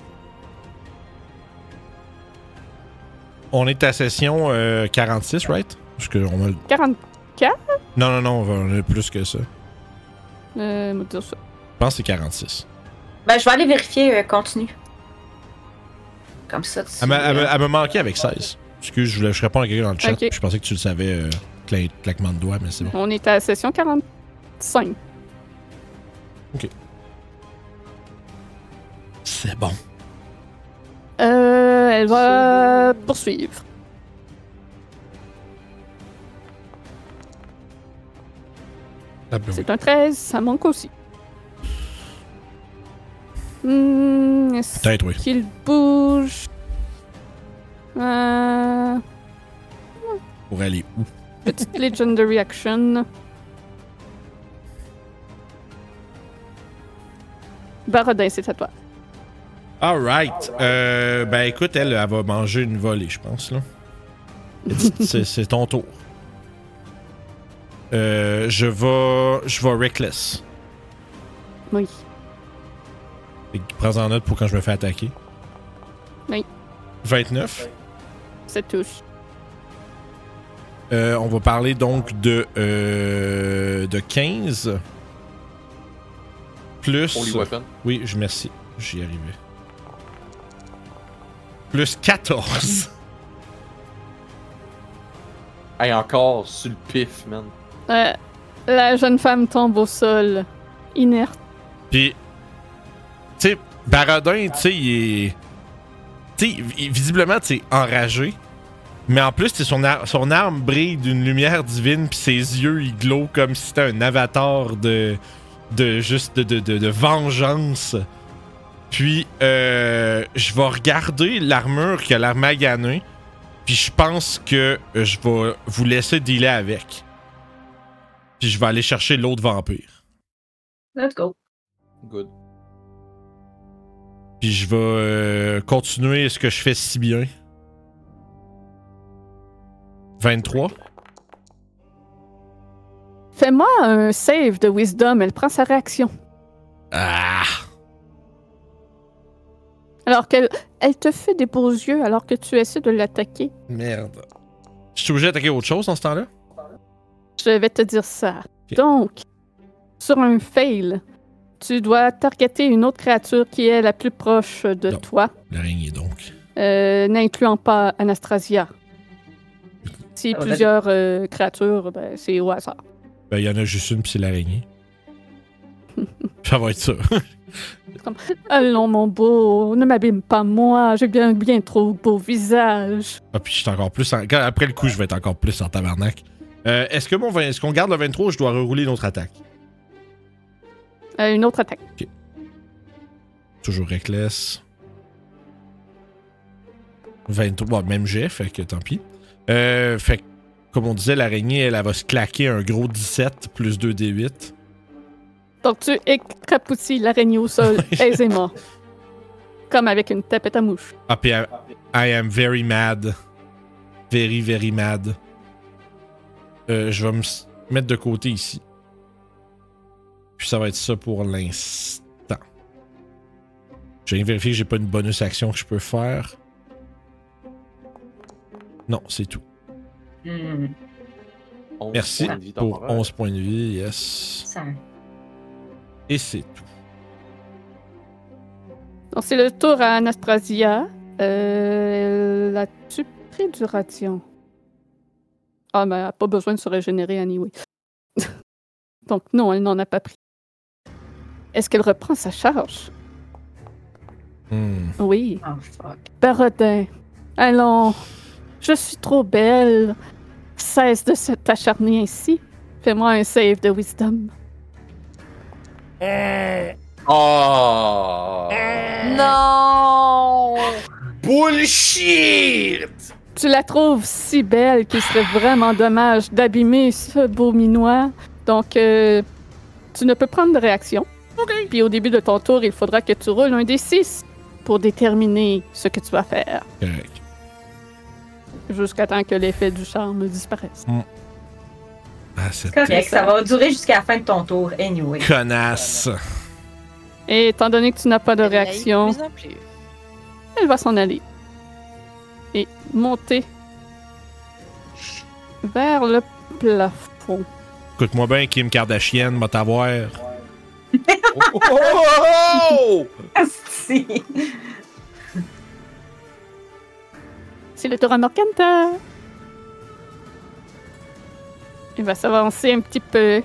S3: On est à session euh, 46, right? Parce que on a...
S1: 40.
S3: Non, non, non, on a plus que ça. Je
S1: Euh, me dire ça.
S3: pense que c'est 46.
S5: Ben, je vais aller vérifier. euh, continue. Comme ça, tu.
S3: Elle m'a- elle
S5: euh,
S3: m'a- elle m'a manqué avec 16. Excuse, je voulais je réponds à quelqu'un dans le chat.
S1: Ok.
S3: Je pensais que tu le savais, euh, cla- claquement de doigts, mais c'est bon.
S1: On est à session 45.
S3: C'est bon.
S1: Euh, elle va poursuivre.
S3: Ah, ben oui.
S1: C'est un 13, ça manque aussi. Hmm, est-ce
S3: Peut-être, oui.
S1: qu'il bouge? Euh,
S3: Pour aller où?
S1: petite Legendary Action. Barodin, c'est à toi.
S3: Alright. Euh, ben écoute, elle, elle va manger une volée, je pense, là. C'est- C'est ton tour. Euh, je vais. Je vais reckless.
S1: Oui.
S3: Fait que Prends-en note pour quand je me fais attaquer.
S1: Oui.
S3: 29.
S1: Ça touche.
S3: Euh, on va parler donc de. euh, de 15. Plus.
S2: Holy Weapon.
S3: Oui, je merci. J'y arrivais. Plus 14.
S2: Hey, encore sur le pif, man.
S1: Euh, la jeune femme tombe au sol, inerte.
S3: Puis, tu sais, Baradin, tu sais, il est. Tu sais, vi- visiblement, tu sais, enragé. Mais en plus, tu sais, son, ar- son arme brille d'une lumière divine, puis ses yeux, ils glowent comme si c'était un avatar de. de juste. de, de, de- de vengeance. Puis, euh, je vais regarder l'armure que l'armaganée, puis je pense que euh, je vais vous laisser dealer avec. Puis, je vais aller chercher l'autre vampire.
S5: Let's go.
S2: Good.
S3: Puis je vais euh, continuer ce que je fais si bien. 23.
S1: Fais-moi un save de wisdom, elle prend sa réaction.
S3: Ah!
S1: Alors qu'elle elle te fait des beaux yeux alors que tu essaies de l'attaquer.
S3: Merde. Je suis obligé d'attaquer autre chose en ce temps-là?
S1: Je vais te dire ça.
S3: Ok.
S1: Donc, sur un fail, tu dois targeter une autre créature qui est la plus proche de
S3: Non.
S1: toi,
S3: L'araignée donc.
S1: euh, n'incluant pas Anastasia. Si
S5: Ah, on a-
S1: plusieurs euh, créatures, ben, c'est au hasard.
S3: Ben, il y en a juste une, puis c'est l'araignée. ça va être ça.
S1: Allons, mon beau, ne m'abîme pas, moi, j'ai bien, bien trop beau visage.
S3: Ah, puis je suis encore plus en... quand- Après le coup, je vais être encore plus en tabarnak. Euh, est-ce que mon 20 est-ce qu'on garde le 23 ou je dois rerouler notre attaque?
S1: Euh, une autre attaque.
S3: Toujours reckless. 23, bon, même jet, fait que tant pis. Euh, fait que, comme on disait, l'araignée, elle, elle va se claquer un gros 17 plus 2 D8.
S1: Donc, tu écrapoutis l'araignée au sol
S3: Oh
S1: aisément. Comme avec une tapette à mouche.
S3: Ah, puis I, I am very mad. Very, very mad. Euh, je vais me s- mettre de côté ici. Puis ça va être ça pour l'instant. Je vais vérifier que j'ai pas une bonus action que je peux faire. Non, c'est tout.
S5: Hmm,
S2: 11
S3: Merci
S2: points de vie
S3: pour
S2: temporaire.
S3: 11 points de vie, yes.
S5: ça.
S3: Et c'est tout.
S1: Donc, c'est le tour à Anastasia. Euh, L'as-tu pris du ration? Ah, mais elle n'a pas besoin de se régénérer, anyway. Donc, non, elle n'en a pas pris. Est-ce qu'elle reprend sa charge?
S3: Hmm.
S1: Oui.
S5: Oh fuck.
S1: Barodin, allons. Je suis trop belle. Cesse de se- t'acharner ainsi. Fais-moi un save de wisdom.
S2: Oh!
S1: Euh,
S4: Euh. Non!
S2: Bullshit!
S1: Tu la trouves si belle qu'il serait vraiment dommage d'abîmer ce beau minois. Donc, euh, tu ne peux prendre de réaction. Puis au début de ton tour, il faudra que tu roules un des six pour déterminer ce que tu vas faire
S3: Correct.
S1: jusqu'à temps que l'effet du charme disparaisse.
S3: Ah, cette
S5: Correct, ça va durer jusqu'à la fin de ton tour, anyway.
S3: connasse.
S1: Et étant donné que tu n'as pas de réaction,
S4: De plus en plus.
S1: Elle va s'en aller. Et monter vers le plafond.
S3: Écoute-moi bien, Kim Kardashian, va t'avoir.
S2: Oh, oh, oh, oh, oh!
S5: Asti.
S1: C'est le tour à Morganta. Il va s'avancer un petit peu.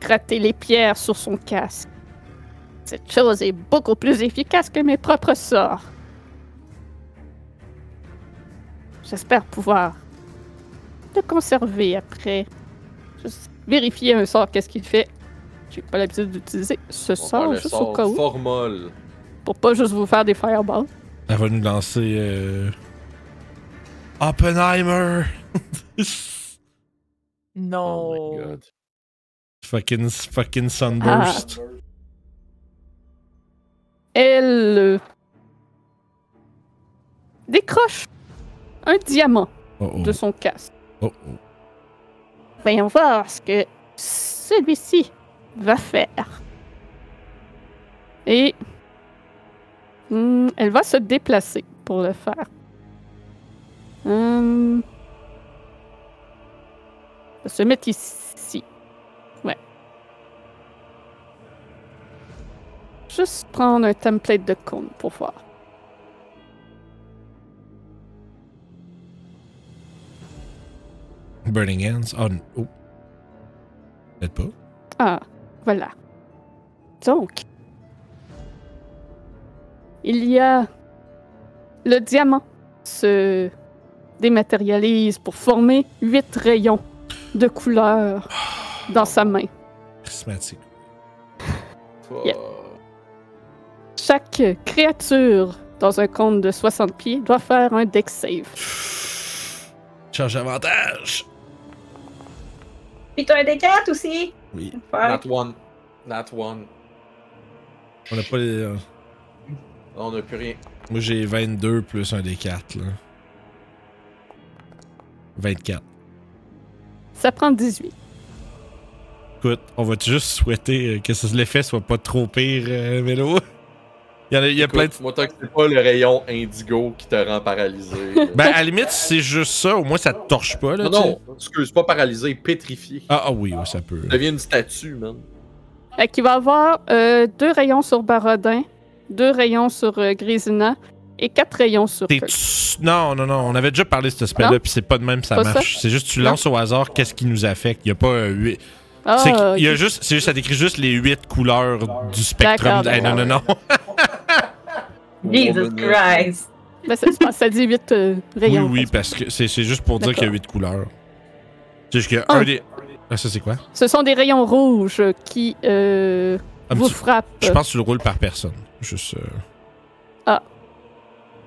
S1: Gratter les pierres sur son casque. Cette chose est beaucoup plus efficace que mes propres sorts. J'espère pouvoir le conserver après. Juste vérifier un sort, qu'est-ce qu'il fait. J'ai pas l'habitude d'utiliser ce
S2: On
S1: sort
S2: prend le
S1: juste au
S2: sort
S1: cas où.
S2: Formol.
S1: Pour pas juste vous faire des fireballs.
S3: Elle va nous lancer. euh, Oppenheimer!
S4: Non.
S2: Oh my god.
S3: fucking, fucking Sunburst.
S2: Ah.
S1: Elle euh, décroche un diamant
S3: Oh, oh,
S1: de son casque.
S3: oh, oh.
S1: Voyons voir ce que celui-ci va faire. Et hmm, elle va se déplacer pour le faire. Hmm. Elle va se mettre ici. Ouais. Juste prendre un template de cône pour voir.
S3: Burning Hands. Oh, n- oh. Peut-être pas.
S1: Ah, voilà. Donc, il y a le diamant se dématérialise pour former huit rayons de couleur dans sa main.
S3: Prismatique.
S2: Fuck.
S1: Yeah. Chaque créature dans un compte de 60 pieds doit faire un deck save.
S3: Charge avantage!
S5: Puis t'as un D4 aussi.
S3: Oui.
S5: Fuck.
S2: Not one. Not one.
S3: On a pas les. euh,
S2: On n'a plus rien.
S3: Moi j'ai 22 plus un des 4 là. 24.
S1: Ça prend 18.
S3: Écoute, on va juste souhaiter euh, que ça- l'effet soit pas trop pire, euh, Mélo. Il y, en a, il y a plein de.
S2: Écoute, Moi, tant que c'est pas le rayon indigo qui te rend paralysé. là.
S3: Ben, à la limite, si c'est juste ça, au moins ça te torche pas, là.
S2: non,
S3: tu sais.
S2: non, excuse, pas paralysé, pétrifié.
S3: Ah, ah oui, ouais, ça peut.
S2: Tu deviens une statue, man.
S1: Fait qu'il va avoir euh, deux rayons sur Barodin, deux rayons sur euh, Grisina et quatre rayons sur
S3: T'es-
S1: Kirk.
S3: tu- Non, non, non, on avait déjà parlé de ce spell-là,
S1: Non?
S3: puis c'est pas de même ça
S1: Pas ça?
S3: marche. C'est juste tu lances au hasard qu'est-ce qui nous affecte. Il y a pas euh, huit-
S1: Ah,
S3: c'est qu'il y a
S1: ok.
S3: juste, c'est juste, ça décrit juste les huit couleurs du spectrum.
S1: D'accord,
S3: Hey, non, non, non.
S5: Jesus
S2: Woman, là.
S5: Christ.
S1: Ben, ça, je pense que ça dit huit euh,
S3: Oui,
S1: rayons. en
S3: oui,
S1: fait.
S3: parce que c'est c'est juste pour dire qu'il y
S1: D'accord.
S3: a huit couleurs. C'est juste qu'il y a
S1: Ah.
S3: un des. Ah, ça, c'est quoi?
S1: Ce sont des rayons rouges qui euh,
S3: Un
S1: vous
S3: petit-
S1: frappent.
S3: Je pense que tu le roules par personne. Juste. euh,
S1: Ah.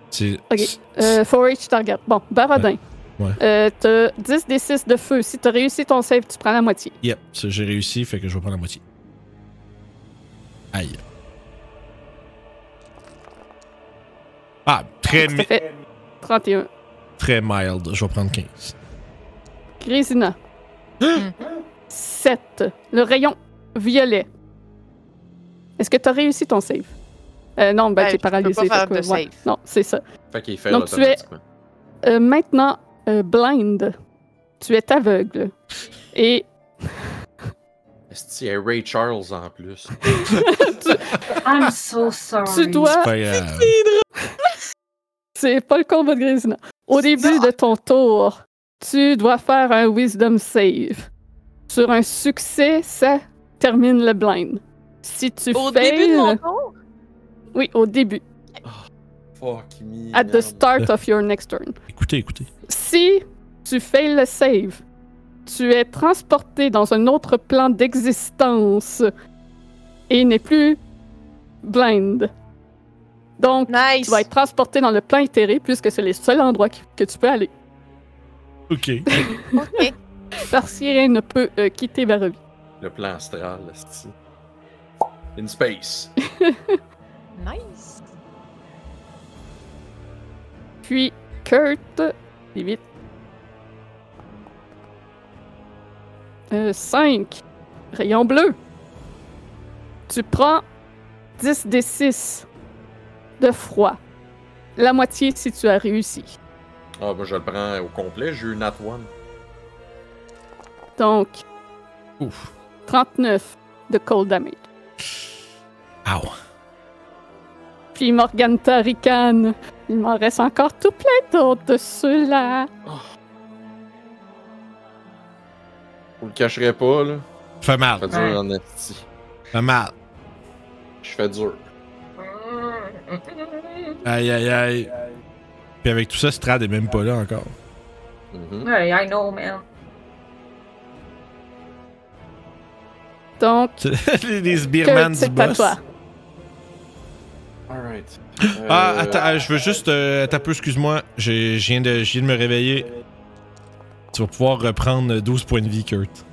S3: C'est.
S1: Ok.
S3: c'est-
S1: Euh, for each target. Bon, Barodin.
S3: Ouais.
S1: Euh, t'as 10 des 6 de feu. Si t'as réussi ton save, tu prends la moitié.
S3: Yep, ça, j'ai réussi, fait que je vais prendre la moitié. Aïe. Ah, très,
S1: Ça
S3: mi-
S1: fait 31.
S3: très mild. Je vais prendre 15.
S1: Grisina. 7. Le rayon violet. Est-ce que t'as réussi ton save? Euh, non, ben,
S4: Ben,
S1: t'es
S4: je peux
S1: paralysé.
S4: pas faire
S1: fait que,
S4: de
S1: ouais.
S4: save.
S1: Non, c'est ça.
S2: Fait qu'il fait
S1: Donc, tu es-
S2: automatiquement.
S1: Euh, maintenant, euh, blind. Tu es aveugle. Et
S2: Esti, elle est Ray Charles en plus.
S5: I'm so sorry.
S1: tu dois
S3: C'est pas grave.
S1: C'est pas le combat de Grisina. Au début de ton tour, tu dois faire un Wisdom Save. Sur un succès, ça termine le blind. Si tu
S4: Au
S1: fails-
S4: début de mon tour?
S1: Oui, au début.
S2: Fuck me.
S1: At the
S2: man.
S1: start of your next turn.
S3: Écoutez, écoutez.
S1: Si tu fails le save, tu es transporté dans un autre plan d'existence et n'est plus blind. Donc,
S4: Nice.
S1: tu vas être transporté dans le plan itéré puisque c'est le seul endroit qui- que tu peux aller.
S3: Ok.
S4: Ok.
S1: Parce que rien ne peut euh, quitter Barovie.
S2: Le plan astral, Esti. In space.
S4: Nice.
S1: Puis Kurt, c'est vite. 5. Euh, Rayon bleu. Tu prends 10 des 6 de froid. La moitié si tu as réussi.
S2: Ah, moi je le prends au complet, j'ai eu Nat One.
S1: Donc,
S3: Ouf.
S1: 39 de cold damage.
S3: Ow.
S1: Puis Morgane Tarikan. Il m'en reste encore tout plein d'autres de ceux-là.
S2: Vous le cacherait pas, là.
S3: Fait
S2: Je fais
S3: mal.
S2: dur
S5: Ouais.
S2: en esti.
S3: Fait mal.
S2: Je fais dur.
S3: Aïe, aïe, aïe. Puis avec tout ça, Strad est même pas là encore.
S2: Mhm.
S5: Ouais, I know, man.
S1: Donc,
S3: les, les
S1: que
S3: sbirmans du
S1: c'est à
S3: boss.
S1: toi.
S2: Alright.
S3: Ah,
S2: Euh,
S3: attends, euh, je veux juste. Euh, attends un peu, excuse-moi. Je je viens, de, je viens de me réveiller. Tu vas pouvoir reprendre 12 points de vie, Kurt.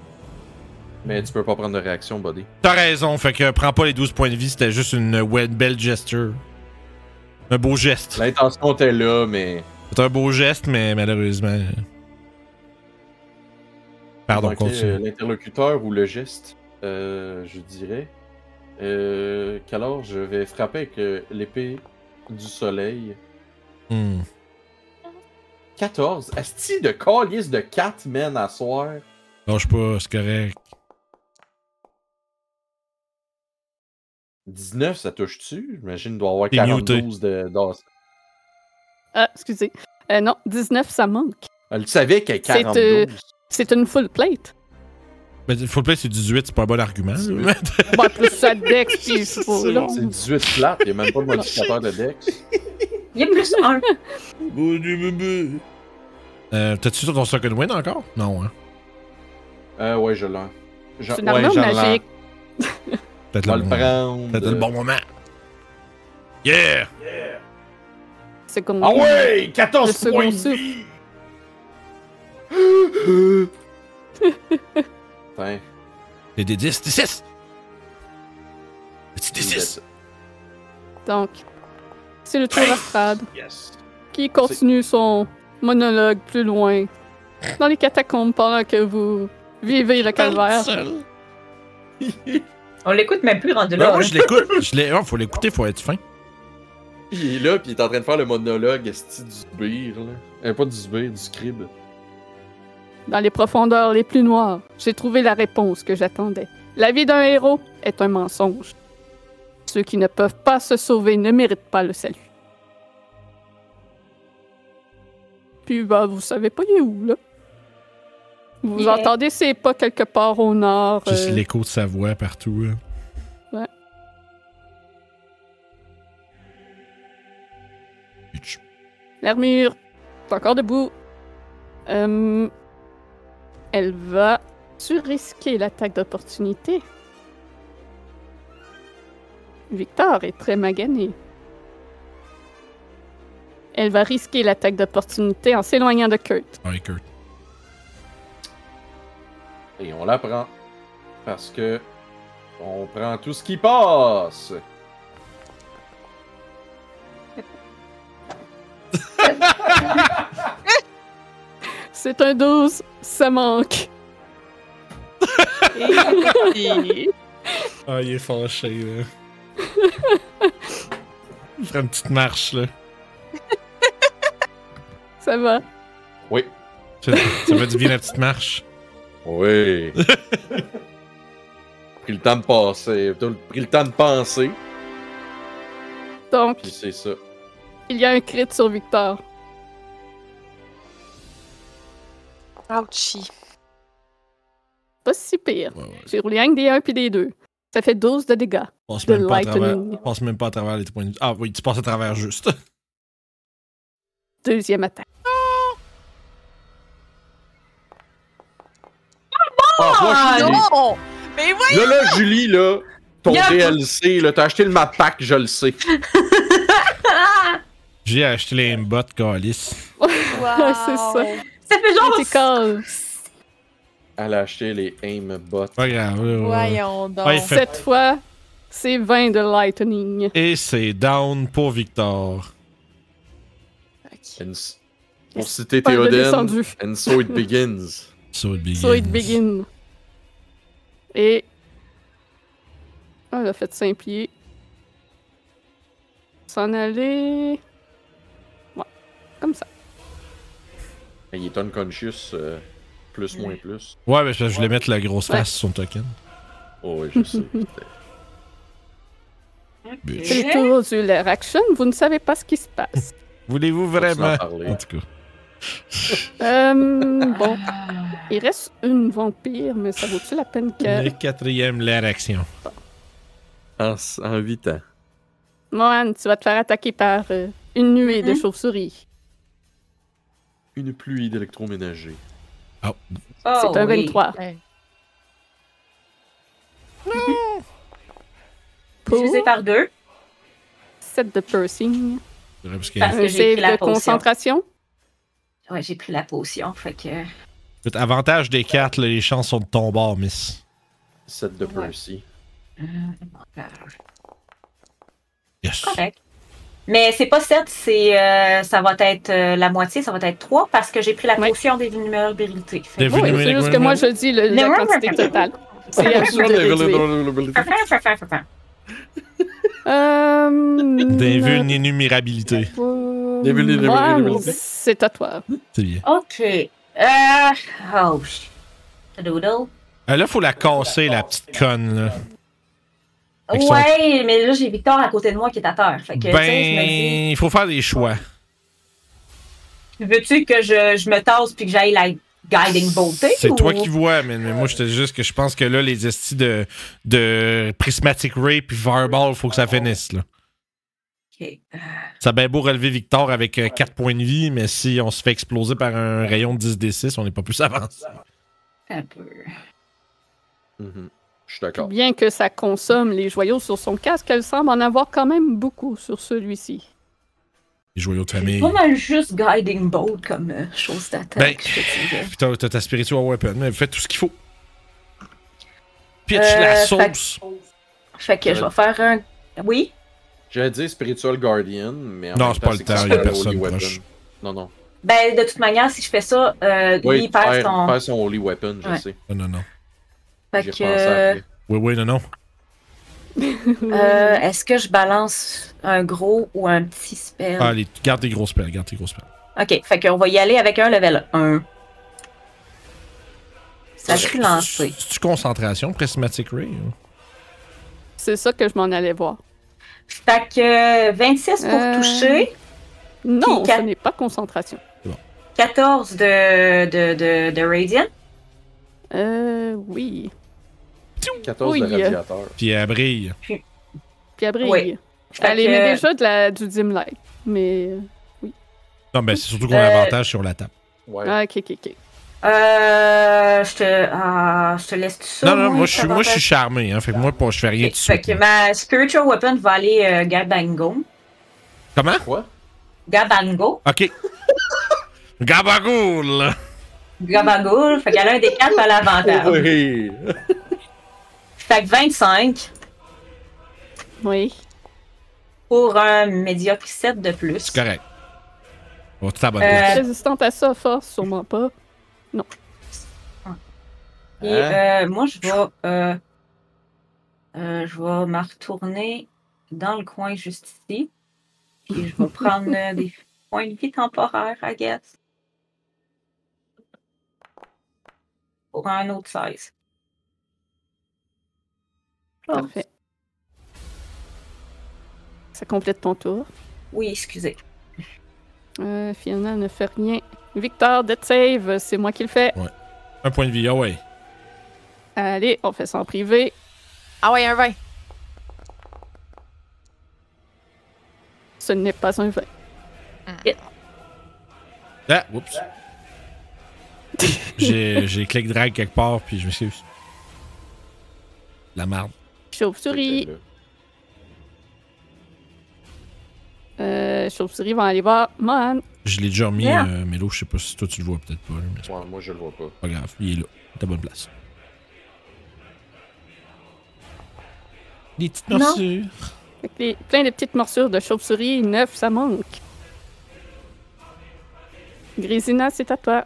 S2: Mais tu peux pas prendre de réaction, buddy.
S3: T'as raison, fait que prends pas les 12 points de vie, c'était juste une ouais, belle gesture. Un beau geste.
S2: L'intention était là, mais.
S3: C'est un beau geste, mais malheureusement. euh. Pardon,
S2: manquait, euh,
S3: continue.
S2: L'interlocuteur ou le geste, euh, je dirais. Euh, Qu'alors, je vais frapper avec euh, l'épée du soleil.
S3: Hmm.
S2: 14. Asti de calice de 4 men à soir.
S3: Lâche pas, c'est correct.
S2: 19, ça touche-tu? J'imagine qu'il doit avoir
S3: T'es muté.
S2: 42 de d'as.
S1: Ah, excusez. Euh, non, 19, ça manque.
S2: Elle savait qu'elle
S1: C'est,
S2: 42.
S1: euh, C'est une full plate.
S3: Mais full play, c'est 18, c'est pas un bon argument.
S2: 18.
S1: Bon, plus sa dex, puis c'est pas long.
S2: C'est 18 flat, il n'y a même pas de modificateur de Dex.
S5: Il y a plus un.
S3: euh, T'as-tu ton second win encore? Non, hein.
S2: Euh, ouais, je l'ai. Je-
S1: C'est une
S2: ouais,
S1: armure
S2: j'en l'ai.
S1: magique.
S3: Peut-être
S2: Je vais
S3: le
S2: le
S3: bon
S2: prendre.
S3: Peut-être le bon moment. Yeah!
S1: C'est comme.
S2: Ah ouais! 14
S1: Le
S2: points de
S1: second
S2: vie! Putain.
S3: Les D10, D6! Petit D6!
S1: Donc, c'est le tour à Strad,
S2: Yes.
S1: qui continue son monologue plus loin dans les catacombes pendant que vous vivez le calvaire.
S5: On l'écoute même plus rendu
S3: Ben,
S5: là.
S3: moi,
S5: là.
S3: je l'écoute. Je l'ai. oh, faut l'écouter, faut être fin.
S2: Il est là, puis il est en train de faire le monologue esti du sbire, là. Euh, pas du sbire, du scribe.
S1: Dans les profondeurs les plus noires, j'ai trouvé la réponse que j'attendais. La vie d'un héros est un mensonge. Ceux qui ne peuvent pas se sauver ne méritent pas le salut. Puis, bah, vous savez pas, il est où, là? Vous
S5: Il est-
S1: entendez ses pas quelque part au nord.
S3: Juste
S1: euh,
S3: l'écho de sa voix partout. hein. là.
S1: Ouais.
S3: Bitch.
S1: L'armure est encore debout. Euh, elle va surrisquer l'attaque d'opportunité. Victor est très magané. Elle va risquer l'attaque d'opportunité en s'éloignant de Kurt.
S3: Ouais, Kurt.
S2: Et on la prend. Parce que on prend tout ce qui passe.
S1: C'est un 12, ça manque.
S3: Ah, il est fâché, là. il ferait une petite marche, là.
S1: Ça va.
S2: Oui.
S3: Ça ça fait du bien la petite marche.
S2: Oui. pris le temps de passer. T'as pris le temps de penser.
S1: Donc,
S2: Puis c'est ça.
S1: il y a un crit sur Victor.
S4: Ouchie.
S1: Pas si pire.
S3: Ouais, ouais.
S1: J'ai roulé un des 1 puis des 2. Ça fait 12 de dégâts.
S3: Passe
S1: De
S3: même, pas à travers,
S1: lightning.
S3: passe même pas à travers les points de Ah oui, tu passes à travers juste.
S1: Deuxième attaque.
S2: Ah, toi, Julie.
S4: Non! Mais oui!
S2: Là, là, Julie, là, ton
S5: Yep.
S2: DLC, là, t'as acheté le map pack, je le sais.
S3: J'ai acheté les M-Bots, Calis.
S1: Ouais, c'est ça.
S5: Ça fait genre.
S1: Critical.
S2: Elle a acheté les aimbots.
S3: Pas grave, là, ouais, ouais.
S4: Voyons donc.
S3: Ouais, il fait-
S1: Cette fois, c'est 20 de lightning.
S3: Et c'est down pour Victor.
S4: Ok.
S2: And s- Pour citer
S1: Pas de
S2: Théoden,
S1: descendu.
S2: and so it begins.
S3: So it begins.
S1: So it begin. Et. Ah, elle a fait simplier. S'en aller. Ouais, comme ça.
S2: Il est unconscious, euh, plus, moins, plus.
S3: Ouais, mais je je voulais mettre la grosse face
S1: Ouais.
S3: sur son token.
S2: Oh, oui, je sais.
S1: C'est
S5: J'ai-
S1: le tour du leur action, vous ne savez pas ce qui se passe.
S3: Voulez-vous
S2: Continue
S3: vraiment.
S2: à parler.
S3: En tout cas.
S1: Euh, bon,
S5: Ah.
S1: il reste une vampire, mais ça vaut-tu la peine que...
S3: Le quatrième, l'air action.
S2: En, s- en 8 ans.
S1: Mohan, tu vas te faire attaquer par euh, une nuée de
S5: Mhm.
S1: chauves-souris.
S2: Une pluie d'électroménager.
S3: Ah,
S5: Oh,
S1: C'est un
S5: oui.
S1: 23.
S4: Ouais.
S1: Pour
S5: Divisé par deux.
S1: 7 de piercing,
S3: Je dirais Parce que,
S5: Ah.
S1: un
S5: que j'ai
S1: save
S5: pris la
S1: Euh, de
S5: potion.
S1: concentration.
S5: Ouais, j'ai pris la potion, fait que.
S3: écoute, avantage des cartes, là, les chances sont de tomber, en miss.
S2: 7 de
S5: Ouais.
S2: Percy.
S3: Yes.
S5: Correct. Mais c'est pas 7, c'est euh, ça va être euh, la moitié, ça va être 3 parce que j'ai pris la
S1: Ouais.
S5: potion des vulnérabilités. Fait que-
S3: Des vulné-
S1: Ouais, c'est juste que moi, je dis le- la quantité totale. C'est à vous de réduire. Euh,
S3: Des
S1: euh,
S3: vulnérabilités.
S1: Euh,
S2: Des vulné- des
S1: Mohan,
S2: vulné- des vulné-
S1: C'est à toi.
S3: C'est bien.
S5: OK. Euh... Oh, sh- Doodle.
S3: Euh, Là, faut la casser, la petite conne, là. Fait que son-
S5: Ouais, mais là, j'ai Victor à côté de moi qui est à terre. Fait que, tu sais, je me dis,
S3: Ben, il faut faire des choix.
S5: veux-tu que je, je me tasse puis que j'aille la guiding hein? bolter?
S3: C'est
S5: ou-
S3: toi qui vois, mais, mais moi, je te dis juste que je pense que là, les estis de, de Prismatic Ray puis Fireball, faut que ça finisse, là.
S5: OK.
S3: Ça a bien beau relever Victor avec 4 points de vie, mais si on se fait exploser par un rayon de 10d6, on n'est pas plus avancé.
S5: Un peu.
S2: Mhm. Je suis d'accord.
S1: Bien que ça consomme les joyaux sur son casque, elle semble en avoir quand même beaucoup sur celui-ci.
S3: Les joyaux de
S5: J'ai
S3: famille.
S5: Pas mal juste guiding bolt comme euh, chose
S3: Ben,
S5: d'attaque. je te dirais.
S3: Puis t'as t'as ta spiritual weapon, mais fais tout ce qu'il faut. Pitch
S5: Euh,
S3: la
S5: fait-
S3: sauce.
S5: Fait que je vais faire un. Oui?
S2: J'allais dire Spiritual Guardian, mais. en
S3: Non,
S2: même
S3: c'est
S2: temps,
S3: pas le
S2: que
S3: temps,
S2: c'est
S3: y a
S2: un
S3: personne
S2: Holy Weapon.
S3: proche.
S2: Non, non.
S5: Ben, de toute manière, si je fais ça, euh, lui,
S2: Oui,
S5: il perd
S2: perd-
S5: son.
S2: perd son Holy Weapon, je
S5: Ouais.
S2: sais.
S3: Non, non, non.
S5: Fait
S2: J'y
S5: que.
S2: repensais après.
S3: Oui, oui, non, non.
S5: euh, Est-ce que je balance un gros ou un petit spell?
S3: Ah, les- garde tes grosses pelles, garde tes grosses pelles.
S5: Ok, fait qu'on va y aller avec un level 1. Ça je suis lancé.
S3: C'est-tu concentration, Prismatic Ray? hein? ou?
S1: C'est ça que je m'en allais voir.
S5: Fait que euh, 26 pour
S1: Euh.
S5: toucher,
S1: Non,
S5: Qui-
S1: ce n'est pas concentration.
S5: 14 de, de, de, de Radiant.
S1: Euh, oui.
S2: 14
S1: Oui.
S2: de radiateur.
S3: Puis elle brille.
S1: Puis après,
S5: Oui. Fait
S1: elle
S5: que,
S1: aimait déjà de la, du dim light. Mais.
S3: Non, mais c'est surtout qu'on a
S5: Euh,
S3: avantage sur la table.
S2: Ouais.
S1: Ah, ok, ok, ok.
S5: Euh, je te, ah, je te laisse tout ça.
S3: Non, non, moi, je suis, moi, je suis
S5: ça
S3: charmé. Hein, fait que moi, pas- je fais rien
S5: va
S3: tout
S5: faire-
S3: de
S5: Ok, Fait
S3: suite.
S5: que
S3: là.
S5: ma Spiritual Weapon va aller euh, Gabango.
S3: Comment?
S2: Quoi?
S5: Gabango.
S3: OK. Gabagoul!
S5: Gabango. Fait qu'elle a un des 4 à l'avantage.
S2: Oui.
S5: Fait que 25
S1: Oui.
S5: pour un médiocre 7 de plus.
S3: C'est correct. On va tout à la bonne
S5: Euh,
S3: place.
S1: Résistante à ça, force, sûrement pas.
S5: Et
S2: Hein?
S5: euh, moi, je vais, euh, euh, je vais me retourner dans le coin juste ici. Puis je vais prendre euh, des points de vie temporaires, I guess. Pour un autre 16.
S1: Parfait. Ça complète ton tour.
S5: Oui, excusez.
S1: Euh, Fiona ne fait rien. Victor, death save, c'est moi qui le fais.
S3: Un point de vie, ah ouais.
S1: Allez, on fait ça en privé.
S4: Ah ouais, un 20.
S1: Ce n'est pas un 20.
S3: Ah, oups. j'ai, j'ai clic drag quelque part, puis je me suis. La marde.
S1: Chauve-souris. Euh, Chauve-souris vont aller voir Mohan.
S3: Je l'ai déjà mis,
S5: Yeah.
S3: euh, mais là, je sais pas si toi tu le vois peut-être pas, mais c'est
S2: Ouais, moi, je le vois pas.
S3: pas grave. Il est là. T'as bonne place. Les petites
S5: Non.
S3: morsures.
S1: Fait que les- plein de petites morsures de chauve-souris. Neuf, ça manque. Grésina, c'est à toi.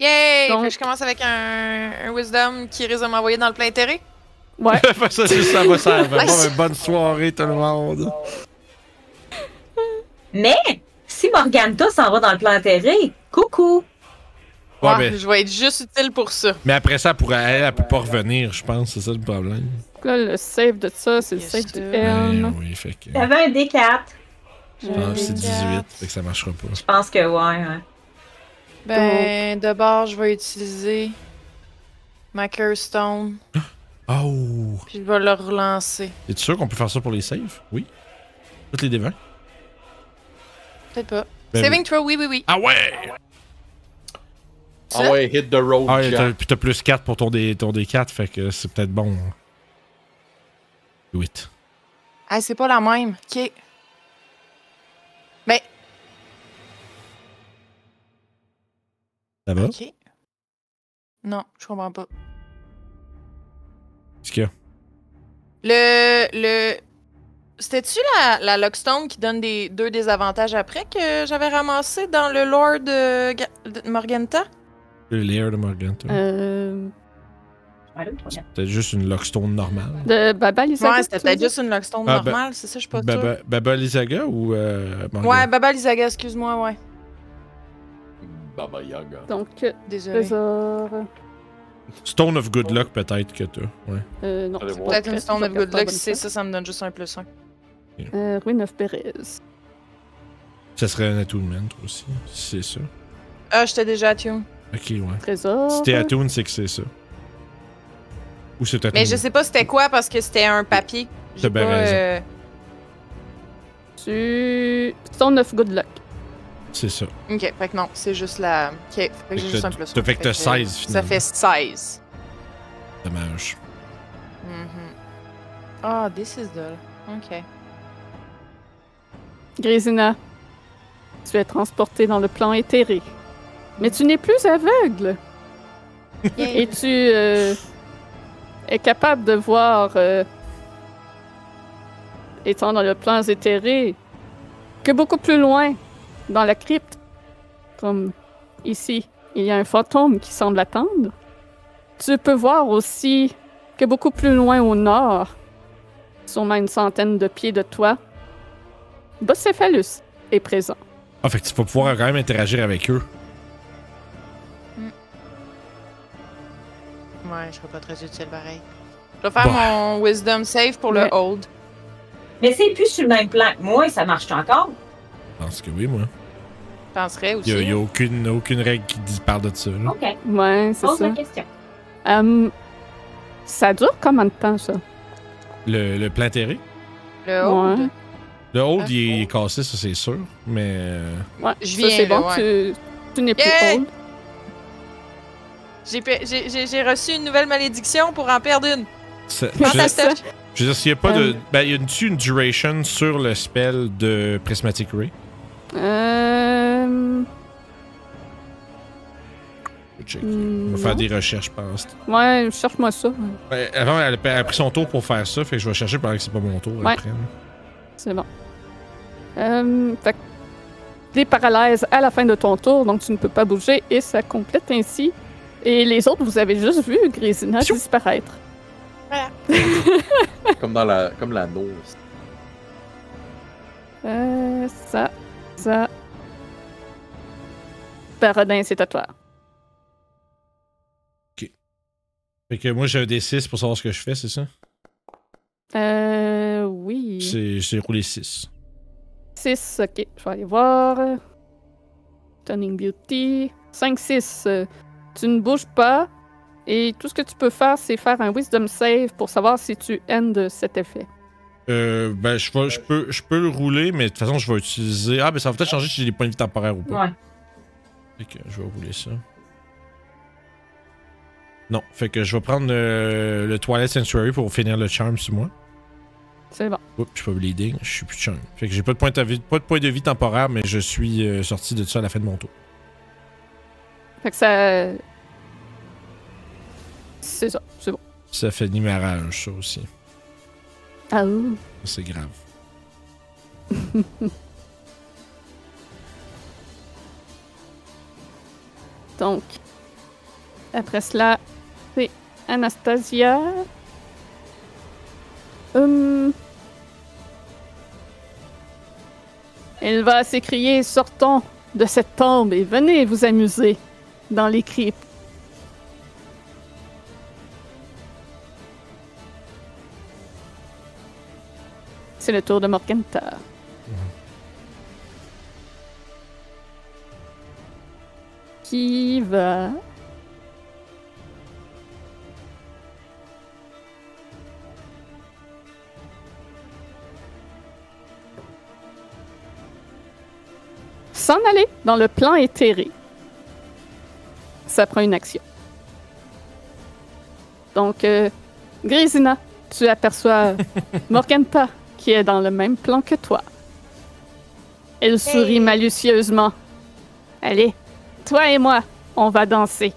S4: Yay!
S1: Donc-
S4: Fait que je commence avec un, un Wisdom qui risque de m'envoyer dans le plein intérêt.
S1: Ouais.
S3: ça, c'est ça, va ça. va.
S4: Ouais,
S3: Bon,
S4: c'est-
S3: ben, bonne soirée, tout le monde.
S5: Mais si Morganta s'en va dans le plan enterré, coucou!
S3: Ouais, ben.
S4: Ouais,
S3: mais,
S4: Je vais être juste utile pour ça.
S3: mais après ça, pour elle, elle peut pas revenir, je pense. C'est ça le problème.
S1: Là, le save de ça, c'est le
S4: Yes,
S1: save du
S4: sir.
S1: Elm.
S3: Ben oui, fait que.
S5: T'avais un D4.
S4: J'ai
S3: Ah,
S4: un
S3: c'est
S4: D4.
S3: 18, fait que ça marchera pas.
S5: Je pense que ouais. ouais.
S4: Ben, de bord, je vais utiliser ma Curse Stone,
S3: Oh!
S4: puis je vais le relancer.
S3: Es-tu sûr qu'on peut faire ça pour les saves? Oui? Toutes les dévins?
S4: Peut-être pas.
S3: Ben
S4: Saving throw, oui, oui, oui.
S3: Ah ouais!
S4: Ça?
S2: Ah ouais, hit the road,
S3: Ah, ouais,
S2: Jack.
S3: t'as- puis t'as plus 4 pour ton, D, ton D4, fait que c'est peut-être bon. hein. Do it.
S4: Ah, c'est pas la même. Ok.
S3: Hein?
S4: Ben,
S3: Ça va?
S4: ok. Non, je comprends pas.
S3: Qu'est-ce qu'il y a?
S4: Le. le... C'était-tu la, la Lockstone qui donne des deux désavantages après que j'avais ramassé dans le lore de, Ga- de Morganta?
S3: Le layer de Morgan. toi.
S1: Euh,
S5: Allô, toi, là.
S3: C'est peut-être juste une Lockstone normale.
S1: de Baba Lisaga,
S4: Ouais, c'était
S1: tu veux
S4: peut-être
S1: dire?
S4: juste une Lockstone
S3: Ah, ben-
S4: normale, c'est ça, je suis pas sûre.
S3: Baba, Baba Lizaga ou euh, Morgan?
S4: Ouais, Baba Lizaga, excuse-moi, ouais.
S2: Baba Yaga.
S1: Donc, euh,
S4: Désolé.
S1: trésor.
S3: Stone of Good Luck, peut-être que t'as. Ouais.
S1: Euh, non,
S2: Allez
S1: c'est
S2: voir.
S1: pas
S4: Peut-être
S1: vrai,
S4: une Stone
S1: je
S4: of
S1: regarde
S4: Good
S1: pas la
S4: Luck,
S1: bonne
S4: si c'est
S1: fois.
S4: ça, ça me donne juste un plus un.
S1: Euh, Ruin of Perez.
S3: Ça serait un attunement, toi aussi. si C'est ça.
S4: Ah, j'étais déjà à Tune.
S3: Ok, ouais.
S1: Trésor.
S3: Si t'es attune, c'est que c'est ça. Ou c'est peut-être.
S4: Mais
S3: une-
S4: je sais pas c'était quoi parce que c'était un papier. J'ai
S3: T'as bien
S4: pas,
S3: raison.
S4: euh,
S1: Tu. Stone of Good Luck.
S3: C'est ça.
S4: Ok, fait que non, c'est juste la. Ok, fait que j'ai
S3: que
S4: juste
S3: t'as-
S4: un plus.
S3: t'as- fait que t'as 16
S4: Ça
S3: finalement.
S4: fait 16.
S3: Dommage.
S4: Mhm. Ah, this is dull. Ok.
S1: Grésina, tu es transportée dans le plan éthéré. Mais tu n'es plus aveugle et tu euh, es capable de voir, euh, étant dans le plan éthéré, que beaucoup plus loin, dans la crypte, comme ici, il y a un fantôme qui semble attendre. Tu peux voir aussi que beaucoup plus loin au nord, sûrement une centaine de pieds de toi, Bocéphalus est présent.
S3: Ah, fait que tu vas pouvoir quand même interagir avec eux.
S4: Ouais, je serais pas très utile pareil. Je vais faire
S3: Bon.
S4: mon Wisdom Save pour
S1: Ouais.
S4: le Hold.
S5: Mais c'est plus sur le même plan que moi, ça marche encore.
S3: Je pense que oui, moi.
S4: Je penserais aussi.
S3: Il n'y a, aucune, aucune règle qui dit- parle de ça. là.
S5: Ok,
S1: Ouais, c'est
S5: pose
S1: ça.
S5: la question.
S1: Hum, ça dure combien de temps, ça? Ah.
S3: Le, le plan terré.
S4: hein, Le Hold.
S1: Ouais.
S3: Le hold,
S4: Ah,
S3: il, est, il est
S4: cool.
S3: cassé, ça c'est sûr. Mais. euh,
S1: Ouais,
S4: Je
S1: ça,
S4: viens,
S1: c'est
S4: là,
S1: bon, tu, tu n'es plus
S4: Yeah!
S1: old.
S4: J'ai pe- J'ai j'ai- j'ai reçu une nouvelle malédiction pour en perdre une.
S3: ça- je,
S1: Comment
S4: Prends
S3: veux dire-
S4: ta
S1: ça-
S4: stuff.
S3: je veux dire, s'il n'y a pas de.
S1: Euh,
S3: Ben, il y a une-tu une duration sur le spell de Prismatic Ray
S1: Hum,
S3: Je vais checker. On
S1: hum,
S3: va faire
S1: non.
S3: des recherches, je pense.
S1: Ouais, cherche-moi ça.
S3: Ben, avant, elle a, elle a pris son tour pour faire ça, fait que je vais chercher pendant que c'est pas mon tour
S1: Ouais.
S3: après. là.
S1: C'est bon. Hum, fait que des paralyses à la fin de ton tour, donc tu ne peux pas bouger, et ça complète ainsi. Et les autres, vous avez juste vu Grésina
S3: Pfiou!
S1: disparaître.
S2: Comme dans la, comme la nose.
S1: Euh, ça, ça... Paradin, c'est à toi.
S3: Fait que moi, j'ai un D6 pour savoir ce que je fais, c'est ça
S1: Euh, oui.
S3: C'est J'ai roulé 6.
S1: 6, ok, je vais aller voir. Turning Beauty. 5, 6. Tu ne bouges pas. Et tout ce que tu peux faire, c'est faire un Wisdom Save pour savoir si tu de cet effet.
S3: Euh, ben, je, vais- je peux, je peux le rouler, mais de toute façon, je vais utiliser. Ah, ben, ça va peut-être changer si j'ai des points de vie temporaires ou pas.
S5: Ouais.
S3: Fait que je vais rouler ça. Non, fait que je vais prendre euh, le Twilight Sanctuary pour finir le charm sur moi.
S1: C'est bon.
S3: Oups, je suis pas bleeding, je suis plus de charm. Fait que j'ai pas de point de vie, pas de point de vie temporaire, mais je suis euh, sorti de ça à la fin de mon tour.
S1: Fait que ça. C'est ça, c'est bon.
S3: Ça fait ni ma rage, ça aussi.
S1: Ah ouh.
S3: C'est grave.
S1: Donc, après cela, c'est Anastasia. Hum. Elle va s'écrier Sortons de cette tombe et venez vous amuser dans les cryptes. C'est le tour de Morgenthau. Qui va. S'en aller dans le plan éthéré. Ça prend une action. Donc, euh, Grisina, tu aperçois Morganta qui est dans le même plan que toi. Elle sourit
S6: Hey.
S1: malicieusement. Allez, toi et moi, on va danser.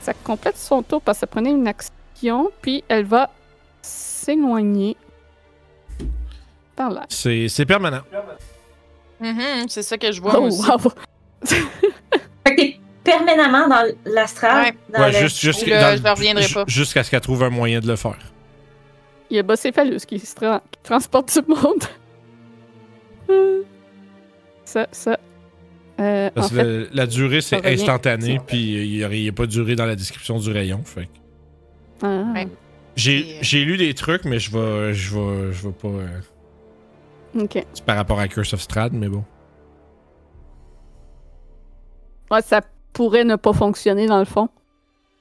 S1: Ça complète son tour parce que ça prenait une action, puis elle va s'éloigner par là.
S3: C'est c'est permanent.
S4: Mhm, c'est ça que je vois.
S1: Oh,
S4: moi aussi.
S1: wow!
S5: Fait que t'es permanemment dans l'astral.
S4: Ouais.
S5: dans
S3: Ouais,
S5: le-
S3: juste, juste-
S4: Puis là, je ne reviendrai
S3: ju-
S4: pas.
S3: Jusqu'à ce qu'elle trouve un moyen de le faire.
S1: Il y a Bocéphalus qui, se tra- qui transporte tout le monde. Euh, ça, ça. Euh, en
S3: Parce que
S1: fait,
S3: la, la durée,
S1: ça
S3: c'est
S1: revient.
S3: instantané, puis il n'y a pas de durée dans la description du rayon. Fait. que-
S1: ah,
S4: Ouais.
S3: J'ai
S4: Et, euh,
S3: j'ai lu des trucs, mais je vais, je vais, je vais pas. euh,
S1: ok.
S3: c'est par rapport à Curse of Strad, mais bon.
S1: Ouais, ça pourrait ne pas fonctionner dans le fond.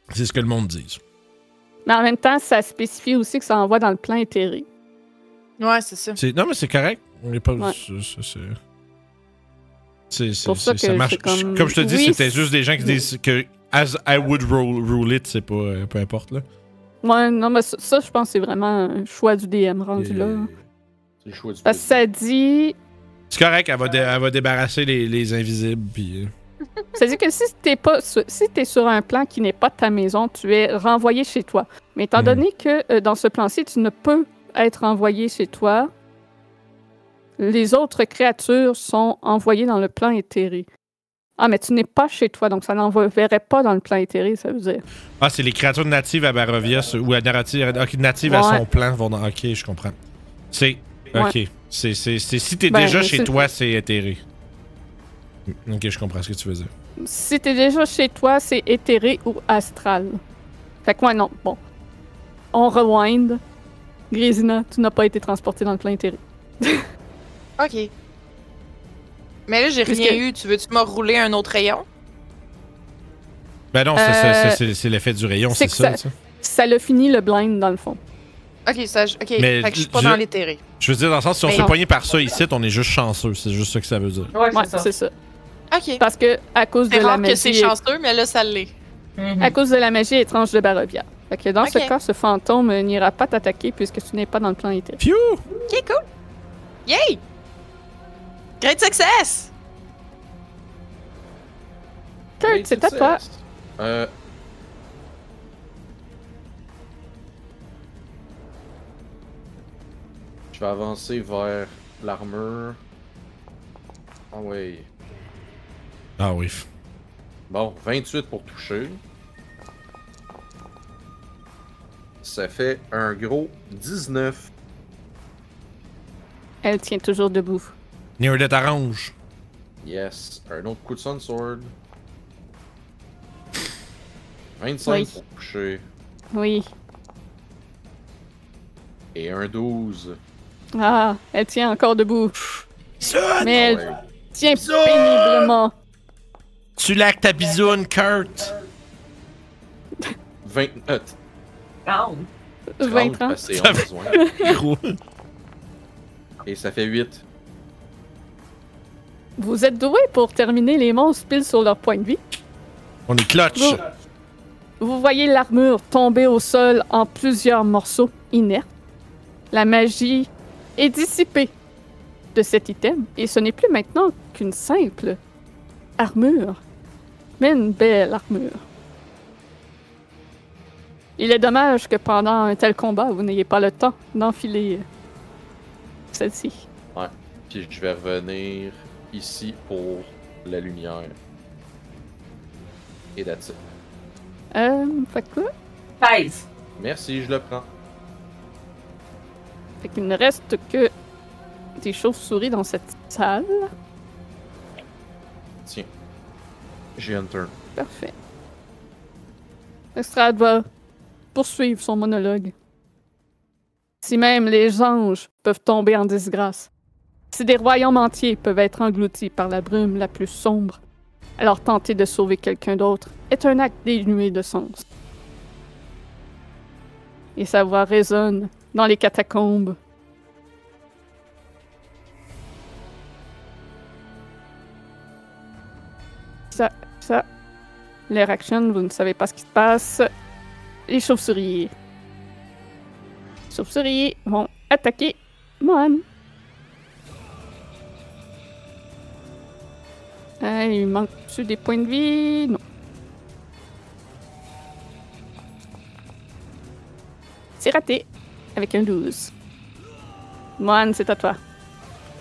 S3: C'est ce que le monde dit.
S1: Mais en même temps, ça spécifie aussi que ça envoie dans le plan éthéré.
S4: Ouais, c'est ça.
S3: C'est- Non, mais c'est correct. On est pas.
S1: Ouais.
S3: c'est- c'est- c'est- c'est- c'est-
S1: pour ça
S3: c'est- ça
S1: que
S3: marche.
S1: c'est comme-
S3: Comme je te dis,
S1: Oui,
S3: c'était
S1: c'est-
S3: juste des gens qui disent que as I would roll- rule it, c'est pas. euh, peu importe, là.
S1: Ouais, non, mais ça, ça, je pense que c'est vraiment un choix du DM rendu là.
S2: Et- euh, C'est le choix du
S1: Parce que ça dit.
S3: C'est correct, elle va, dé- elle va débarrasser les, les invisibles, puis. euh,
S1: Ça dit que si t'es pas sur- si t'es sur un plan qui n'est pas ta maison, tu es renvoyé chez toi. Mais étant
S3: Mhm.
S1: donné que euh, dans ce plan-ci, tu ne peux être envoyé chez toi, les autres créatures sont envoyées dans le plan éthéré. Ah, mais tu n'es pas chez toi, donc ça n'enverrait pas dans le plan éthéré, ça veut dire.
S3: Ah, c'est les créatures natives à Barovia ce- ou à narrative, euh, ok, natives à
S1: Ouais.
S3: son plan vont dans. Ok, je comprends. C'est. Ok. C'est, c'est, c'est- si t'es
S1: Ben,
S3: déjà
S1: mais
S3: chez
S1: c'est-
S3: toi, c'est éthéré. Ok, je comprends ce que tu veux dire.
S1: Si t'es déjà chez toi, c'est éthéré ou astral. Fait que, ouais, non, bon. On rewind. Grisina, tu n'as pas été transporté dans le plan éthéré.
S4: OK. Mais là, j'ai
S1: Parce
S4: rien
S1: que-
S4: eu. Tu veux-tu me rouler un autre rayon?
S3: Ben non, c'est,
S1: Euh,
S3: c'est- c'est- c'est l'effet du rayon,
S1: c'est
S3: c'est,
S1: que
S3: ça.
S1: ça-
S3: tu sais.
S1: Ça l'a fini le blind, dans le fond.
S4: OK, ça, je- ok.
S3: Mais
S4: fait que je suis pas
S3: je-
S4: dans l'éthéré.
S3: Je veux dire, dans le sens, si on
S1: Ben
S4: Mais
S3: se fait
S4: non.
S3: pogner par ça ici, on est juste chanceux. C'est juste ça que ça veut dire.
S5: Ouais, c'est
S1: Ouais,
S5: ça.
S1: c'est ça.
S4: OK.
S1: Parce que à cause de
S4: C'est
S1: la
S4: rare que c'est
S1: magie,
S4: chanceux, mais là, ça l'est.
S5: Mhm.
S1: à cause de la magie étrange de Barovia. Fait que dans
S4: Ok.
S1: ce cas, ce fantôme n'ira pas t'attaquer puisque tu n'es pas dans le plan éthérique.
S3: Phew!
S4: OK, cool. Yay! Great success!
S1: Kurt, c'est à toi.
S2: Euh. Je vais avancer vers l'armure. Ah oui.
S3: Ah oui.
S2: Bon, 28 pour toucher. Ça fait un gros 19.
S1: Elle tient toujours debout.
S3: Near Death Orange.
S2: Yes. Un autre coup de Sunsword. 25
S1: Oui.
S2: pour toucher.
S1: Oui.
S2: Et un 12.
S1: Ah, elle tient encore debout. Mais
S2: Ah
S1: elle
S2: ouais.
S1: tient péniblement.
S3: Tu laques ta bisoune, Kurt!
S2: 20. euh,
S5: Down.
S1: 20 ans.
S2: parce que c'est
S3: Ça
S2: 11, ouais.
S3: Gros.
S2: Et ça fait 8.
S1: Vous êtes doué pour terminer les monstres pile sur leur point de vie.
S3: on est clutch.
S1: Vous- Vous voyez l'armure tomber au sol en plusieurs morceaux inertes. La magie est dissipée de cet item et ce n'est plus maintenant qu'une simple armure, mais une belle armure. Il est dommage que pendant un tel combat, vous n'ayez pas le temps d'enfiler celle-ci.
S2: Puis je vais revenir ici pour la lumière. Et that's it.
S1: Euh, fait que quoi?
S5: 13.
S2: Merci, je le prends.
S1: Fait qu'il ne reste que des chauves-souris dans cette salle.
S2: Tiens. J'ai un turn.
S1: Parfait. Estrade va poursuivre son monologue. Si même les anges peuvent tomber en disgrâce, si des royaumes entiers peuvent être engloutis par la brume la plus sombre, alors tenter de sauver quelqu'un d'autre est un acte dénué de sens. Et sa voix résonne dans les catacombes. Ça, ça. L'air action, vous ne savez pas ce qui se passe. Les chauves-souris. Les chauves-souris vont attaquer Mohan. Euh, il manque-tu des points de vie? Non. C'est raté. Avec un 12. Mohan, c'est à toi.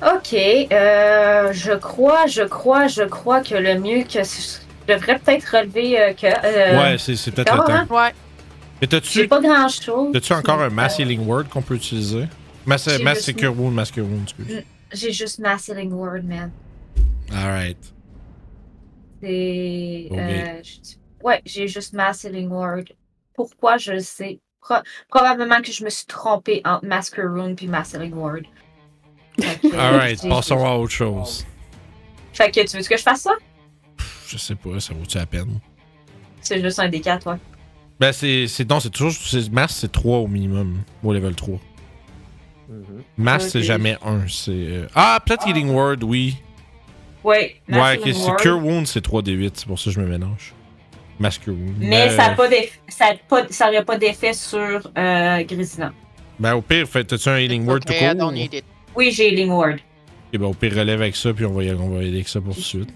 S5: Ok, euh, je crois, je crois, je crois que le mieux que ce- je devrais peut-être relever euh, que. euh,
S3: ouais, c'est c'est peut-être le
S5: d'accord,
S3: temps.
S5: hein?
S4: Ouais.
S3: Mais
S5: J'ai
S3: t'as-tu
S5: pas grand chose.
S3: t'as-tu encore un Mass Healing Word qu'on peut utiliser? Mass,
S5: J'ai
S3: mass
S5: le-
S3: Secure Wound, Mass Secure Wound, excuse.
S5: Euh, J'ai juste ma Healing Word, man.
S3: Alright.
S5: C'est.
S3: Ok.
S5: euh, je- ouais, j'ai juste Mass Healing Word. Pourquoi je le sais? Pro- probablement que je me suis trompée entre Masquerone puis Mass Healing Word. Fait que-
S3: Alright,
S5: j'ai-
S3: passons à autre chose.
S5: Fait que tu veux que je fasse ça?
S3: Pff, Je sais pas, ça vaut-tu la peine?
S5: C'est juste un des quatre, toi.
S3: Ben, c'est. c'est- Non, c'est toujours. c'est- Mass, c'est 3 au minimum, au level 3.
S2: Mhm.
S3: Mass,
S5: Mm-hmm. Ok.
S3: c'est jamais 1. C'est. euh, Ah, peut-être Healing Word, oui.
S5: Ouais, Mass
S3: Ouais, ok,
S5: Healing Word.
S3: Secure Wound, c'est 3d8, c'est pour ça que je me mélange. Mass Cure Wound. Euh,
S5: Mais ça n'aurait pas, d'eff- ça a pas, ça aurait pas d'effet sur euh, Grisina.
S3: Ben, au pire, fait- t'as-tu un Healing Word tout
S6: Okay, I
S3: court?
S6: don't need it.
S5: Oui, j'ai Healing Word.
S3: Ok, ben, au pire, relève avec ça, puis on va y aller, on va y aller avec ça pour tout de suite.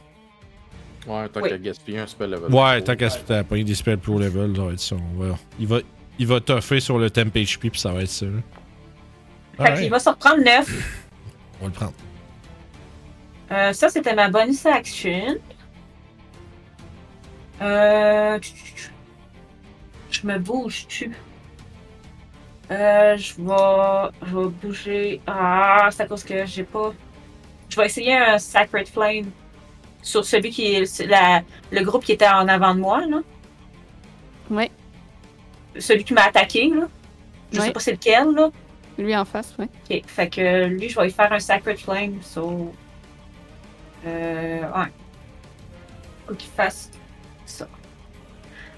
S2: Ouais, tant
S5: Oui.
S2: qu'à gaspiller un spell level.
S3: Ouais, tant qu'à se t'as pogné des spells pro level, ça va être ça. On va, il va, il va toffer sur le temp HP, puis ça va être ça. là.
S5: Fait
S3: Alright,
S5: qu'il va se reprendre 9.
S3: On va le prendre.
S5: Euh, ça, c'était ma bonus action. Euh... tch, tch, tch. Je me bouge, tu. Euh, je vais... Je vais bouger... Ah, c'est à cause que j'ai pas... Je vais essayer un Sacred Flame sur celui qui est... sur la- le groupe qui était en avant de moi, là.
S1: Ouais.
S5: Celui qui m'a attaqué, là. Je
S1: Ouais.
S5: sais pas c'est lequel, là.
S1: Lui en face, oui.
S5: Ok, fait que lui, je vais lui faire un Sacred Flame, so. Euh. Ouais. Faut qu'il fasse ça.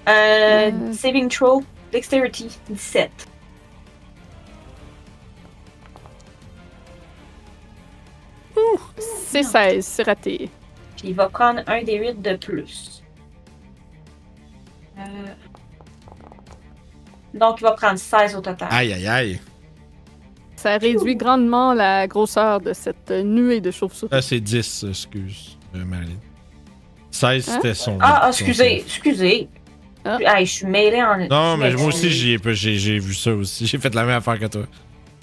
S5: Euh.
S1: Euh.
S5: Saving throw, Dexterity, 17.
S1: C'est 16, c'est raté.
S5: Puis il va prendre un des 8 de plus. Euh, Donc, il va prendre 16 au total.
S3: Aïe, aïe, aïe.
S1: Ça réduit grandement la grosseur de cette euh, nuée de chauves-souris.
S3: Ah, c'est 10, excuse, euh, Marilyn. 16,
S1: Hein?
S3: c'était son.
S5: Ah, ah,
S3: son-
S5: excusez, excusez.
S1: Ah.
S5: Hey, je suis mêlée en.
S3: Non, mais moi aussi,
S5: j'ai.
S3: j'y ai pas- j'ai j'ai vu ça aussi. J'ai fait la même affaire que toi.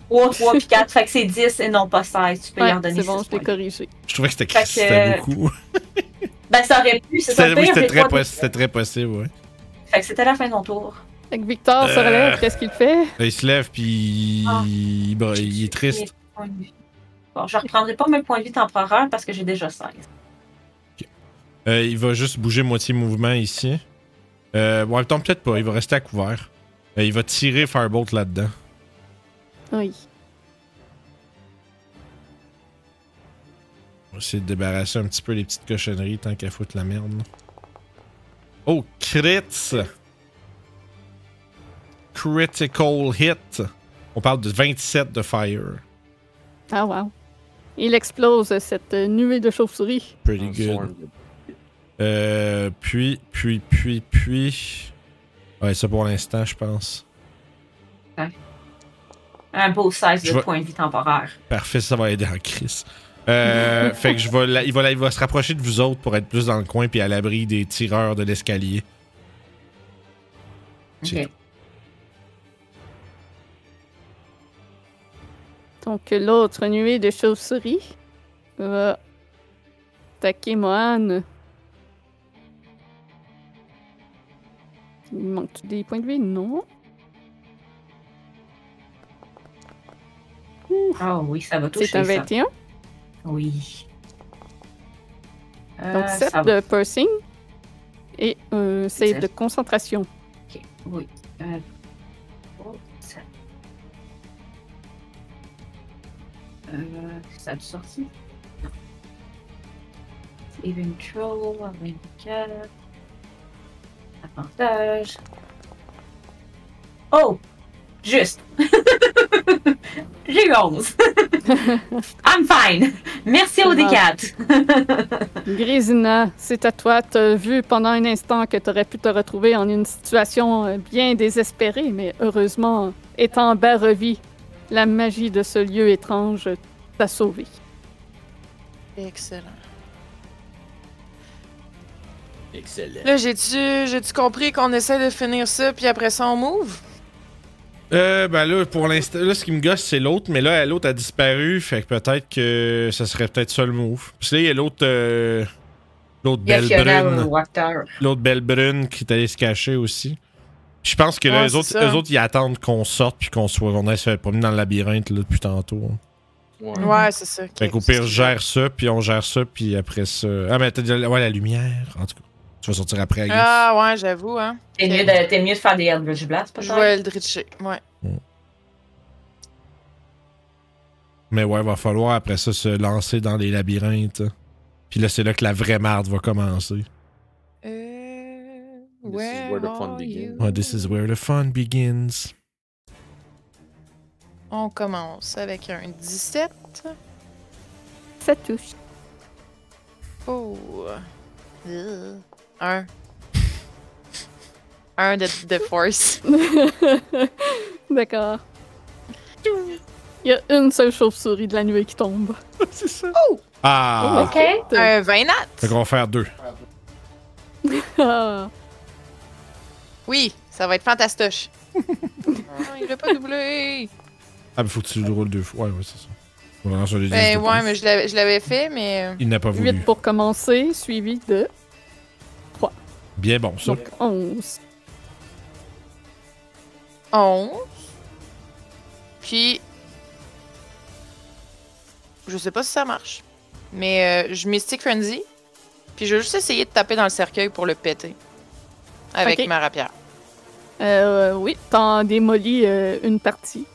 S5: 3, 3 puis 4, fait que c'est 10 et non pas 16. Tu peux
S1: Ouais,
S5: leur donner
S1: c'est bon,
S5: 6
S1: je l'ai
S5: points.
S1: corrigé.
S3: Je trouvais que c'était
S5: Fait que-
S3: c'était beaucoup.
S5: Ben, ça aurait pu, c'est ça
S3: C'était
S5: le
S3: oui,
S5: pire,
S3: c'était
S5: j'ai
S3: très,
S5: pas
S3: possi-
S5: de-
S3: c'était très possible, ouais.
S5: Fait que c'était la fin de mon tour.
S1: Fait que Victor se
S3: Euh.
S1: relève, qu'est-ce qu'il fait?
S3: Là, il se lève, puis
S5: Ah.
S3: il... bon, il est triste.
S5: Points de vie. Bon, je reprendrai pas mes points de vie temporaires parce que j'ai déjà 16.
S3: Euh, il va juste bouger moitié mouvement ici. Euh, bon, en même temps, peut-être pas. Il va rester à couvert. Euh, il va tirer Firebolt là-dedans.
S1: Oui.
S3: On va essayer de débarrasser un petit peu les petites cochonneries tant qu'à foutre la merde. Oh, crits! Critical hit. On parle de 27 de fire.
S1: Ah, wow. Il explose cette euh, nuée de chauves-souris.
S3: Pretty
S2: Un
S3: good.
S2: swarm.
S3: Euh, puis, puis, puis, puis. Ouais, ça pour l'instant, je pense.
S5: Un beau 16
S3: Je
S5: de
S3: vais-
S5: points de vie temporaires.
S3: Parfait, ça va aider en crise. Euh, fait que je vais la- il, va la- il va se rapprocher de vous autres pour être plus dans le coin puis à l'abri des tireurs de l'escalier. C'est
S5: Ok.
S3: tout.
S1: Donc, l'autre nuée de chauves-souris va attaquer Mohan. Il manque des points de vie? Non.
S5: Ah oui, ça va toucher.
S1: C'est un
S5: ça.
S1: 21.
S5: Oui. Euh,
S1: Donc, 7
S5: ça va.
S1: de piercing et un save de concentration.
S5: Ok, Oui. Euh, oh, ça- Euh, ça a dû sortir. Non. Eventual, 24. Avantage. Oh! Juste! J'ai eu 11. I'm fine! Merci au
S1: C'est bon.
S5: D4.
S1: Grésina, c'est à toi. T'as vu pendant un instant que t'aurais pu te retrouver en une situation euh, bien désespérée, mais heureusement, étant Barovie, la magie de ce lieu étrange t'a sauvé.
S4: Excellent.
S7: Excellent.
S4: Là, j'ai-tu j'ai-tu compris qu'on essaie de finir ça, puis après ça, on move?
S3: Euh, ben là, pour l'instant, là, ce qui me gosse, c'est l'autre, mais là, l'autre a disparu, fait que peut-être que ça serait peut-être ça le move. Puis là, il y a l'autre. euh, l'autre
S5: Il y a
S3: belle
S5: Fiona
S3: brune.
S5: au Water.
S3: L'autre belle brune qui est allée se cacher aussi. Je pense que
S4: Ouais,
S3: les
S4: c'est
S3: autres,
S4: ça.
S3: eux autres, ils attendent qu'on sorte puis qu'on soit, on aille se promener dans le labyrinthe là, depuis tantôt.
S2: Ouais.
S4: Ouais, c'est ça.
S3: Mhm. Fait
S4: ok.
S3: qu'au pire, je gère ça, puis on gère ça, puis après ça. Ah, mais t'as dit, ouais, la lumière. En tout cas, tu vas sortir après, I guess.
S4: Ah, ouais, j'avoue, hein.
S5: T'es
S4: Ok.
S5: mieux, de- t'es mieux de faire des Eldritch Blast,
S4: Je
S5: peut-être?
S4: vais Eldritcher, ouais.
S3: Mais ouais, va falloir après ça se lancer dans les labyrinthes. Puis là, c'est là que la vraie marde va commencer.
S4: Euh,
S2: This is where the fun
S4: are
S2: begins.
S4: you?
S3: Ouais, this is where the fun begins.
S4: On commence avec un 17
S1: Ça touche.
S4: pour... Oh. Un. Un de, de force.
S1: D'accord. Il y a une seule chauve-souris de la nuée qui tombe.
S3: c'est ça. Ah!
S4: Oh.
S5: Ok.
S1: Euh.
S4: Un 20 nat.
S3: Fait qu'on va faire deux.
S1: Ah.
S4: Oui, ça va être fantastoche. non, il l'a pas doublé.
S3: Ah, mais faut que tu le roules deux fois. Ouais, ouais, c'est ça. On va lancer les
S4: Ben
S3: dix de
S4: ouais,
S3: plus.
S4: mais je l'avais- je l'avais fait, mais... euh,
S3: Il n'a pas voulu.
S1: 8 pour commencer, suivi de
S3: Bien bon, ça.
S1: donc 11.
S4: 11. Puis. Je sais pas si ça marche. Mais euh, je mystique Frenzy. Puis je vais juste essayer de taper dans le cercueil pour le péter. Avec
S1: Ok.
S4: ma rapière.
S1: Euh, oui, t'en démolis euh, une partie.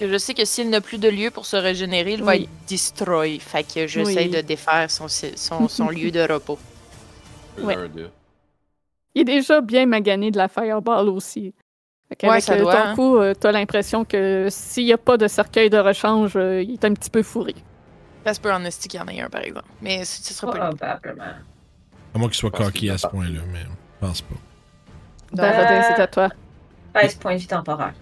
S4: Et je sais que s'il n'a plus de lieu pour se régénérer, il va
S1: Oui.
S4: être destroy. Fait que j'essaie
S1: Oui.
S4: de défaire son, son, son lieu de repos.
S1: Ouais.
S7: Un, deux.
S1: Il est déjà bien magané de la Fireball aussi. Fait
S4: Ouais,
S1: qu'avec,
S4: ça
S1: euh,
S4: doit,
S1: ton
S4: hein.
S1: coup, euh, t'as l'impression que s'il n'y a pas de cercueil de rechange, euh, il est un petit peu fourré.
S4: Ça se peut en esti qu'il y en ait un, par exemple. Mais ce ce sera pas lui.
S5: Oh, Probablement.
S3: À moins qu'il soit
S2: Je pense
S3: coquille
S2: qu'il
S3: à
S2: va
S3: ce
S2: partir.
S3: point-là, mais je pense pas.
S4: Donc,
S1: Baradin, c'est à toi.
S5: 13 points de vie temporaire.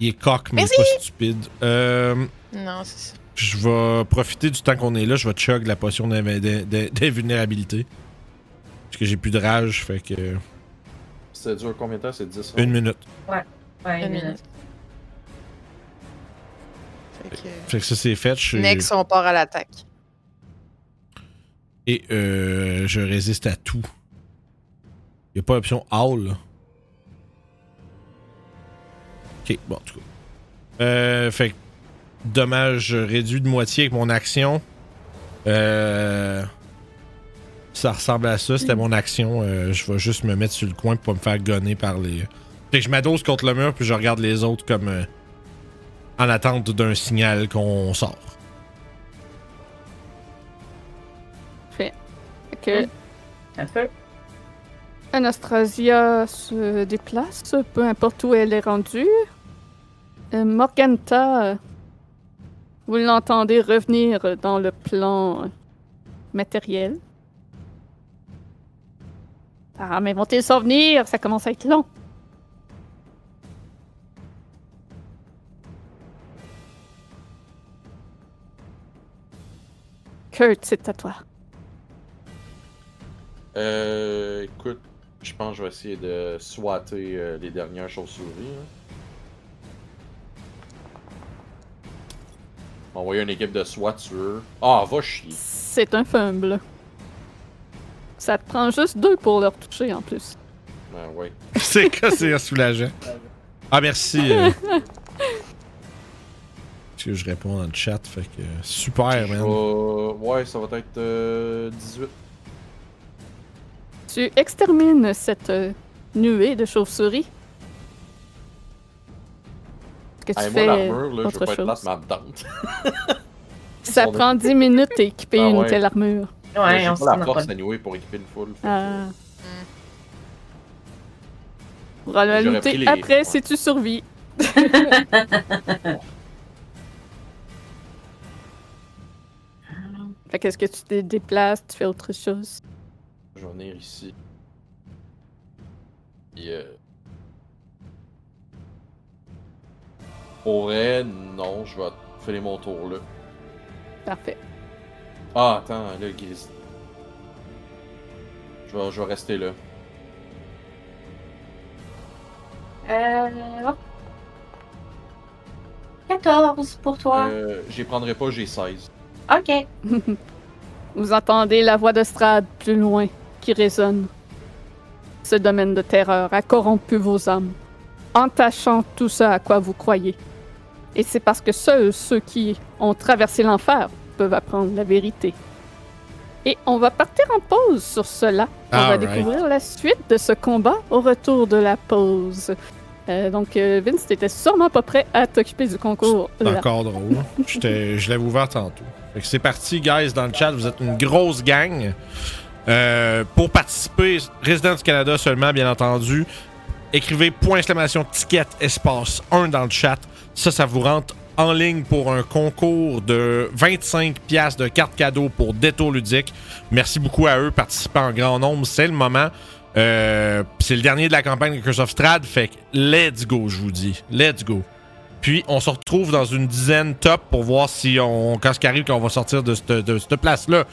S3: Il est coq, mais il est pas stupide. Euh,
S4: Non, c'est ça.
S3: je vais profiter du temps qu'on est là. Je vais chug la potion d'inv- d'in- d'in- d'invulnérabilité. Parce que j'ai plus de rage, fait que.
S2: Ça dure combien de temps? C'est 10
S3: Une minute.
S5: Ouais,
S4: Une
S5: mais-
S4: minute. Fait que-
S3: Fait que ça, c'est fait. je suis-
S4: Next, on part à l'attaque.
S3: Et euh, je résiste à tout. Il a pas option Howl. là. Ok, bon, en tout cas. Euh, fait que, dommage réduit de moitié avec mon action. Euh, ça ressemble à ça, c'était mon action. Euh, je vais juste me mettre sur le coin pour pas me faire gonner par les. Fait que je m'adosse contre le mur puis je regarde les autres comme euh, en attente d'un signal qu'on sort.
S1: Fait que
S5: euh, Un peu.
S1: Anastasia se déplace, peu importe où elle est rendue. Euh, Morganta, vous l'entendez revenir dans le plan matériel. Ah, mais vont-ils s'en venir? Ça commence à être long. Kurt, c'est à toi.
S2: Euh, écoute, je pense que je vais essayer de swatter euh, les dernières chauves-souris. Hein. Envoyer une équipe de SWAT sur eux. Ah, va chier.
S1: C'est un fumble. Ça te prend juste deux pour leur toucher en plus.
S2: Ben ouais.
S3: c'est quoi, c'est soulageant. Ah, merci. euh. Parce que je réponds dans le chat, fait que super,
S2: Je
S3: man.
S2: vais- Ouais, ça va être euh, 18.
S1: Tu extermines cette euh, nuée de chauves-souris. Qu'est-ce que
S2: Hey,
S1: tu
S2: moi,
S1: fais
S2: Ah, l'armure, là, je
S1: autre
S2: veux pas être
S1: chose?
S2: plate, mais elle me tente.
S1: Ça
S2: Bon, ben.
S1: prend 10 minutes d'équiper
S2: Ah
S1: une
S2: ouais.
S1: telle armure.
S2: Moi,
S5: Ouais,
S2: j'ai
S5: on
S2: pas
S5: s'en
S2: la
S5: a
S2: force
S5: pas.
S2: anyway pour équiper une foule. fait que,
S1: Ah. Pour
S2: J'aurais
S1: aller
S2: pris
S1: lutter
S2: les-
S1: après
S2: ouais.
S1: si tu survis. Fait qu'est-ce que tu te déplaces, tu fais autre chose?
S2: Je vais venir ici. Puis, euh... Pour vrai, non, je vais faire mon tour là.
S1: Parfait.
S2: Ah, attends, là, Guise. Je vais, je vais rester là.
S5: Euh, hop. 14 pour toi.
S2: Euh, j'y prendrai pas, j'ai 16.
S5: Ok.
S1: Vous entendez la voix de Strad plus loin qui résonne. Ce domaine de terreur a corrompu vos âmes, entachant tout ce à quoi vous croyez. Et c'est parce que seuls ceux qui ont traversé l'enfer peuvent apprendre la vérité. Et on va partir en pause sur cela. On va
S3: Alright.
S1: découvrir la suite de ce combat au retour de la pause. Euh, donc, euh, Vince, t'étais sûrement pas prêt à t'occuper du concours.
S3: C'est
S1: là.
S3: encore drôle. J'étais- je l'avais ouvert tantôt. Fait que c'est parti, guys, dans le chat. Vous êtes une grosse gang. Euh, pour participer, résident du Canada seulement, bien entendu, écrivez point exclamation ticket espace 1 dans le chat. Ça, ça vous rentre en ligne pour un concours de 25 pièces de cartes cadeaux pour Détour Ludique. Merci beaucoup à eux, participants en grand nombre. C'est le moment. Euh, c'est le dernier de la campagne de Curse of Strad. Fait que let's go, je vous dis. Let's go. Puis on se retrouve dans une dizaine top pour voir si on, quand ce qui arrive, qu'on va sortir de cette, de cette place-là.